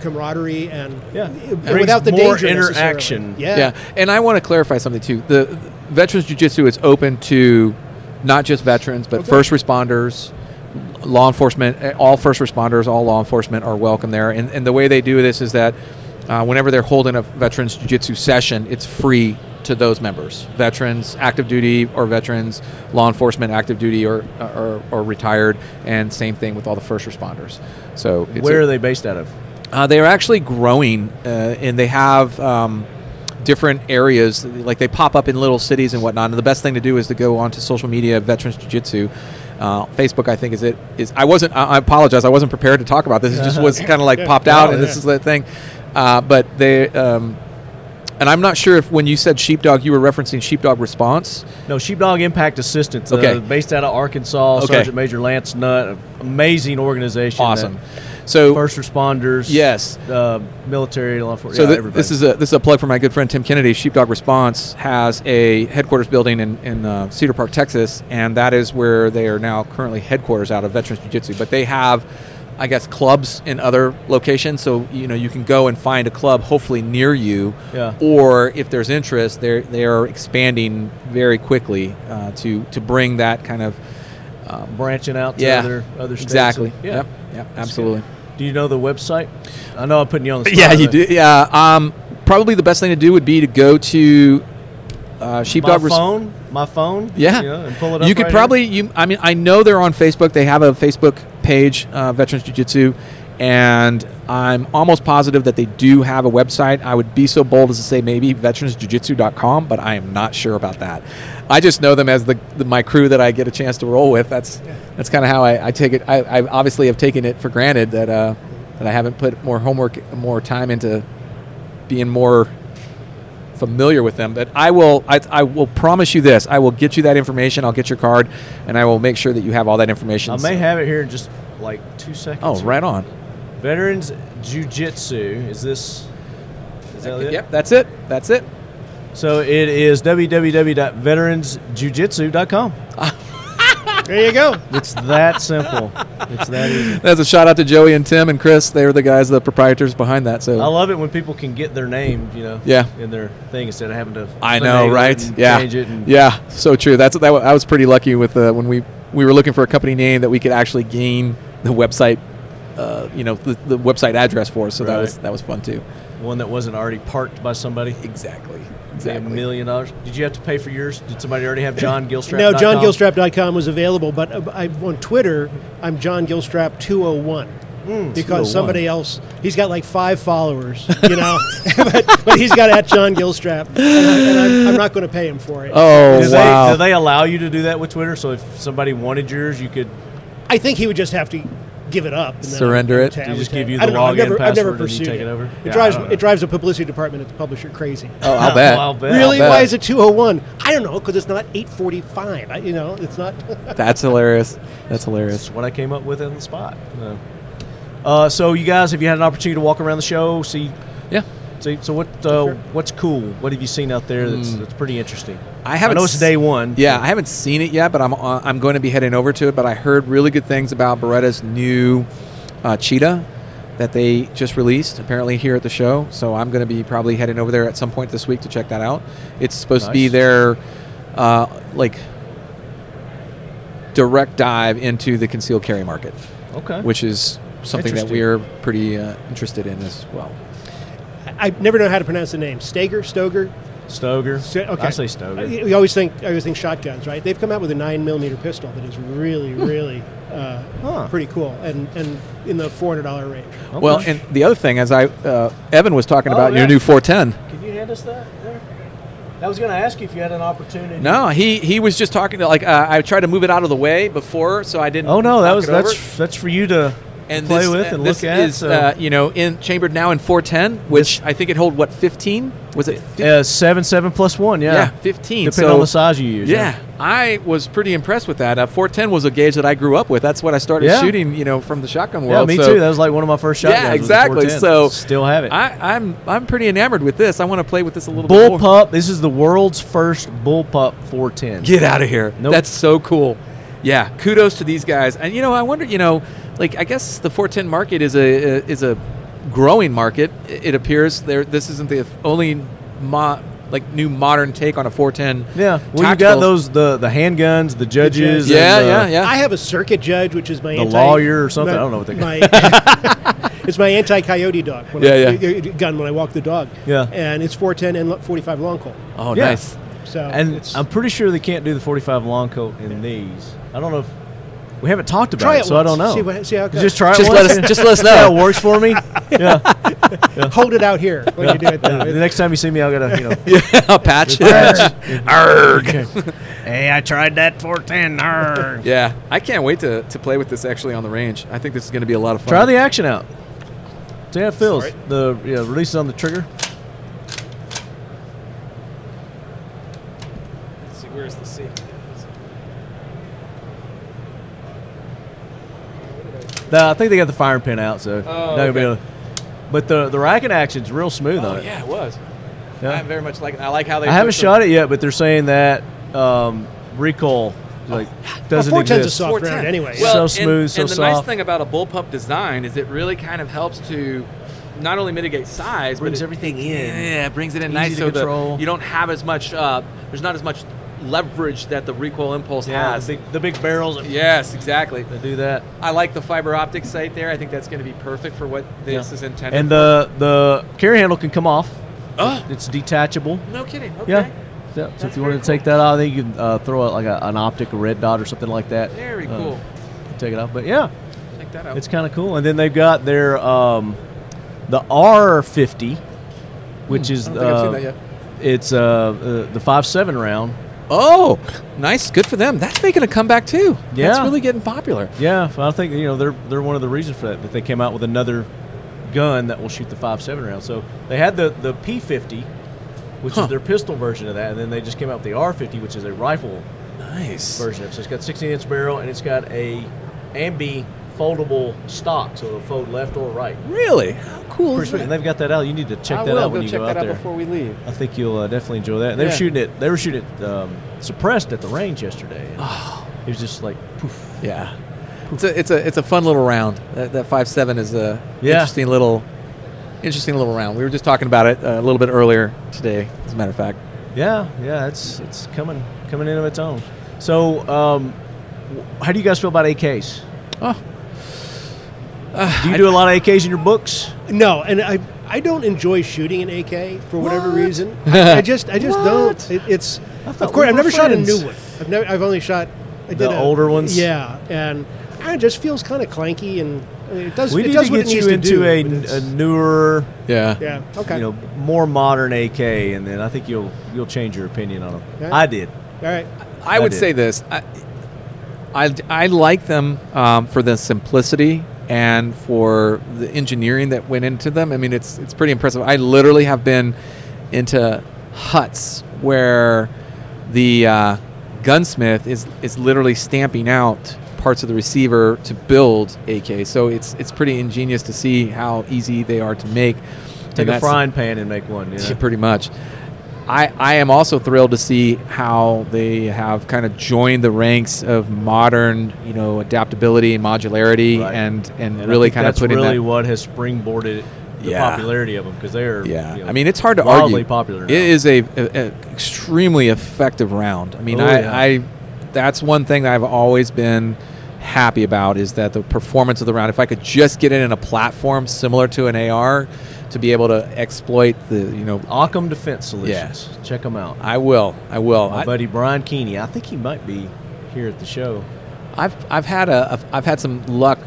camaraderie and
Yeah.
and
Brings
without the
more
danger necessarily.
interaction.
Yeah.
And I want to clarify something too. The Veterans Jiu Jitsu is open to not just veterans, but
Okay.
first responders, law enforcement, eh, all first responders, all law enforcement are welcome there. And, and the way they do this is that uh, whenever they're holding a Veterans Jiu Jitsu session, it's free to those members veterans active duty or veterans law enforcement active duty or, or, or retired and same thing with all the first responders so it's
Where
a-
are they based out of?
uh, they are actually growing, uh, and they have um, different areas. Like they pop up in little cities and whatnot. And the best thing to do is to go onto social media, Veterans Jiu Jitsu. Uh, Facebook, I think, is it is. I wasn't. I, I apologize. I wasn't prepared to talk about this. It just was kind of like popped out, and this is the thing. Uh, but they, um, and I'm not sure if when you said sheepdog, you were referencing sheepdog response.
No, Sheepdog Impact Assistance.
Okay.
Uh, based out of Arkansas,
Okay.
Sergeant Major Lance Nutt. Amazing organization.
Awesome.
that-
So-
first responders.
Yes.
Uh, military, law enforcement.
So
yeah,
thi-
everybody.
this is a this is a plug for my good friend Tim Kennedy. Sheepdog Response has a headquarters building in, in uh, Cedar Park, Texas, and that is where they are now currently headquarters out of Veterans Jiu Jitsu. But they have, I guess, clubs in other locations. So you know you can go and find a club hopefully near you,
Yeah.
or if there's interest, they they are expanding very quickly uh, to to bring that kind of um,
branching out to
yeah,
other other states.
exactly.
And-
Yep, yep,
That's good.
absolutely.
Do you know the website? I know I'm putting you on the spot.
Yeah, you
but
do. Yeah. Um, probably the best thing to do would be to go to uh,
My
Sheepdog Res-
phone, my phone.
Yeah.
you know, and pull it up.
You could
right
probably. You. I mean, I know they're on Facebook. They have a Facebook page, uh, Veterans Jiu Jitsu, and I'm almost positive that they do have a website. I would be so bold as to say maybe veteransjujitsu.com, but I am not sure about that. I just know them as the, the my crew that I get a chance to roll with. That's that's kind of how I, I take it. I, I obviously have taken it for granted that uh, that I haven't put more homework, more time into being more familiar with them. But I will, I, I will promise you this: I will get you that information. I'll get your card, and I will make sure that you have all that
here.
information.
I may have it here in just like two seconds.
Oh, right on.
Veterans Jiu Jitsu. Is this? Is that it?
Yep, that's it. That's it.
So it is www.veteransjujitsu.com.
There you go.
It's that simple. It's that easy.
That's a shout out to Joey and Tim and Chris. They were the guys, the proprietors behind that. So
I love it when people can get their name, you know,
Yeah.
in their thing instead of having to.
I
finagle
know,
it
right?
and
Yeah,
change it and-
yeah. So true. That's that. wa- I was pretty lucky with uh, when we we were looking for a company name that we could actually gain the website, uh, you know, the, the website address for. So that was
Right.
that was fun too.
One that wasn't already parked by somebody.
Exactly.
Pay A million dollars. Did you have to pay for yours? Did somebody already have John Gilstrap?
No, johngilstrap.com was available, but uh, I, on Twitter, I'm John Gilstrap 201. because
201.
somebody else, he's got like five followers, you know, but, but he's got at John Gilstrap, and, I, and I'm, I'm not going to pay him for it.
Oh,
do They, do they allow you to do that with Twitter? So if somebody wanted yours, you could.
I think he would just have to give it up. And then
Surrender
I would
it?
ta- I
They
would
just
ta-
give you
I
the
don't know, I've
login
never, I've never
password and you
pursued
take it over?
It
Yeah,
drives
I don't know.
it drives the publicity department at the publisher crazy.
Oh, I'll bet.
I'll bet.
really?
I'll bet.
Why is it 201? I don't know because it's not 8:45. I, you know, it's not.
That's hilarious. That's hilarious.
That's what I came up with on the spot. So, uh, so you guys, have you had an opportunity to walk around the show? See,
Yeah.
see. So what? Uh, what's cool? What have you seen out there that's, that's pretty interesting?
Hmm. I haven't.
I know it's
s-
day one.
Yeah, I haven't seen it yet, but I'm on, I'm going to be heading over to it. But I heard really good things about Beretta's new uh, Cheetah that they just released apparently here at the show. So I'm going to be probably heading over there at some point this week to check that out. It's supposed to be
Nice.
their uh, like direct dive into the concealed carry market,
Okay.
which is something that we're
Interesting.
pretty uh, interested in as well.
I never know how to pronounce the name. Stager, Stoger.
Stoger.
Sta- okay.
I say Stoger.
Uh, You always think I always think shotguns, right? They've come out with a nine millimeter pistol that is really, really uh,
Hmm. Huh.
pretty cool, and and in the four hundred dollar range.
Well, and the other thing, as I uh, Evan was talking
Oh,
about
yeah.
your new 410.
Can you hand us that? There? I was going to ask you if you had an opportunity.
No, he he was just talking to like uh, I tried to move it out of the way before, so I didn't.
Oh no, that
knock
was
it over.
that's that's for you to play
this-
with and
this
look at.
Is,
so.
uh, you know, in chambered now in 410, which I think it hold what 15? Was it? 15?
Uh, seven seven plus one, yeah,
Yeah, 15,
Depending
so-
on the size you use.
Yeah, I was pretty impressed with that. Uh, 410 was a gauge that I grew up with. That's what I started
Yeah.
shooting, you know, from the shotgun
yeah,
world.
me
so-
too. That was like one of my first shotguns.
yeah,
was a
exactly.
410.
So
still have it.
I, I'm I'm pretty enamored with this. I want to play with this a little bit more.
bullpup. This is the world's first bullpup 410.
Get out of here.
Nope.
That's so cool. Yeah, kudos to these guys. And you know, I wonder, you know, like I guess the 410 market is a uh, is a growing market. I- It appears there this isn't the only mo- like new modern take on a 410.
yeah. Well, you got
tactical.
those the the handguns, the judges. and
Yeah,
the-
yeah, yeah.
I have a circuit judge, which is my
The
anti,
lawyer or something.
my-
I don't know what they-
my- it's my anti coyote dog. When
Yeah,
I,
yeah.
uh, uh, Gun when I walk the dog.
Yeah.
And it's four ten and lo- forty five long colt.
Oh,
Yeah.
nice.
So
And
it's,
I'm pretty sure they can't do the 45 long coat in these. I don't know if we haven't talked about
Try
it,
it
so I don't
once.
know.
See what- see how it goes.
Just try it
Just
once.
let us- just let us
See how
know.
it works for me. yeah.
hold it out here when you do it. Though.
The next time you see me, I gotta you know.
a patch.
hey, I tried that 410. Arrgh.
yeah, I can't wait to, to play with this actually on the range. I think this is going to be a lot of fun.
Try the action out. See how it feels. The yeah, release it on the trigger.
see, where's the safety?
No, I think they got the firing pin out, so
Oh,
not gonna
okay.
be able to- But the the rack and action's real smooth on
Oh,
it.
yeah, it was.
Yeah.
I very much like it. I like how they
I haven't shot it yet, but they're saying that um, recoil like doesn't
Well, 410's a
exist.
soft- round anyway.
So smooth,
and,
so
and the nice
soft.
thing about a bullpup design is it really kind of helps to not only mitigate size,
Brings
but it-
everything
it-
in.
Yeah, it brings it in
Easy
nice,
to
so the-
control.
you don't have as much. Uh, there's not as much leverage that the recoil impulse
Yeah,
has.
the big, the big barrels that
yes, exactly.
that do that.
I like the fiber optic sight there. I think that's going to be perfect for what this
Yeah.
is intended.
And the the carry handle can come off.
Oh.
It's detachable.
for. no kidding. Okay.
Yeah. Yeah. So if
That's
you wanted
very
to take
cool.
that out, I think you can uh, throw it like a, an optic, a red dot, or something like that.
Very
Uh,
cool.
Take it off, but yeah,
Check that out.
it's kind of cool. And then they've got their um, the R50, which is
Hmm, I don't think I've
uh,
seen that yet.
it's uh, uh, the five seven round.
Oh, nice. Good for them. That's making a comeback too. That's
Yeah.
really getting popular.
Yeah, I think you know they're they're one of the reasons for that that they came out with another gun that will shoot the five seven round. So they had the the P fifty, which
Huh.
is their pistol version of that, and then they just came out with the R fifty, which is a rifle
Nice.
version of. it. So it's got sixteen inch barrel and it's got a ambi foldable stock, so it'll fold left or right.
Really? How cool
Pretty
is
sweet.
that?
And they've got that out. You need to check
I
that
will go
out when you
check
go
that
out
out
there.
before we leave.
I think you'll uh, definitely enjoy that. And they were
Yeah. Ah.
shooting it. They were shooting it um, suppressed at the range yesterday. It was just like poof.
Yeah. It's a, it's a it's a fun little round. That, that five seven is a
Yeah.
interesting little interesting little round. We were just talking about it uh, a little bit earlier today, as a matter of fact.
Yeah, yeah, it's it's coming coming in of its own. So, um, wh- how do you guys feel about AKs?
Oh.
do you do a lot of AKs in your books?
Uh, No, and I I don't enjoy shooting an AK for whatever
What?
reason. I, I just I just don't. It, it's
thought
of course
we
I've
were
never shot a new
friends.
one. I've never I've only shot I
The
did a-
older ones?
Yeah, and I, it just feels kind of clanky and I mean, it does
we
it
need
does
to
what it
get
needs
you
to
into
do,
a,
but
a
it's-
newer,
Yeah.
Yeah, okay.
you know, more modern AK, and then I think you'll you'll change your opinion on them.
Yeah.
I did.
all right.
I
I
would
did.
say this. I, I, I like them um, for the simplicity and for the engineering that went into them. I mean, it's it's pretty impressive. I literally have been into huts where the uh, gunsmith is is literally stamping out parts of the receiver to build AK. So it's it's pretty ingenious to see how easy they are to make.
Take
And
a
that's-
frying pan and make one. You know?
pretty much. I, I am also thrilled to see how they have kind of joined the ranks of modern, you know, adaptability and modularity,
Right.
and, and
And I
really
think
kind of
that's
putting
really
that.
what has springboarded the
Yeah.
popularity of them because they are.
Yeah,
you know,
I mean, it's hard to
wildly
argue.
popular.
It
now.
is a, a, a extremely effective round. I mean,
Oh,
I,
yeah.
I that's one thing that I've always been happy about is that the performance of the round. If I could just get it in a platform similar to an AR, to be able to exploit the, you know,
Occam Defense Solutions. Check them out.
I will, I will.
My
I-
buddy Brian Keeney. I think he might be here at the show.
I've I've had a I've, I've had some luck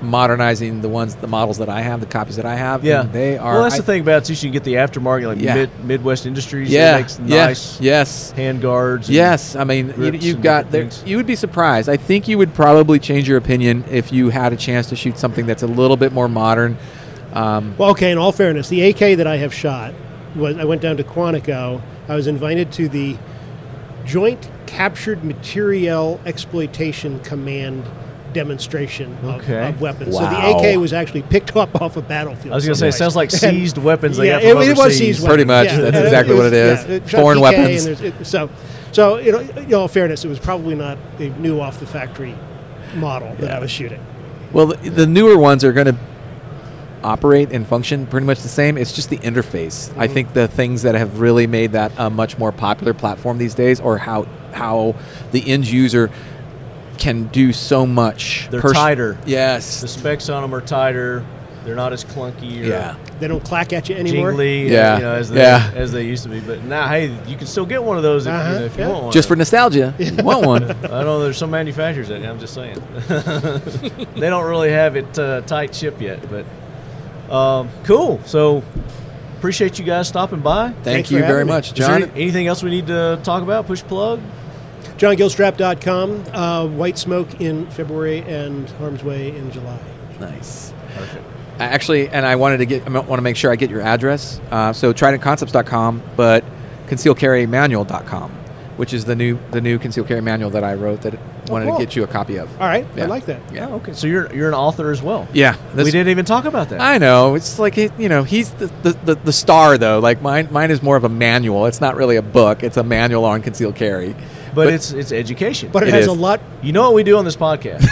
modernizing the ones the models that I have the copies that I have.
Yeah,
and they are.
Well, that's
I-
the thing about it, is you can get the aftermarket, like
Yeah.
Mid, Midwest Industries. that
Yeah.
makes
yeah,
nice
Yes.
hand guards. and
Yes. I mean, you,
grips
you've
and
got there.
different things.
You would be surprised. I think you would probably change your opinion if you had a chance to shoot something that's a little bit more modern. Um,
Well, okay. In all fairness, the AK that I have shot was I went down to Quantico. I was invited to the Joint Captured Materiel Exploitation Command demonstration of,
Okay.
of weapons.
Wow.
So the AK was actually picked up off a battlefield.
I was gonna say, it
someplace.
sounds like seized weapons they
yeah,
got from
it, it was
overseas.
seized weapons.
Pretty much,
yeah.
that's
And
exactly what it
was-
is.
yeah, it shot
Foreign
PK
weapons.
and there's- it- so, so you know, in all fairness, it was probably not a new off the factory model that I was shooting.
well, the, the newer ones are going to operate and function pretty much the same. It's just the interface. I
Mm-hmm.
think the things that have really made that a much more popular platform these days, or how how the end user can do so much.
They're
pers-
tighter. The
Yes.
specs on them are tighter. They're not as clunky. Or
Yeah.
They don't clack at you anymore.
Jingly, uh,
Yeah.
you know, as they,
Yeah.
as they used to be, but now, hey, you can still get one of those if, you,
Uh-huh.
know, if you
Yeah.
want one.
Just for nostalgia, you want one?
I don't know. There's some manufacturers that I'm just saying they don't really have it uh, tight ship yet, but um, cool. So appreciate you guys stopping by.
Thank
Thanks
you
for
very
having me.
much,
Is there
John.
any- anything else we need to talk about? Push plug.
JohnGillstrap.com, uh, White Smoke in February and Harm's Way in July.
Nice. I Actually, and I wanted to get, I want to make sure I get your address. Uh, so tridentconcepts.com, but concealcarrymanual.com, which is the new the new conceal carry manual that I wrote that wanted
cool.
to get you a copy of.
All right,
Yeah.
I like that.
Yeah.
Oh, okay. So you're you're an author as well.
Yeah,
we
this-
didn't even talk about that.
I know. It's like it, you know, he's the, the, the, the star though. Like mine mine is more of a manual. It's not really a book. It's a manual on concealed carry.
but, it's it's education.
But it,
It
has
is.
a lot.
you know what we do on this podcast?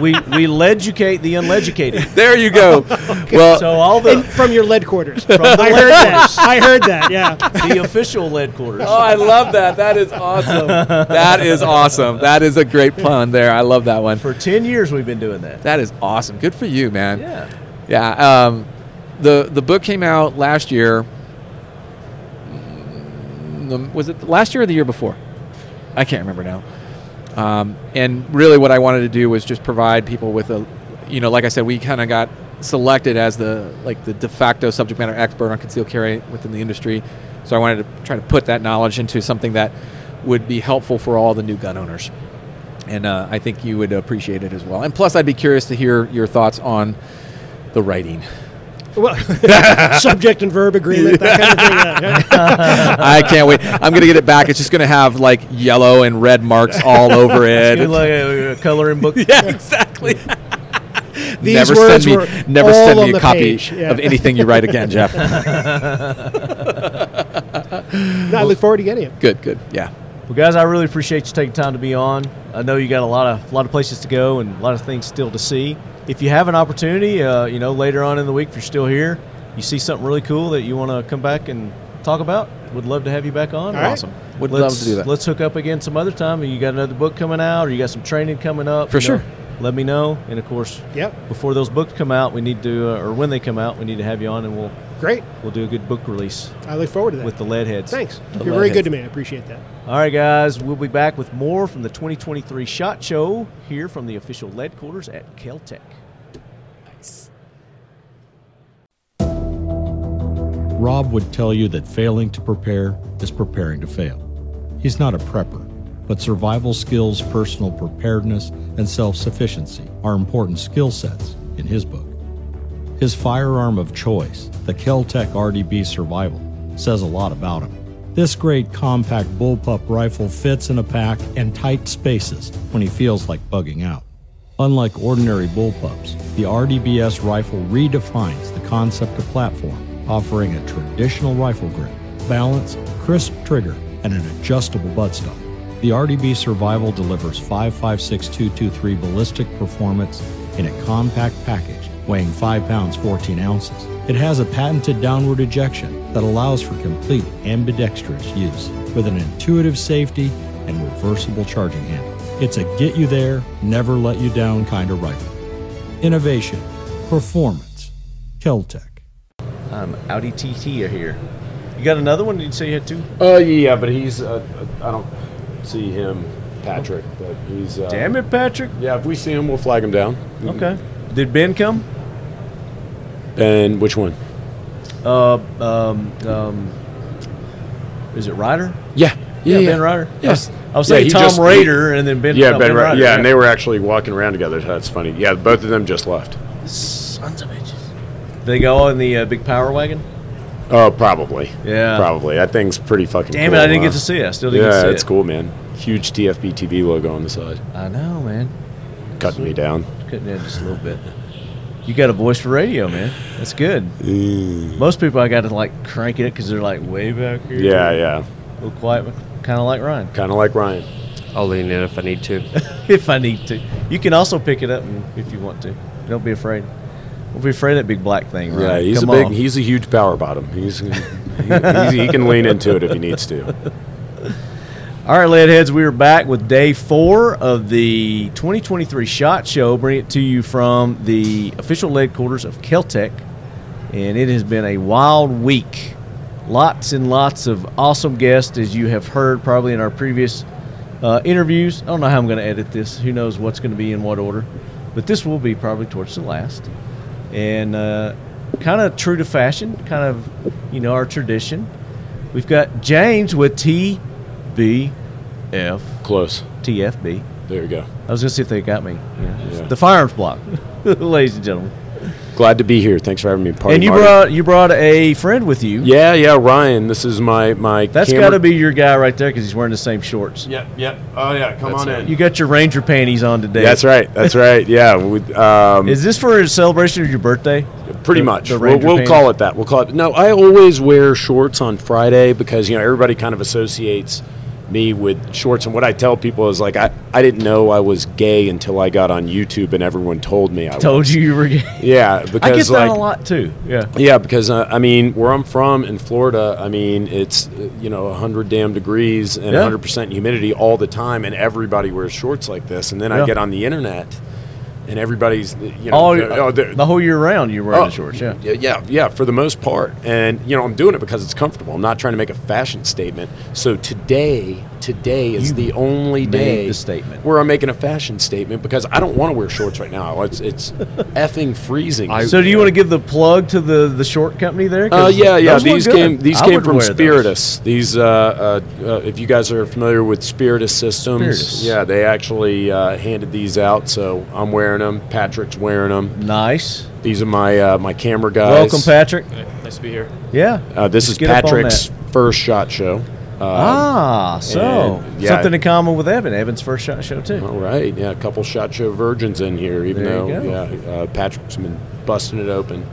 we we leducate the uneducated.
there you go. Well,
So all
And
the
from your lead quarters.
the
I heard
lead
that.
quarters.
I heard that. Yeah.
uh, the official lead quarters.
oh, I love that. That is awesome. That is awesome. That is a great pun there. I love that one.
For ten years we've been doing that.
That is awesome. Good for you, man.
Yeah.
Yeah, um, the the book came out last year. Mm, the- Was it last year or the year before? I can't remember now. Um, and really, what I wanted to do was just provide people with a, you know, like I said, we kind of got selected as the like the de facto subject matter expert on concealed carry within the industry. So I wanted to try to put that knowledge into something that would be helpful for all the new gun owners and uh, I think you would appreciate it as well. And plus, I'd be curious to hear your thoughts on the writing.
Well, subject and verb agreement, that kind of thing. yeah.
I can't wait. I'm gonna get it back. It's just gonna have like yellow and red marks all over it.
Good like a, a coloring book.
yeah, exactly.
These
never
words
send
were
me, never
all
send
on
me a
the
copy
page, yeah.
of anything you write again, Jeff.
No, I look forward to getting it.
good, good. Yeah.
Well, guys, I really appreciate you taking time to be on. I know you got a lot of lot of places to go and a lot of things still to see. If you have an opportunity, uh, you know, later on in the week, if you're still here, you see something really cool that you want to come back and talk about, would love to have you back on.
All right. Awesome. Would love
Let's-
to do that.
Let's hook up again some other time. You got another book coming out, or you got some training coming up?
For
you know,
sure.
let me know, and of course,
Yep.
Before those books come out, we need to, uh, or when they come out, we need to have you on, and we'll
Great.
We'll do a good book release.
I look forward to that.
with the lead heads.
Thanks.
The
You're very
Leadheads.
good to me. I appreciate that.
All right, guys, we'll be back with more from the 2023 Shot Show here from the official lead quarters at Caltech. Nice.
Rob would tell you that failing to prepare is preparing to fail. He's not a prepper, but survival skills, personal preparedness, and self sufficiency are important skill sets in his book. His firearm of choice, the Keltec RDB Survival, says a lot about him. This great compact bullpup rifle fits in a pack and tight spaces when he feels like bugging out. Unlike ordinary bullpups, the RDBS rifle redefines the concept of platform, offering a traditional rifle grip, balance, crisp trigger, and an adjustable buttstock. The RDB Survival delivers 5.56223 ballistic performance in a compact package weighing 5 pounds 14 ounces. It has a patented downward ejection that allows for complete ambidextrous use with an intuitive safety and reversible charging handle. It's a get you there, never let you down kind of rifle. Innovation, performance, Keltec.
I'm Um, Audi TT here. You got another one? You'd say you had two?
Uh, yeah, but he's. Uh, I don't see him, Patrick. But he's. Uh, Mm-hmm.
Damn it, Patrick!
Yeah, if we see him, we'll flag him down.
Okay. Did Ben come?
And which one?
Uh, um, um, is it Ryder?
Yeah.
Yeah, Ben Ryder.
Yes.
I was saying
he
Tom
just-
Raider and then Ben-
Yeah,
no,
Ben,
Ben
Ryder.
Ryder,
Yeah,
yeah.
and they were actually walking around together. That's funny. Yeah, both of them just left.
Sons of bitches. They go in the uh, big power wagon.
Oh, probably.
Yeah.
Probably. That thing's pretty fucking
Damn it,
cool,
I didn't get
huh?
to see it. I still didn't
yeah,
get to see
it's
it.
cool, man. Huge TFB TV logo on the side.
I know, man.
Cutting me down.
Cutting in just a little bit. You got a voice for radio, man. That's good.
Mm.
Most people I got to like crank it because they're like way back here.
Yeah, yeah.
A little quiet, kind of like Ryan.
Kind of like Ryan.
I'll lean in if I need to.
if I need to, you can also pick it up and- if you want to. Don't be afraid. Don't be afraid of that big black thing. Ryan.
Yeah, he's
Come
a big.
on.
He's a huge power bottom. He's he, he's- he can lean into it if he needs to.
All right, Leadheads, we are back with day four of the 2023 SHOT Show. Bring it to you from the official lead quarters of Keltec. And it has been a wild week. Lots and lots of awesome guests, as you have heard probably in our previous uh, interviews. I don't know how I'm going to edit this. Who knows what's going to be in what order. But this will be probably towards the last. And uh, kind of true to fashion, kind of, you know, our tradition. We've got James with TBF.
Close.
TFB.
There you go.
I was going to see if they got me. Yeah.
Yeah.
The firearms block, ladies and gentlemen.
Glad to be here. Thanks for having me. Party
and you
Marty.
brought you brought a friend with you.
Yeah, yeah, Ryan. This is my my.
That's
camera-
got to be your guy right there because he's wearing the same shorts.
Yep, yep. Oh yeah, come on in.
You got your ranger panties on today.
That's right. That's right. Yeah. We, um,
Is this for a celebration of your birthday?
pretty
The-
much.
the
we'll
Ranger
we'll
pants?
call it that. We'll call it. No, I always wear shorts on Friday because you know everybody kind of associates me with shorts. And what I tell people is like I, I didn't know I was gay until I got on YouTube and everyone told me I was.
Told you you were gay.
Yeah, because
I get that
like
a lot too. Yeah.
Yeah, because uh, I mean, where I'm from in Florida, I mean, it's uh, you know 100 damn degrees and
Yeah.
100% humidity all the time, and everybody wears shorts like this. And then I
Yeah.
get on the internet, and everybody's you know
All,
they're- oh, they're-
the whole year round, you're wearing
Oh,
the shorts. Yeah.
yeah, yeah, yeah, for the most part. And you know, I'm doing it because it's comfortable. I'm not trying to make a fashion statement. So today, today is
You
the only
made
day
the statement.
where I'm making a fashion statement because I don't want to wear shorts right now. It's it's effing freezing.
so do you want to give the plug to the the short company there?
Uh,
'Cause
yeah, yeah.
those look
These
good.
came these
I
came
would
from
wear those.
Spiritus. These, uh, uh, uh, if you guys are familiar with Spiritus Systems,
Spiritus.
yeah, they actually uh, handed these out. So I'm wearing them. Patrick's wearing them.
Nice.
These are my uh, my camera guys.
Welcome, Patrick.
Nice to be here.
Yeah.
Uh, this
Let's
is
get up on
Patrick's first shot show. Um,
ah, so
and, yeah,
something in common with Evan. Evan's first shot show too.
All right, yeah, a couple shot show virgins in here, even
There
though
you go.
yeah, uh, Patrick's been busting it open,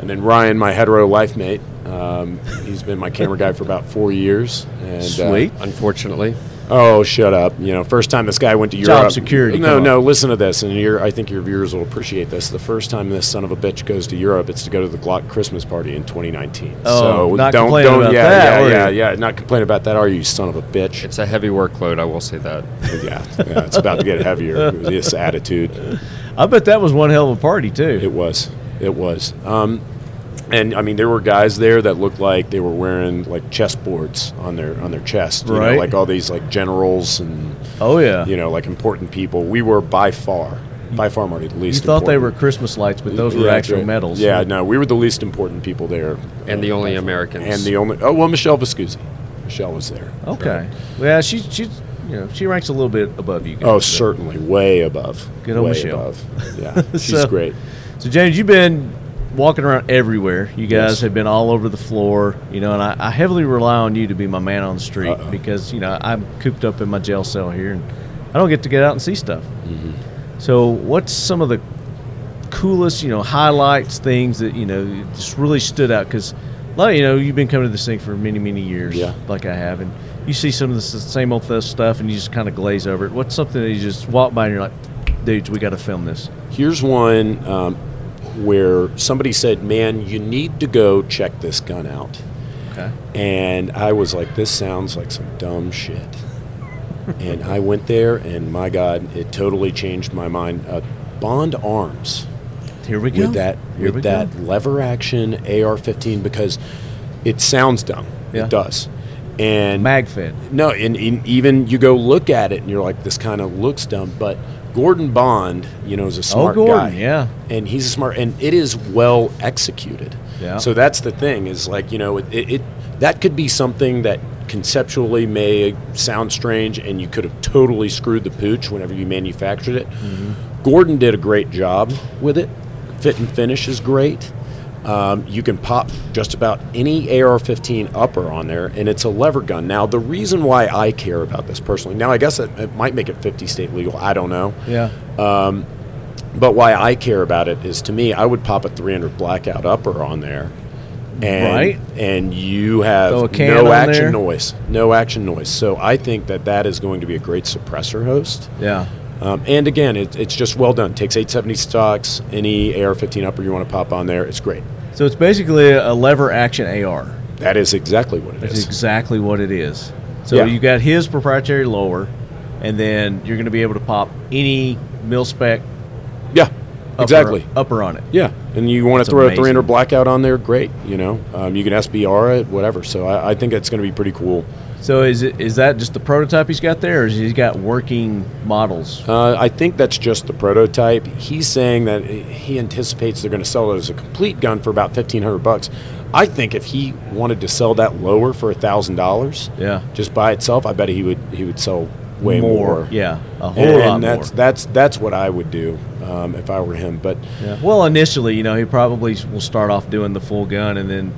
and then Ryan, my hetero life mate, um, he's been my camera guy for about four years. And,
Sweet. Unfortunately,
oh, shut up. You know, first time this guy went to
Job
Europe.
security,
No,
come
no, listen to this. And you're, I think your viewers will appreciate this. The first time this son of a bitch goes to Europe, it's to go to the Glock Christmas party in 2019.
Oh,
so
not
don't,
complaining
don't,
about
yeah,
that,
yeah,
are
yeah,
you?
yeah, Not complain about that, are you, son of a bitch? It's a heavy workload, I will say that. yeah, yeah, it's about to get heavier. with This attitude.
I bet that was one hell of a party too.
It was. It was. Um, and I mean, there were guys there that looked like they were wearing like chessboards on their on their chest, you know,
Right.
like all these like generals and
Oh, yeah.
you know, like important people. We were by far, by far, Marty, the
You
least.
thought they
important.
were Christmas lights, but those were
Yeah,
actual
right.
medals.
Yeah, no, we were the least important people there, and the only Americans, and the only. Oh well, Michelle Viscuzzi, Michelle was there.
Okay. Yeah, she she you know she ranks a little bit above you guys.
Oh,
but-
certainly, way above.
Good old
way
Michelle.
above. Yeah, she's
So-
great.
So, James, you've been walking around everywhere. You guys
Yes.
have been all over the floor, you know, and I, I heavily rely on you to be my man on the street because, you know, I'm cooped up in my jail cell here and I don't get to get out and see stuff.
Mm-hmm.
So, what's some of the coolest, you know, highlights, things that, you know, just really stood out? Because, like, you know, you've been coming to this thing for many, many years,
Yeah.
like I have, and you see some of the s- same old th- stuff and you just kind of glaze over it. What's something that you just walk by and you're like, dudes, we got to film this?
Here's one um, where somebody said, "Man, you need to go check this gun out."
Okay.
And I was like, "This sounds like some dumb shit." and I went there, and my God, it totally changed my mind. Uh, Bond Arms.
Here we go.
With that,
Here we
with that
go.
lever action AR-15 because it sounds dumb.
Yeah.
It does. And
Magfed.
No, and, and even you go look at it and you're like, this kind of looks dumb. But Gordon Bond, you know, is a smart
Oh, Gordon,
guy.
yeah.
and he's a smart, and it is well executed.
Yeah.
So that's the thing is like you know it, it, it that could be something that conceptually may sound strange, and you could have totally screwed the pooch whenever you manufactured it. Gordon did a great job with it. Fit and finish is great. Um, you can pop just about any AR 15 upper on there, and it's a lever gun. Now, the reason why I care about this personally, now I guess it, it might make it 50 state legal, I don't know.
Yeah.
Um, but why I care about it is to me, I would pop a 300 blackout upper on there. And,
Right.
And you have
Throw a can
no
on
action
there.
noise. No action noise. So I think that that is going to be a great suppressor host.
Yeah.
Um, and again, it, it's just well done. Takes 870 stocks, any AR 15 upper you want to pop on there, it's great.
So it's basically a lever action AR.
That is exactly what it
That's
is.
exactly what it is. So
Yeah.
you got his proprietary lower, and then you're going to be able to pop any mil spec.
Yeah, exactly.
Upper on it.
Yeah, and you want
That's
to throw
amazing.
a 300 blackout on there, great. You know, um, you can SBR it, whatever. So I, I think that's going to be pretty cool.
So is it is that just the prototype he's got there, or is he got working models?
Uh, I think that's just the prototype. He's saying that he anticipates they're going to sell it as a complete gun for about 1500 bucks. I think if he wanted to sell that lower for $1,000,
Yeah.
just by itself, I bet he would he would sell way
More,
more.
yeah, a whole
and,
lot
and that's,
more.
That's that's what I would do um, if I were him. But
Yeah. Well, initially, you know, he probably will start off doing the full gun, and then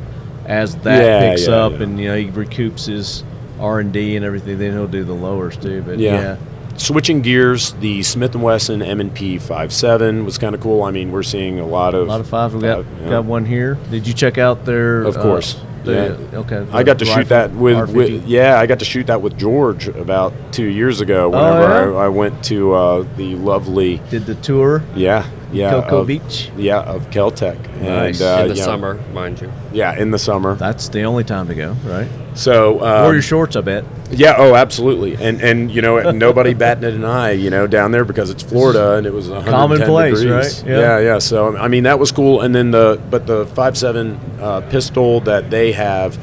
as that
Yeah,
picks
yeah,
up,
yeah.
and you know, he recoups his R and D and everything, then he'll do the lowers too. But
Yeah.
yeah.
Switching gears, the Smith & Wesson M&P 57 was kind of cool. I mean, we're seeing a lot of
A lot of five. We got
uh, yeah.
got one here. Did you check out their?
Of
uh,
course.
the-
yeah.
Okay.
I got to shoot that with,
R50.
with yeah, I got to shoot that with George about 2 years ago whenever
Oh, yeah?
I, I went to uh, the lovely
Did the tour.
yeah, yeah.
Cocoa
of-
Beach?
Yeah, of Caltech.
Nice.
And, uh,
In the
you know,
summer,
mind you.
Yeah, in the summer.
That's the only time to go, right?
So, um,
Or your shorts, I bet.
Yeah. Oh, absolutely. And and you know nobody batted an eye, you know, down there because it's Florida and it was 110
Commonplace,
degrees.
right? Yeah.
Yeah. yeah, So I mean that was cool. And then the but the five seven uh, pistol that they have,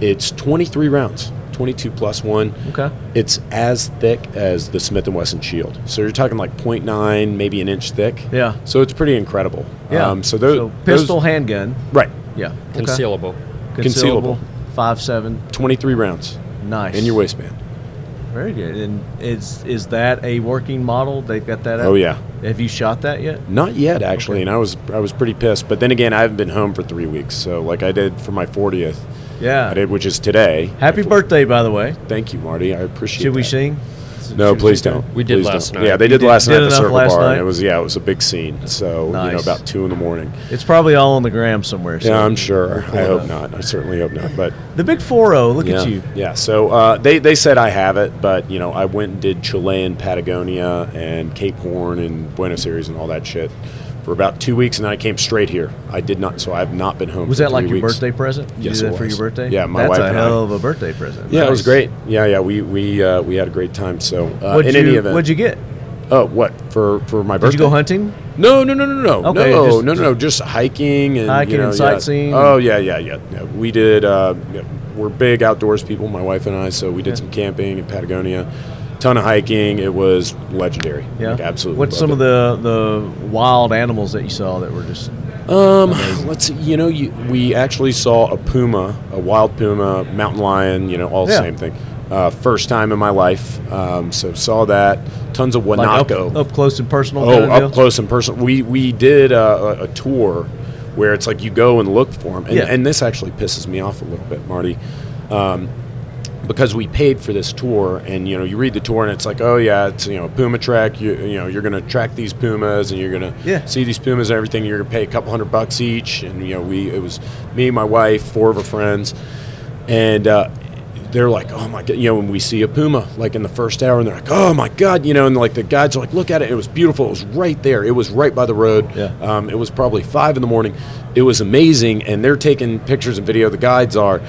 it's 23 rounds, 22 plus one.
Okay.
It's as thick as the Smith and Wesson Shield. So you're talking like 0.9, maybe an inch thick.
Yeah.
So it's pretty incredible.
Yeah.
Um, so those
pistol,
those,
handgun.
Right.
Yeah. Okay.
Concealable.
Concealable.
Concealable.
Five seven.
23 rounds.
Nice.
In your waistband.
Very good. And is is that a working model? They've got that. Out?
Oh, yeah.
Have you shot that yet?
Not yet, actually, and I was I was pretty pissed. But then again, I haven't been home for three weeks, so like I did for my fortieth.
Yeah.
I did, which is today.
Happy birthday, by the way.
Thank you, Marty. I appreciate.
Should we
that.
sing?
No, please don't.
We did
Please
last
don't.
night.
Yeah, they did
You did-
last
did
night at the
enough
Circle
last
Bar,
night?
and it was yeah, it was a big scene. So you know,
Nice.
about two in the morning.
It's probably all on the gram somewhere. so
Yeah, I'm
we'll
sure.
pull
I
it
hope
up.
not. I certainly hope not. But
The big four zero.
oh,
Oh, Look
yeah.
at you.
Yeah. So uh, they they said I have it, but you know I went and did Chile and Patagonia and Cape Horn and Buenos Aires and all that shit for about two weeks, and then I came straight here. I did not. So I have not been home.
Was
for
that like
three
your
weeks.
birthday present? You
yes,
did
it
that for
was.
your birthday.
Yeah, my
That's
wife.
a
and I-
hell of a birthday present.
Yeah, it was
Nice.
great. Yeah, yeah. We we uh, we had a great time. So uh,
What'd
in
you-
any event,
what'd you get?
Oh, what for for my
Did
birthday?
you go hunting?
No, no, no, no, no,
Okay,
Oh, no,
just-
no, no, no, just hiking and
Hiking
you know,
and
yeah.
sightseeing.
Oh yeah, yeah, yeah. yeah. We did. Uh, yeah, we're big outdoors people, my wife and I. So we did some camping in Patagonia, ton of hiking. It was legendary.
Yeah,
Like, absolutely.
What's some
loved
of the the wild animals that you saw that were just?
it. Um, let's. see, You know, you, we actually saw a puma, a wild puma, mountain lion. You know, all the
Yeah.
same thing. Uh, first time in my life. Um, so saw that. Tons of
like, up,
Wanako.
up close and personal.
Oh,
kind of
up
deal?
close and personal. We we did a, a, a tour where it's like you go and look for them, and,
Yeah.
and this actually pisses me off a little bit, Marty, um, because we paid for this tour, and you know you read the tour and it's like, oh yeah, it's you know a puma track. You you know you're gonna track these pumas and you're gonna
Yeah.
see these pumas and everything. You're gonna pay a couple hundred bucks each, and you know we it was me, my wife, four of her friends, and. Uh, they're like, oh my god, you know, when we see a puma, like in the first hour, and they're like, oh my god, you know, and like the guides are like, look at it, it was beautiful, it was right there, it was right by the road.
Yeah.
Um, it was probably five in the morning, it was amazing, and they're taking pictures and video. The guides are,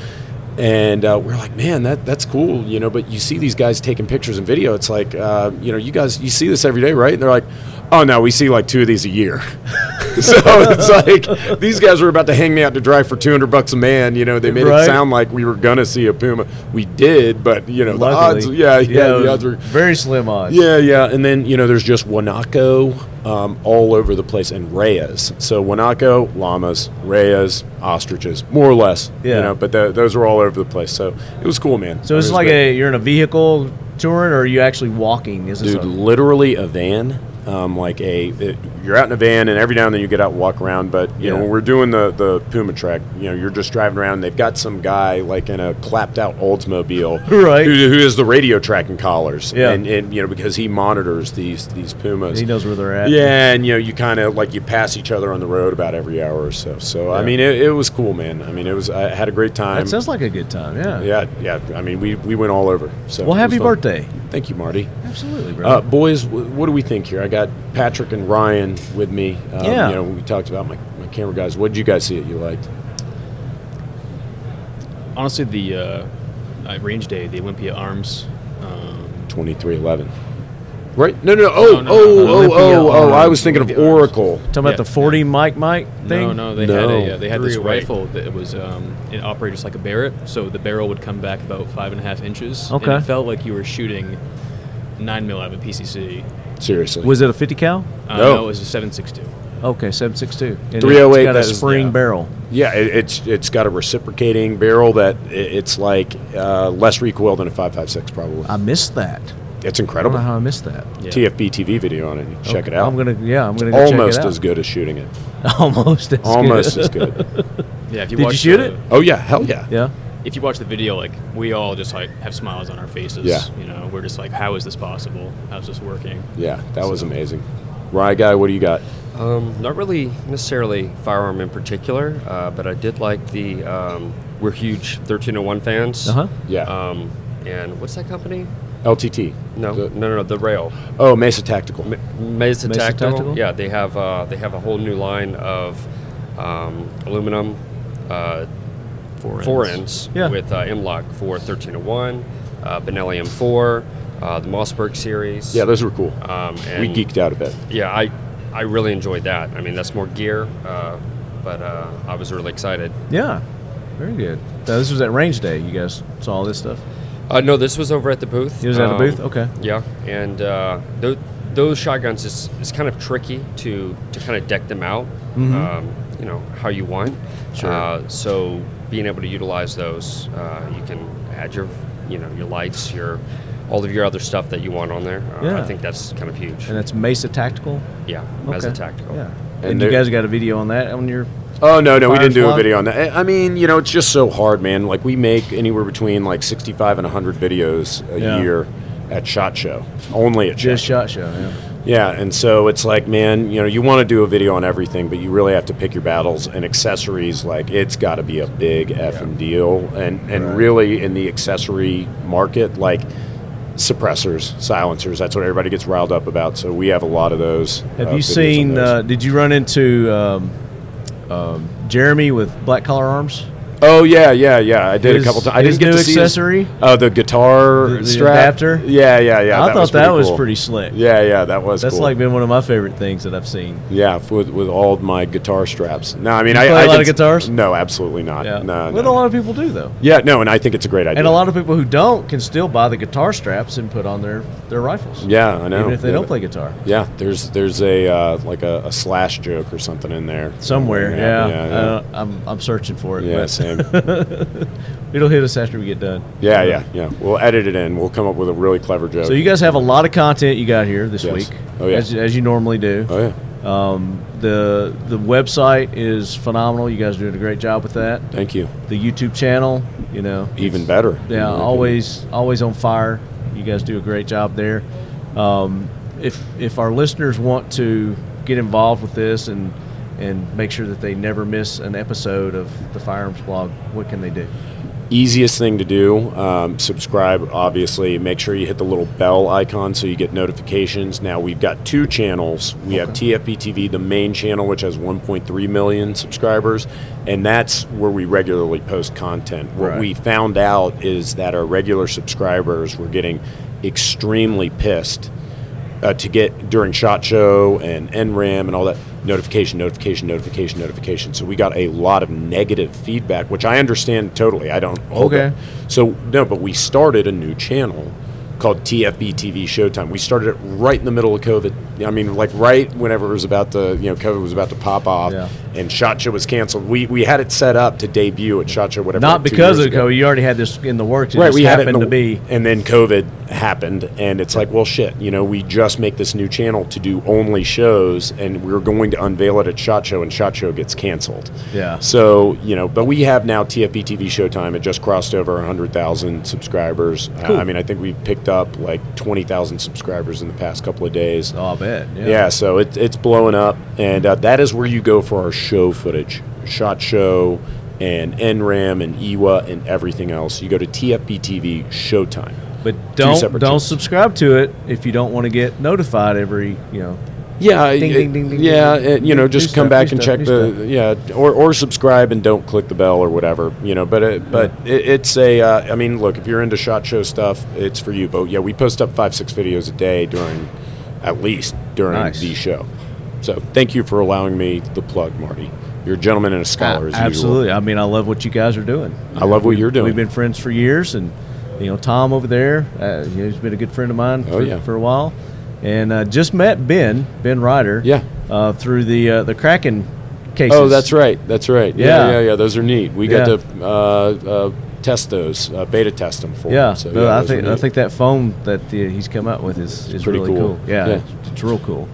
and uh, we're like, man, that that's cool, you know. But you see these guys taking pictures and video, it's like, uh, you know, you guys, you see this every day, right? And they're like, oh no, we see like two of these a year. so it's like these guys were about to hang me out to dry for 200 bucks a man you know they made
Right.
it sound like we were gonna see a puma we did but you know the odds
Luckily.
yeah yeah,
it was
the odds were
very slim odds.
yeah yeah and then you know there's just wanako um, all over the place and reyes so wanako llamas reyes ostriches more or less
Yeah.
you know but th- those were all over the place so it was cool man
So
It
it's
was
like
great.
a you're in a vehicle touring, or are you actually walking? Is this
Dude,
a-
literally a van. Um, like a, it- you're out in a van, and every now and then you get out and walk around. But you know,
Yeah.
when we're doing the the Puma Trek, you know, you're just driving around. They've got some guy like in a clapped out Oldsmobile,
Right.
Who, who has the radio tracking collars,
Yeah.
and, and you know because he monitors these these Pumas.
He knows where they're at.
Yeah, and you know, you kind of like you pass each other on the road about every hour or so. So I
Yeah.
mean, it, it was cool, man. I mean, it was. I had a great time.
That sounds like a good time. Yeah.
yeah, yeah. I mean, we we went all over. So
Well,
it
happy
was fun.
birthday.
Thank you, Marty.
Absolutely, bro.
Uh, boys, w- what do we think here? I got Patrick and Ryan with me. Um,
Yeah.
You know, we talked about my, my camera guys. What did you guys see that you liked?
Honestly, the uh, uh, range day, the Olympia Arms. Um,
2311. Right? No, no, no.
No,
Oh,
Uh,
no, no,
oh,
no.
oh, oh,
Olympia
oh, I
arms,
was thinking of
Olympia arms.
Oracle.
Talking about
Yeah.
the 40 mic mic
oh,
thing.
No, no, they had a, uh, they had this
Three-way.
rifle that was um, it operated just like a Barrett, so the barrel would come back about five and a half inches.
Okay.
and it felt like you were shooting nine mil out of a PCC.
Seriously.
Was it a 50 cal?
Uh, no.
No.
it was a seven six two.
Okay, 762. And it's
308
got a
that is-
spring
yeah.
barrel.
Yeah, it, it's it's got a reciprocating barrel that i it's like uh, less recoil than a 5.56 probably.
I missed that.
It's incredible.
I don't know how I missed that.
TFB TV video on it. You can Check
Okay,
it out.
I'm gonna- yeah, I'm gonna go
Almost
check it out.
as good as shooting it.
Almost as good.
Almost as good.
Yeah, if you
Did you
watch
shoot
the-
it?
Oh yeah, hell yeah.
Yeah.
If you watch the video, like we all just like have smiles on our faces.
Yeah.
you know, we're just like, how is this possible? How's this working?
Yeah, that was amazing. Rye guy, what do you got?
Um, not really necessarily firearm in particular, uh, but I did like the. Um, we're huge 1301 fans.
Uh-huh. Yeah.
Um, and what's that company?
LTT.
No, no, no, no, the rail.
Oh, Mesa Tactical.
Mesa,
Mesa
Tactical.
Tactical?
Yeah, they have uh, they have a whole new line of um, aluminum uh,
four
ends
Yeah.
with uh, M-Lock for 1301, uh, Benelli M4, uh, the Mossberg series.
Yeah, those were cool.
Um,
we
and-
geeked out a bit.
Yeah, I I really enjoyed that. I mean, that's more gear, uh, but uh, I was really excited.
Yeah. Very good. Now, this was at range day. You guys saw all this stuff.
Uh, no, this was over at the booth. Um,
It was at the booth? Okay.
Yeah, and uh, tho- those shotguns is, is kind of tricky to to kind of deck them out,
Mhm.
um, you know, how you want.
Sure.
Uh, so being able to utilize those, uh, you can add your, you know, your lights, your all of your other stuff that you want on there. Uh,
Yeah.
I think that's kind of huge.
And that's Mesa Tactical.
Yeah, Mesa Tactical.
Yeah.
And
And, you
they're-
guys got a video on that on your.
Oh no, no, we
fire
didn't do a
squad?
video on that. I I mean, you know, it's just so hard, man. Like we make anywhere between like 65 and 100 videos a
Yeah.
year, at Shot Show, only Uh, at
Just shot show. Yeah.
yeah, and so it's like, man, you know, you want to do a video on everything, but you really have to pick your battles and accessories. Like, it's got to be a big effing deal, and and really in the accessory market, like suppressors, silencers. That's what everybody gets riled up about. So we have a lot of those.
Have
uh,
you
videos on
seen?
those.
Uh, did you run into um, um, Jeremy with Black Collar Arms?
Oh yeah, yeah, yeah. I did
His-
a couple times. I
his
didn't get
new
to see his-
accessory?
Oh, the guitar
The- the
strap
adapter?
Yeah, yeah, yeah.
I thought that
cool.
was pretty slick.
Yeah, yeah, that was.
That's
cool.
like been one of my favorite things that I've seen.
yeah, f- with, with all of my guitar straps. No, I mean
You
I
play a
I
lot
can
of
s-
guitars?
No, absolutely not.
Yeah.
No,
What a
no.
lot of people do though.
Yeah, no, and I think it's a great idea.
And a lot of people who don't can still buy the guitar straps and put on their, their rifles.
Yeah, I know.
Even if they
Yeah.
don't play guitar.
Yeah, there's there's a uh, like a, a slash joke or something in there
Somewhere, yeah.
Yeah, yeah.
Uh, I'm, I'm searching for it.
Yeah,
but-
same.
It'll hit us after we get done.
Yeah, yeah, yeah. We'll edit it in. We'll come up with a really clever joke.
So you guys have a lot of content you got here this
Yes.
week,
Oh, yeah.
as, as you normally do.
Oh yeah.
Um, the the website is phenomenal. You guys are doing a great job with that.
Thank you.
The YouTube channel, you know,
even better.
Yeah,
Yeah, we can-
always always on fire. You guys do a great job there. Um, if if our listeners want to get involved with this and and make sure that they never miss an episode of the Firearms Blog, what can they do?
easiest thing to do um, subscribe obviously make sure you hit the little bell icon so you get notifications now we've got two channels we have tfp tv the main channel which has 1.3 million subscribers and that's where we regularly post content what
Right.
we found out is that our regular subscribers were getting extremely pissed uh, to get during Shot Show and NRAM and all that notification, notification, notification, notification. So we got a lot of negative feedback, which I understand totally. I don't. hold
Okay.
it. So no, but we started a new channel called TFB TV Showtime. We started it right in the middle of COVID. I mean, like right whenever it was about to, you know, COVID was about to pop off, and Shot Show was canceled. We we had it set up to debut at Shot Show, whatever.
Not
two
because
years
of
ago
COVID. You already had this in the works. It just
in
happened
the-
to be.
and then COVID happened, and it's like, well, shit. You know, we just make this new channel to do only shows, and we are going to unveil it at Shot Show, and Shot Show gets canceled.
Yeah.
So you know, but we have now TFB TV Showtime. It just crossed over hundred thousand subscribers. Uh,
Cool.
I mean, I think we've picked up like twenty thousand subscribers in the past couple of days.
Oh, I bet. Yeah.
so it, it's blowing up, and uh, that is where you go for our show footage, shot show, and NRAM and EWA and everything else. You go to TFB TV Showtime.
But
Two
don't
separate
don't
channels.
subscribe to it if you don't want to get notified every you know.
Yeah,
Ding,
it-
ding, ding, ding,
yeah,
ding,
it- you know,
new
just
stuff,
come
new
back and
stuff,
check
new
the
stuff.
yeah, or, or subscribe and don't click the bell or whatever, you know. But it, but it, it's a, uh, I mean, look, if you're into shot show stuff, it's for you. But yeah, we post up five six videos a day during, at least during
Nice.
the show. So thank you for allowing me the plug, Marty. You're a gentleman and a scholar. as usual.
Absolutely. I mean, I love what you guys are doing.
I love what you're doing.
We've been friends for years, and you know Tom over there, uh, you know, he's been a good friend of mine
Oh,
for,
yeah.
for a while, and uh, just met Ben Ben Ryder. Yeah. Uh, through the uh, the Kraken cases.
Oh, that's right. That's right. Yeah,
Yeah.
yeah, yeah. Those are neat. We
Yeah.
got to uh, uh, test those, uh, beta test them for. 'em.
Yeah,
So,
no, I
those are
think I
neat.
think that foam that the, he's come up with is, is
pretty
really cool.
cool.
Yeah,
Yeah.
It's, it's real cool.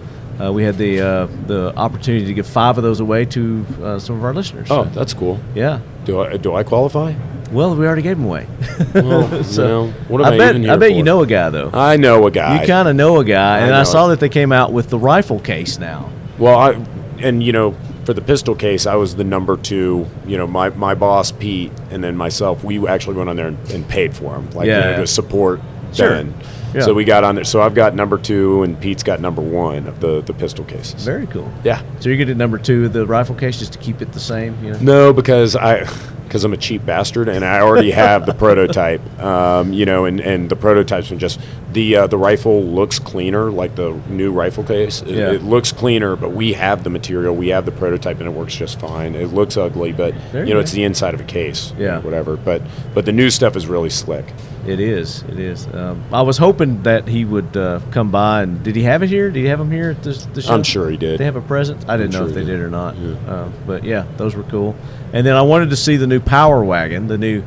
Uh, we had the uh, the opportunity to give five of those away to uh, some of our listeners.
Oh, that's cool.
Yeah.
Do I do I qualify?
Well, we already gave them away.
Well,
So,
you know, what am I,
bet
even
I
here
bet you
for?
know a guy though.
I know a guy.
You kind of know a guy,
I
and I
know
saw that they came out with the rifle case now.
Well, I and you know for the pistol case, I was the number two. You know, my, my boss Pete and then myself. We actually went on there and, and paid for him, like
Yeah,
you know,
yeah.
to support
Sure.
Ben.
Yeah.
So we got on there. So I've got number two, and Pete's got number one of the the pistol cases.
Very cool.
Yeah.
So you get at number two of the rifle case just to keep it the same. You know?
No, because I because I'm a cheap bastard and I already have the prototype. Um, you know, and, and the prototypes are just the uh, the rifle looks cleaner, like the new rifle case. It,
Yeah.
it looks cleaner, but we have the material, we have the prototype, and it works just fine. It looks ugly, but
Very
you know, it's
nice.
the inside of a case.
Yeah.
whatever. But but the new stuff is really slick.
It is. It is. Um, I was hoping that he would uh, come by. And did he have it here? Did he have them here at this, the show?
I'm sure he did.
They have a present. I didn't
I'm
know
sure
if they
he
did or not. Uh, but yeah, those were cool. And then I wanted to see the new Power Wagon, the new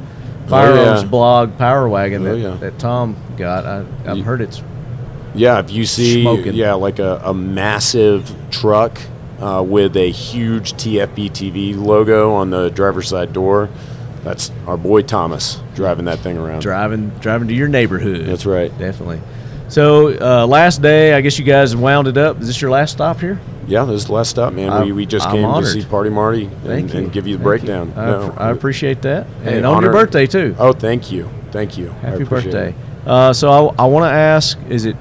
firearms
Oh, yeah.
blog Power Wagon
Oh,
that,
yeah.
that Tom got. I, I've heard it's
Yeah, if you see,
Smoking.
yeah, like a, a massive truck uh, with a huge TFB TV logo on the driver's side door, That's our boy Thomas driving that thing around.
Driving, driving to your neighborhood.
That's right.
Definitely. So uh, last day, I guess you guys wound it up. Is this your last stop here?
Yeah, this is the last stop, man.
I'm-
we, we just
I'm
came
honored.
to see Party Marty
Thank
and,
you.
and give you the
Thank you.
breakdown.
I app- I appreciate that.
Hey,
And on your
honor-
birthday, too.
Oh, thank you, thank you. I
Happy
appreciate
birthday.
it.
Uh, so I, I want to ask: Is it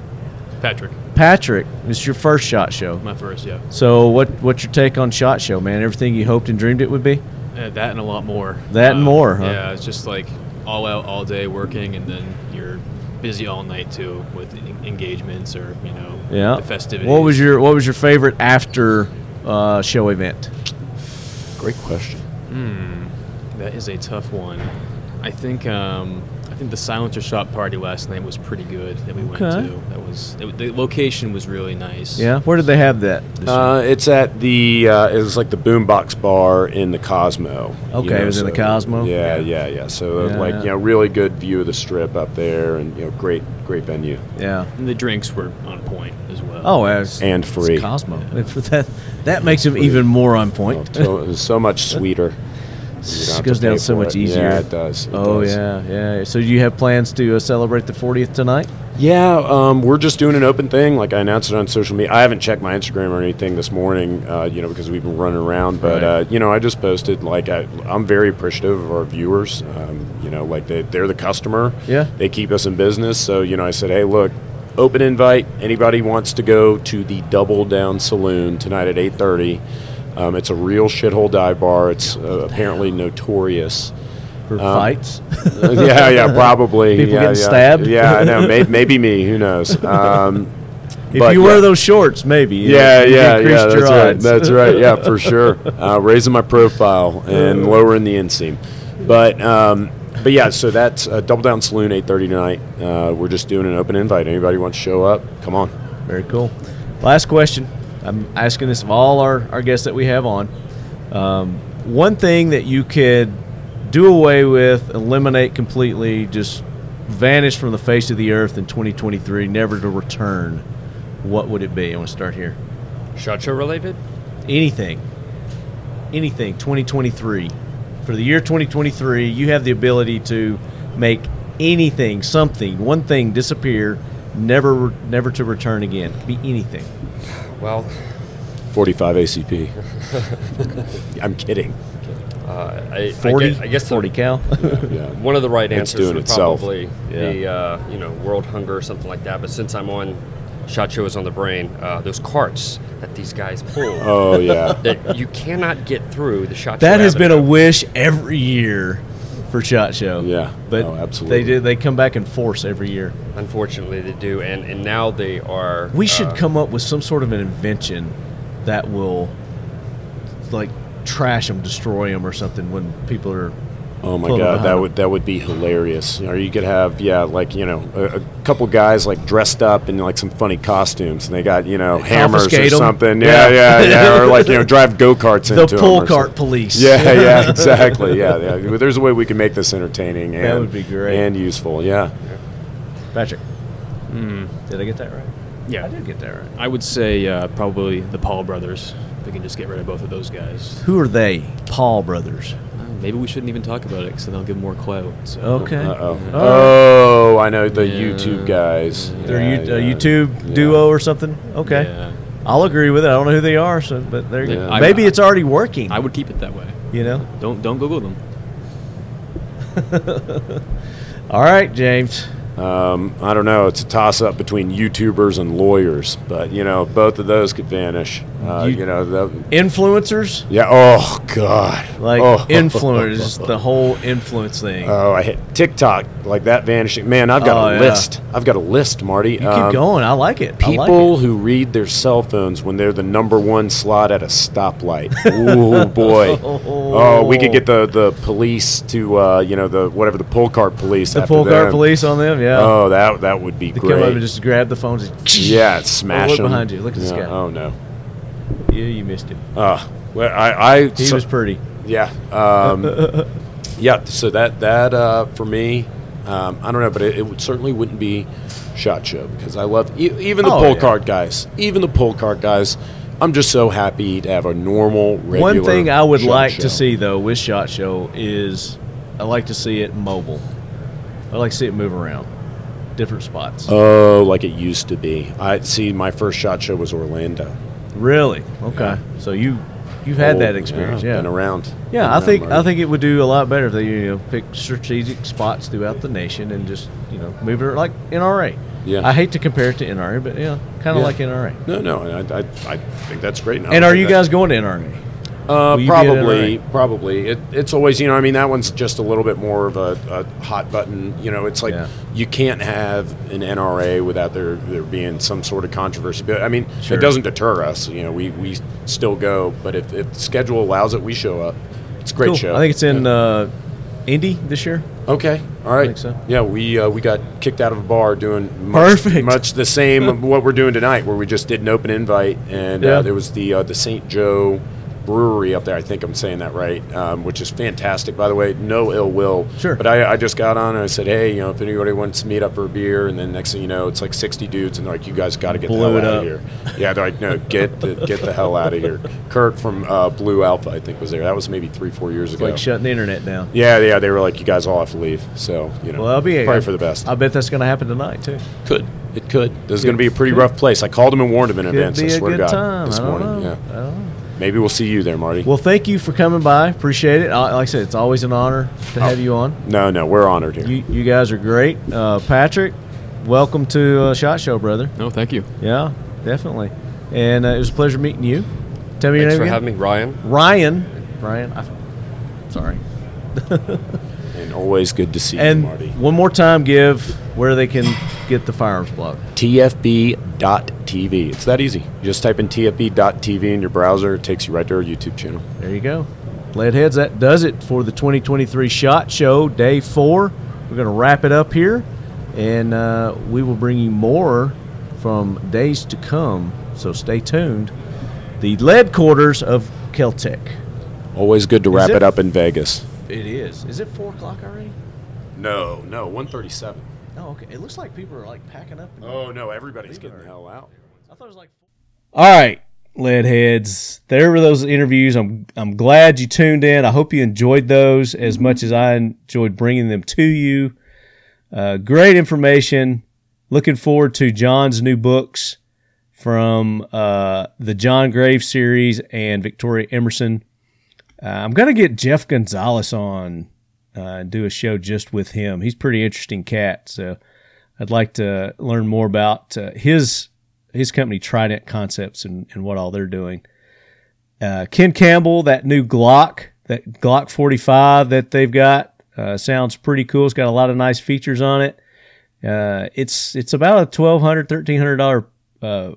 Patrick.
Patrick, it's your first shot show.
My first, yeah.
So what? What's your take on shot show, man? Everything you hoped and dreamed it would be?
Uh, that and a lot more. Um,
That and more, huh?
Yeah, it's just like all out all day working, and then you're busy all night too with en- engagements or you know
Yeah.
the festivities.
What was your What was your favorite after uh, show event?
Great question.
Hmm, that is a tough one. I think um, I think the silencer shop party last night was pretty good that we
Okay.
went to. That was it, the location was really nice.
Yeah. Where did they have that?
Uh, it's at the uh, it was like the Boombox Bar in the Cosmo. you
Okay, it was in the Cosmo?
Yeah, yeah, yeah. So uh,
Yeah,
like
yeah.
you know, really good view of the Strip up there, and you know, great, great venue.
Yeah.
And the drinks were on point as well.
Oh, as
and free.
it's Cosmo. If that that makes them even more on point.
Oh, so, it was so much sweeter. You don't have
It
to
goes
pay
down so
for
much
it.
easier.
Yeah, it does. It
oh
does.
yeah, yeah. So you have plans to uh, celebrate the 40th tonight?
Yeah, um, we're just doing an open thing. Like I announced it on social media. I haven't checked my Instagram or anything this morning, uh, you know, because we've been running around. But
Right.
uh, you know, I just posted. Like I, I'm very appreciative of our viewers. Um, you know, like they, they're the customer.
Yeah.
They keep us in business. So you know, I said, hey, look, open invite. Anybody wants to go to the Double Down Saloon tonight at 8:30. Um, it's a real shithole dive bar. It's uh, apparently notorious
For
um,
fights?
yeah, yeah, probably.
People
yeah,
getting
yeah.
stabbed?
Yeah, I know. Maybe, maybe me. Who knows? Um,
If
but
you
yeah.
wear those shorts, maybe. you-
Yeah,
you
yeah,
increased
yeah.
your
That's right.
odds.
That's right. Yeah, for sure. Uh, raising my profile and lowering the inseam, but um, but yeah. So that's uh, Double Down Saloon, eight thirty tonight. Uh, we're just doing an open invite. Anybody want to show up? Come on.
Very cool. Last question. I'm asking this of all our, our guests that we have on. Um, one thing that you could do away with, eliminate completely, just vanish from the face of the earth in 2023, never to return, what would it be? I want to start here.
Shot show related?
Anything. Anything. 2023. For the year 2023, you have the ability to make anything, something, one thing disappear, never, never to return again. It could be anything.
Well,
Forty-five ACP. I'm kidding.
Uh, I,
40?
I guess, I guess the-
40 cal?
Yeah.
One of the right
It's
answers
doing
would
itself.
probably
Yeah.
be uh, you know world hunger or something like that. But since I'm on shot show is on the brain, uh, those carts that these guys pull.
Oh, yeah.
that you cannot get through the shot.
That
show
has been
avenue.
a wish every year for Shot Show.
Yeah.
But
Oh, absolutely.
they do they come back in force every year.
Unfortunately, they do, and and now they are.
We should
uh,
come up with some sort of an invention that will like trash them, destroy them or something when people are
Oh my
pulling
god,
behind
that
'em.
would that would be hilarious. Or you could have yeah, like you know, a, a couple guys like dressed up in like some funny costumes, and they got you know hammers or
confiscate 'em.
something. Yeah,
Yeah.
yeah, yeah, or like you know drive go karts
The
into 'em
pull
or something.
cart police.
Yeah, yeah, exactly. Yeah, yeah. Well, There's a way we can make this entertaining. And,
That would be great.
and useful. Yeah.
Patrick. Did I get that right?
Yeah, I
did get that right.
I would say uh, probably the Paul brothers. If we can just get rid of both of those guys,
Who are they? Paul brothers.
Uh, maybe we shouldn't even talk about it because they'll give more clout. So.
Okay.
Uh-oh.
Yeah.
Oh, I know the YouTube guys.
They're
Yeah,
you- a
yeah.
YouTube duo or something. Okay.
Yeah.
I'll agree with it. I don't know who they are, so but there you go.
I-
Maybe it's already working.
I would keep it that way.
You know?
Don't don't Google them.
All right, James.
Um, I don't know. It's a toss-up between YouTubers and lawyers, but you know, both of those could vanish. Uh, you,
You-
know, the,
Influencers?
yeah. Oh God,
Like
oh.
influence, the whole influence thing.
Oh, I hit TikTok like that vanishing. Man, I've got
Oh,
a
yeah.
list. I've got a list, Marty. Um,
you keep going. I like it. I like
People who read their cell phones when they're the number one slot at a stoplight. Oh boy! oh, we could get the, the police to uh, you know the whatever the pull cart police.
The
after
pull cart
them.
police on them, yeah.
Oh, that that would be
it. They
great.
come up and just grab the phones. And
Yeah, it's
Oh,
smash
look
'em.
behind you. Look at this
Yeah,
guy.
Oh no.
Yeah, you missed it.
Uh, well, I, I
He was pretty.
Yeah. Um, yeah. So that that uh, for me, um, I don't know, but it, it would, certainly wouldn't be shot show because I love e- even the
Oh,
pull
yeah.
card guys, even the pull card guys. I'm just so happy to have a normal regular.
One thing I would
shot
like
show.
to see though with Shot Show is
I like to see it mobile. I like to see it move around, different spots.
Oh, like it used to be. I see. My first shot show was Orlando.
Really? Okay. So you you've had
Oh,
that experience, yeah?
Been around. Been
Yeah, I
around
think
already.
I think it would do a lot better if they you know pick strategic spots throughout the nation and just you know move it like NRA.
Yeah.
I hate to compare it to NRA, but yeah, kind of
Yeah.
like NRA.
No, no, and I, I, I think that's great.
And are you guys going to NRA?
Uh,
Will you be at
probably,
NRA?
probably. It, it's always, you know, I mean, that one's just a little bit more of a, a hot button. You know, it's like you can't have an NRA without there there being some sort of controversy. But I mean,
Sure.
it doesn't deter us. You know, we, we still go, but if, if the schedule allows it, we show up. It's a great
Cool.
show.
I think it's in uh, Indy this year.
Okay. All right. Yeah, we uh, we got kicked out of a bar doing much,
Perfect.
much the same of what we're doing tonight, where we just did an open invite, and
Yeah.
uh, there was the uh, the St. Joe Brewery up there. I think I'm saying that right, um, which is fantastic. By the way, no ill will. Sure. But I, I just got on and I said, hey, you know, if anybody wants to meet up for a beer, and then next thing you know, it's like 60 dudes, and they're like, you guys got to get
Blew
the
it
hell
up.
out of here. Yeah, they're like, no, get the get the hell out of here. Kurt from uh, Blue Alpha, I think, was there. That was maybe three four years
It's
ago.
like shutting the internet down.
Yeah, yeah, they were like, "You guys all have to leave." So you know,
Well, that'll be
probably for the best.
I bet that's going to happen tonight too.
Could it could? This is
Could-
going to be a pretty
could.
rough place. I called him and warned him in
Could
advance.
be
I
a
swear to
good
God,
time.
this
I don't
morning.
know.
Yeah. Maybe we'll see you there, Marty.
Well, thank you for coming by. Appreciate it. I- Like I said, it's always an honor
Oh.
to have you on.
no, no, we're honored here.
You, you guys are great. Uh, Patrick, welcome to uh, Shot Show, brother.
No, thank you.
Yeah, definitely. And uh, it was a pleasure meeting you. Tell me your
Thanks
name
for
again.
having me, Ryan.
Ryan. Ryan. I, sorry.
and always good to see
and
you, Marty.
one more time, give where they can get the firearms blog.
TFB.tv. It's that easy. You just type in TFB.tv in your browser. It takes you right to our YouTube channel.
There you go. Leadheads, that does it for the 2023 SHOT Show, day four. We're going to wrap it up here, and uh, we will bring you more from days to come. So stay tuned. The lead quarters of Keltec.
Always good to
Is
wrap
it-
it up in Vegas.
It is. Is it four o'clock already?
No, no, one thirty-seven.
Oh, okay. It looks like people are like packing up.
Oh no, everybody's getting the hell out.
I thought it was like.
All right, leadheads. There were those interviews. I'm I'm glad you tuned in. I hope you enjoyed those as much as I enjoyed bringing them to you. Uh, great information. Looking forward to John's new books from uh, the John Graves series and Victoria Emerson. Uh, I'm gonna get Jeff Gonzalez on uh, and do a show just with him. He's a pretty interesting cat. So I'd like to learn more about uh, his his company Trident Concepts and, and what all they're doing. Uh, Ken Campbell, that new Glock, that Glock 45 that they've got, uh, sounds pretty cool. It's got a lot of nice features on it. Uh, it's it's about a $1,200, $1,300 uh,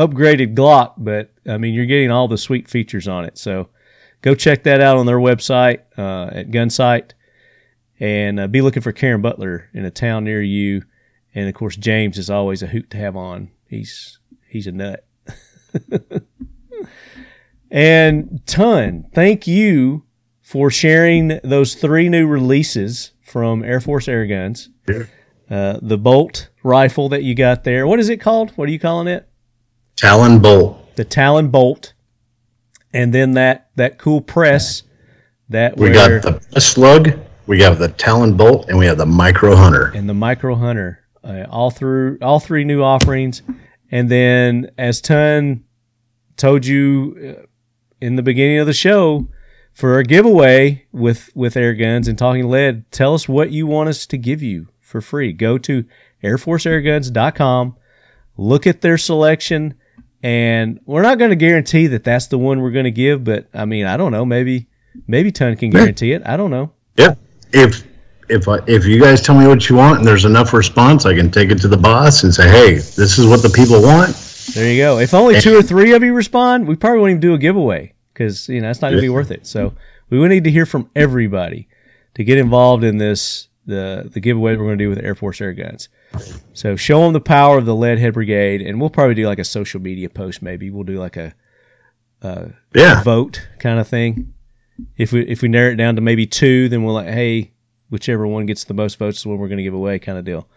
upgraded Glock, but I mean, you're getting all the sweet features on it. So go check that out on their website uh, at Gunsight and uh, be looking for Karen Butler in a town near you. And of course, James is always a hoot to have on. He's he's a nut. and Ton, thank you for sharing those three new releases from Air Force Air Guns. Uh, the bolt rifle that you got there. What is it called? What are you calling it?
Talon Bolt.
The Talon bolt, and then that that cool press. That
We
where-
got the press slug, we have the Talon Bolt, and we have the Micro Hunter.
and the Micro Hunter, uh, all through all three new offerings, and then as Tun told you uh, in the beginning of the show, for our giveaway with with air guns and talking lead, tell us what you want us to give you for free. Go to airforceairguns.com, look at their selection, and we're not going to guarantee that that's the one we're going to give, but I mean, I don't know, maybe maybe Tun can guarantee it. I don't know.
Yeah. If if I, if you guys tell me what you want and there's enough response, I can take it to the boss and say, "Hey, this is what the people want."
There you go. If
Eh.
only two or three of you respond, we probably won't even do a giveaway because you know it's not going to be worth it. So we would need to hear from everybody to get involved in this the the giveaway we're going to do with Air Force Air Guns. So show them the power of the Leadhead Brigade, and we'll probably do like a social media post. Maybe we'll do like a, uh
Yeah.
vote kind of thing. If we if we narrow it down to maybe two, then we'll like hey, whichever one gets the most votes is the one we're going to give away kind of deal.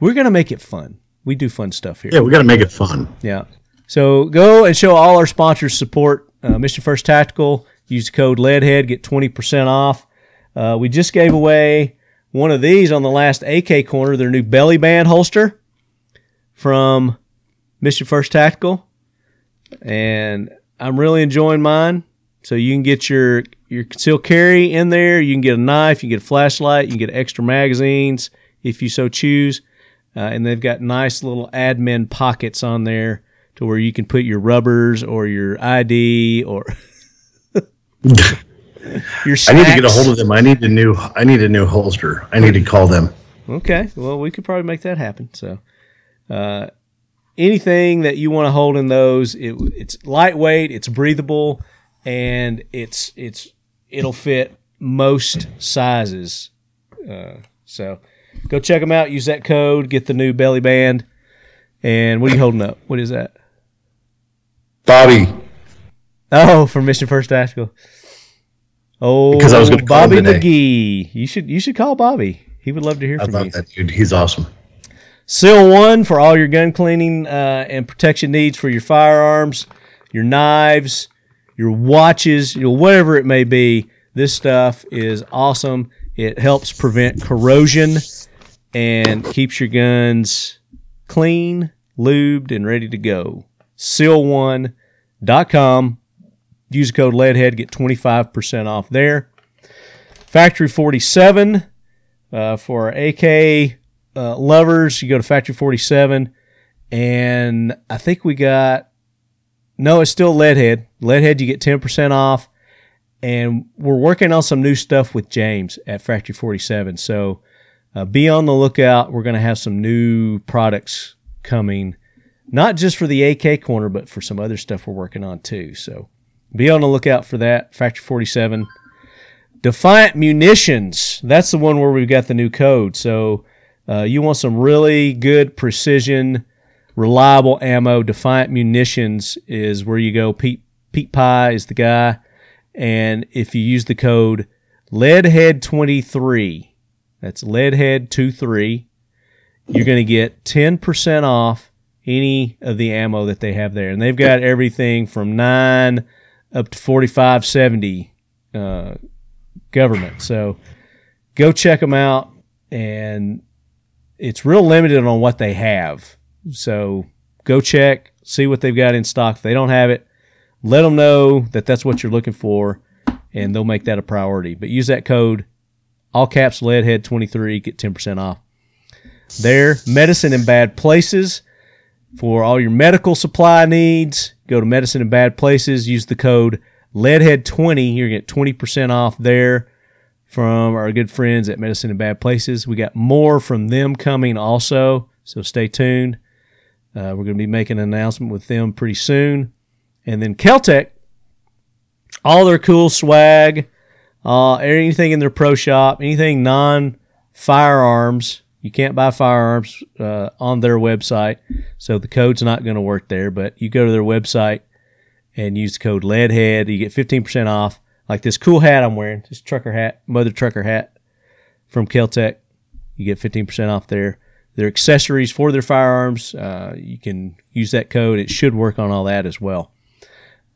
We're going to make it fun. We do fun stuff here.
Yeah, we got to make it fun.
Yeah. So go and show all our sponsors support. Uh, Mission First Tactical. Use the code LEADHEAD. Get 20% off. Uh, we just gave away one of these on the last AK corner, their new belly band holster from Mission First Tactical, and I'm really enjoying mine. So you can get your your concealed carry in there. You can get a knife, you can get a flashlight, you can get extra magazines if you so choose, uh, and they've got nice little admin pockets on there to where you can put your rubbers or your ID or your.
I need to get a
snacks.
hold of them. I need a new. I need a new holster. I need to call them.
Okay. Well, we could probably make that happen. So, uh, anything that you want to hold in those, it, it's lightweight, it's breathable, and it's it's it'll fit most sizes. Uh, so, go check them out. Use that code. Get the new belly band. And what are you holding up? What is that?
Bobby.
Oh, from Mission First Tactical. Oh,
Because I was gonna call him
Bobby
today.
McGee. You should you should call Bobby. He would love to hear
I
from you.
love that dude. He's awesome.
Seal One for all your gun cleaning uh, and protection needs for your firearms, your knives, your watches, your whatever it may be. This stuff is awesome. It helps prevent corrosion and keeps your guns clean, lubed, and ready to go. Seal1.com. Use code LEADHEAD, get 25% off there. Factory 47 uh, for our AK uh, lovers. You go to Factory 47, and I think we got no, it's still Leadhead. Leadhead, you get 10% off. And we're working on some new stuff with James at Factory 47. So uh, be on the lookout. We're going to have some new products coming, not just for the AK corner, but for some other stuff we're working on too. So be on the lookout for that. Factory 47. Defiant Munitions. That's the one where we've got the new code. So uh, you want some really good precision, reliable ammo. Defiant Munitions is where you go. Pete, Pete Pie is the guy. And if you use the code LEADHEAD23, that's LEADHEAD23, you're going to get 10% off any of the ammo that they have there. And they've got everything from 9 up to 4570 uh, government. So go check them out. And it's real limited on what they have. So go check, see what they've got in stock. If they don't have it, let them know that that's what you're looking for, and they'll make that a priority. But use that code, all caps leadhead 23, get 10% off. There, medicine in bad places for all your medical supply needs. Go to medicine in bad places, use the code leadhead 20. You're going to get 20% off there from our good friends at Medicine in Bad Places. We got more from them coming also, so stay tuned. Uh, we're going to be making an announcement with them pretty soon. And then Keltec, all their cool swag, uh, anything in their pro shop, anything non firearms. You can't buy firearms uh, on their website, so the code's not going to work there. But you go to their website and use the code LEADHEAD, you get 15% off. Like this cool hat I'm wearing, this trucker hat, mother trucker hat from Keltec. You get 15% off there. Their accessories for their firearms, uh, you can use that code. It should work on all that as well.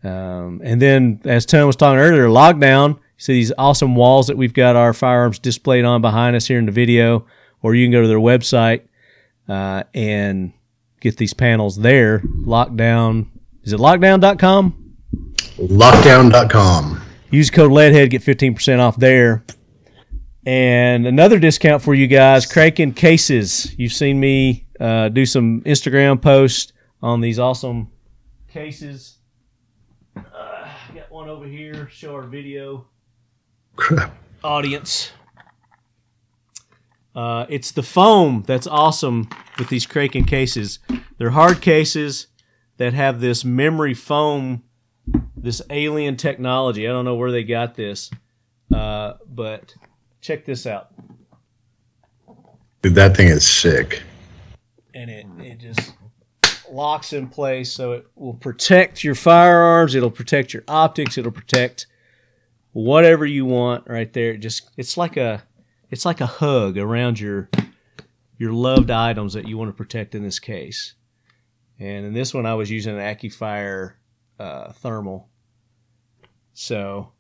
Um, and then, as Tom was talking earlier, lockdown. You see these awesome walls that we've got our firearms displayed on behind us here in the video, or you can go to their website uh, and get these panels there. Lockdown. Is it lockdown.com?
Lockdown.com.
Use code LEADHEAD, get 15% off there. And another discount for you guys, Kraken Cases. You've seen me uh, do some Instagram posts on these awesome cases. Uh, got one over here, show our video audience. Uh, it's the foam that's awesome with these Kraken cases. They're hard cases that have this memory foam, this alien technology. I don't know where they got this, uh, but check this out.
Dude, that thing is sick.
And it, it just locks in place so it will protect your firearms, it'll protect your optics, it'll protect whatever you want right there. It just it's like a it's like a hug around your your loved items that you want to protect in this case. And in this one, I was using an AccuFire uh, thermal. So,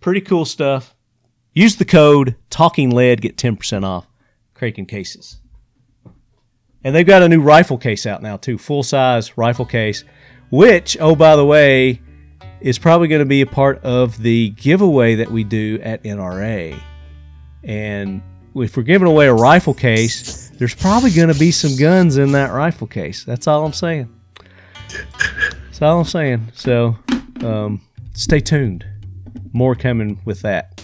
pretty cool stuff. Use the code Talking Lead get ten percent off Kraken cases. And they've got a new rifle case out now too, full size rifle case, which oh by the way, is probably going to be a part of the giveaway that we do at NRA. And if we're giving away a rifle case, there's probably going to be some guns in that rifle case. That's all I'm saying. That's all I'm saying. So um, stay tuned. More coming with that.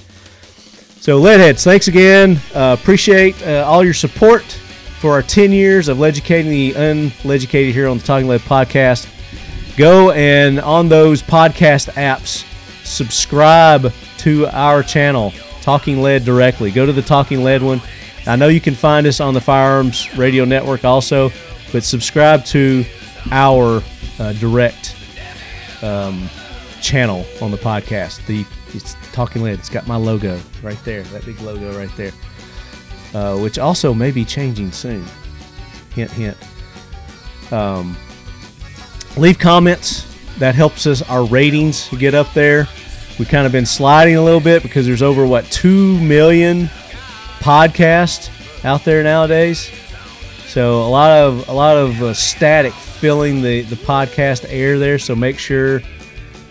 So, Leadheads, thanks again. Uh, appreciate uh, all your support for our 10 years of educating the uneducated here on the Talking Lead podcast. Go and on those podcast apps, subscribe to our channel, Talking Lead directly. Go to the Talking Lead one. I know you can find us on the Firearms Radio Network also, but subscribe to our uh, direct um, channel on the podcast. The it's Talking Lead. It's got my logo right there, that big logo right there, uh, which also may be changing soon. Hint, hint. Um, leave comments. That helps us our ratings get up there. We've kind of been sliding a little bit because there's over what two million podcasts out there nowadays. So a lot of a lot of uh, static filling the the podcast air there. So make sure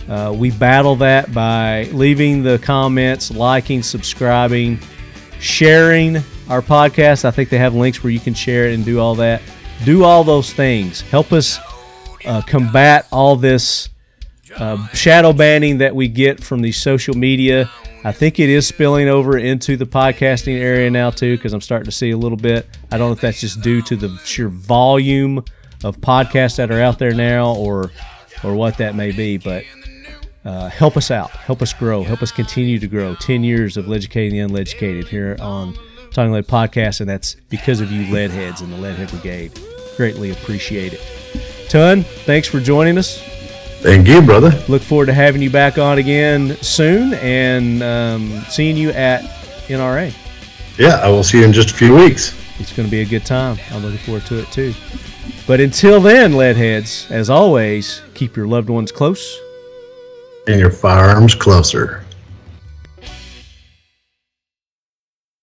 uh, we battle that by leaving the comments, liking, subscribing, sharing our podcast. I think they have links where you can share it and do all that. Do all those things. Help us uh, combat all this uh, shadow banning that we get from the social media. I think it is spilling over into the podcasting area now too, because I'm starting to see a little bit. I don't know if that's just due to the sheer volume of podcasts that are out there now, or or what that may be. But uh, help us out, help us grow, help us continue to grow. Ten years of educating the uneducated here on Talking Lead Podcast, and that's because of you leadheads and the Leadhead Brigade. Greatly appreciate it. Ton, thanks for joining us.
Thank you, brother.
Look forward to having you back on again soon and um, seeing you at NRA.
Yeah, I will see you in just a few weeks.
It's going to be a good time. I'm looking forward to it too. But until then, leadheads, as always, keep your loved ones close
And your firearms closer.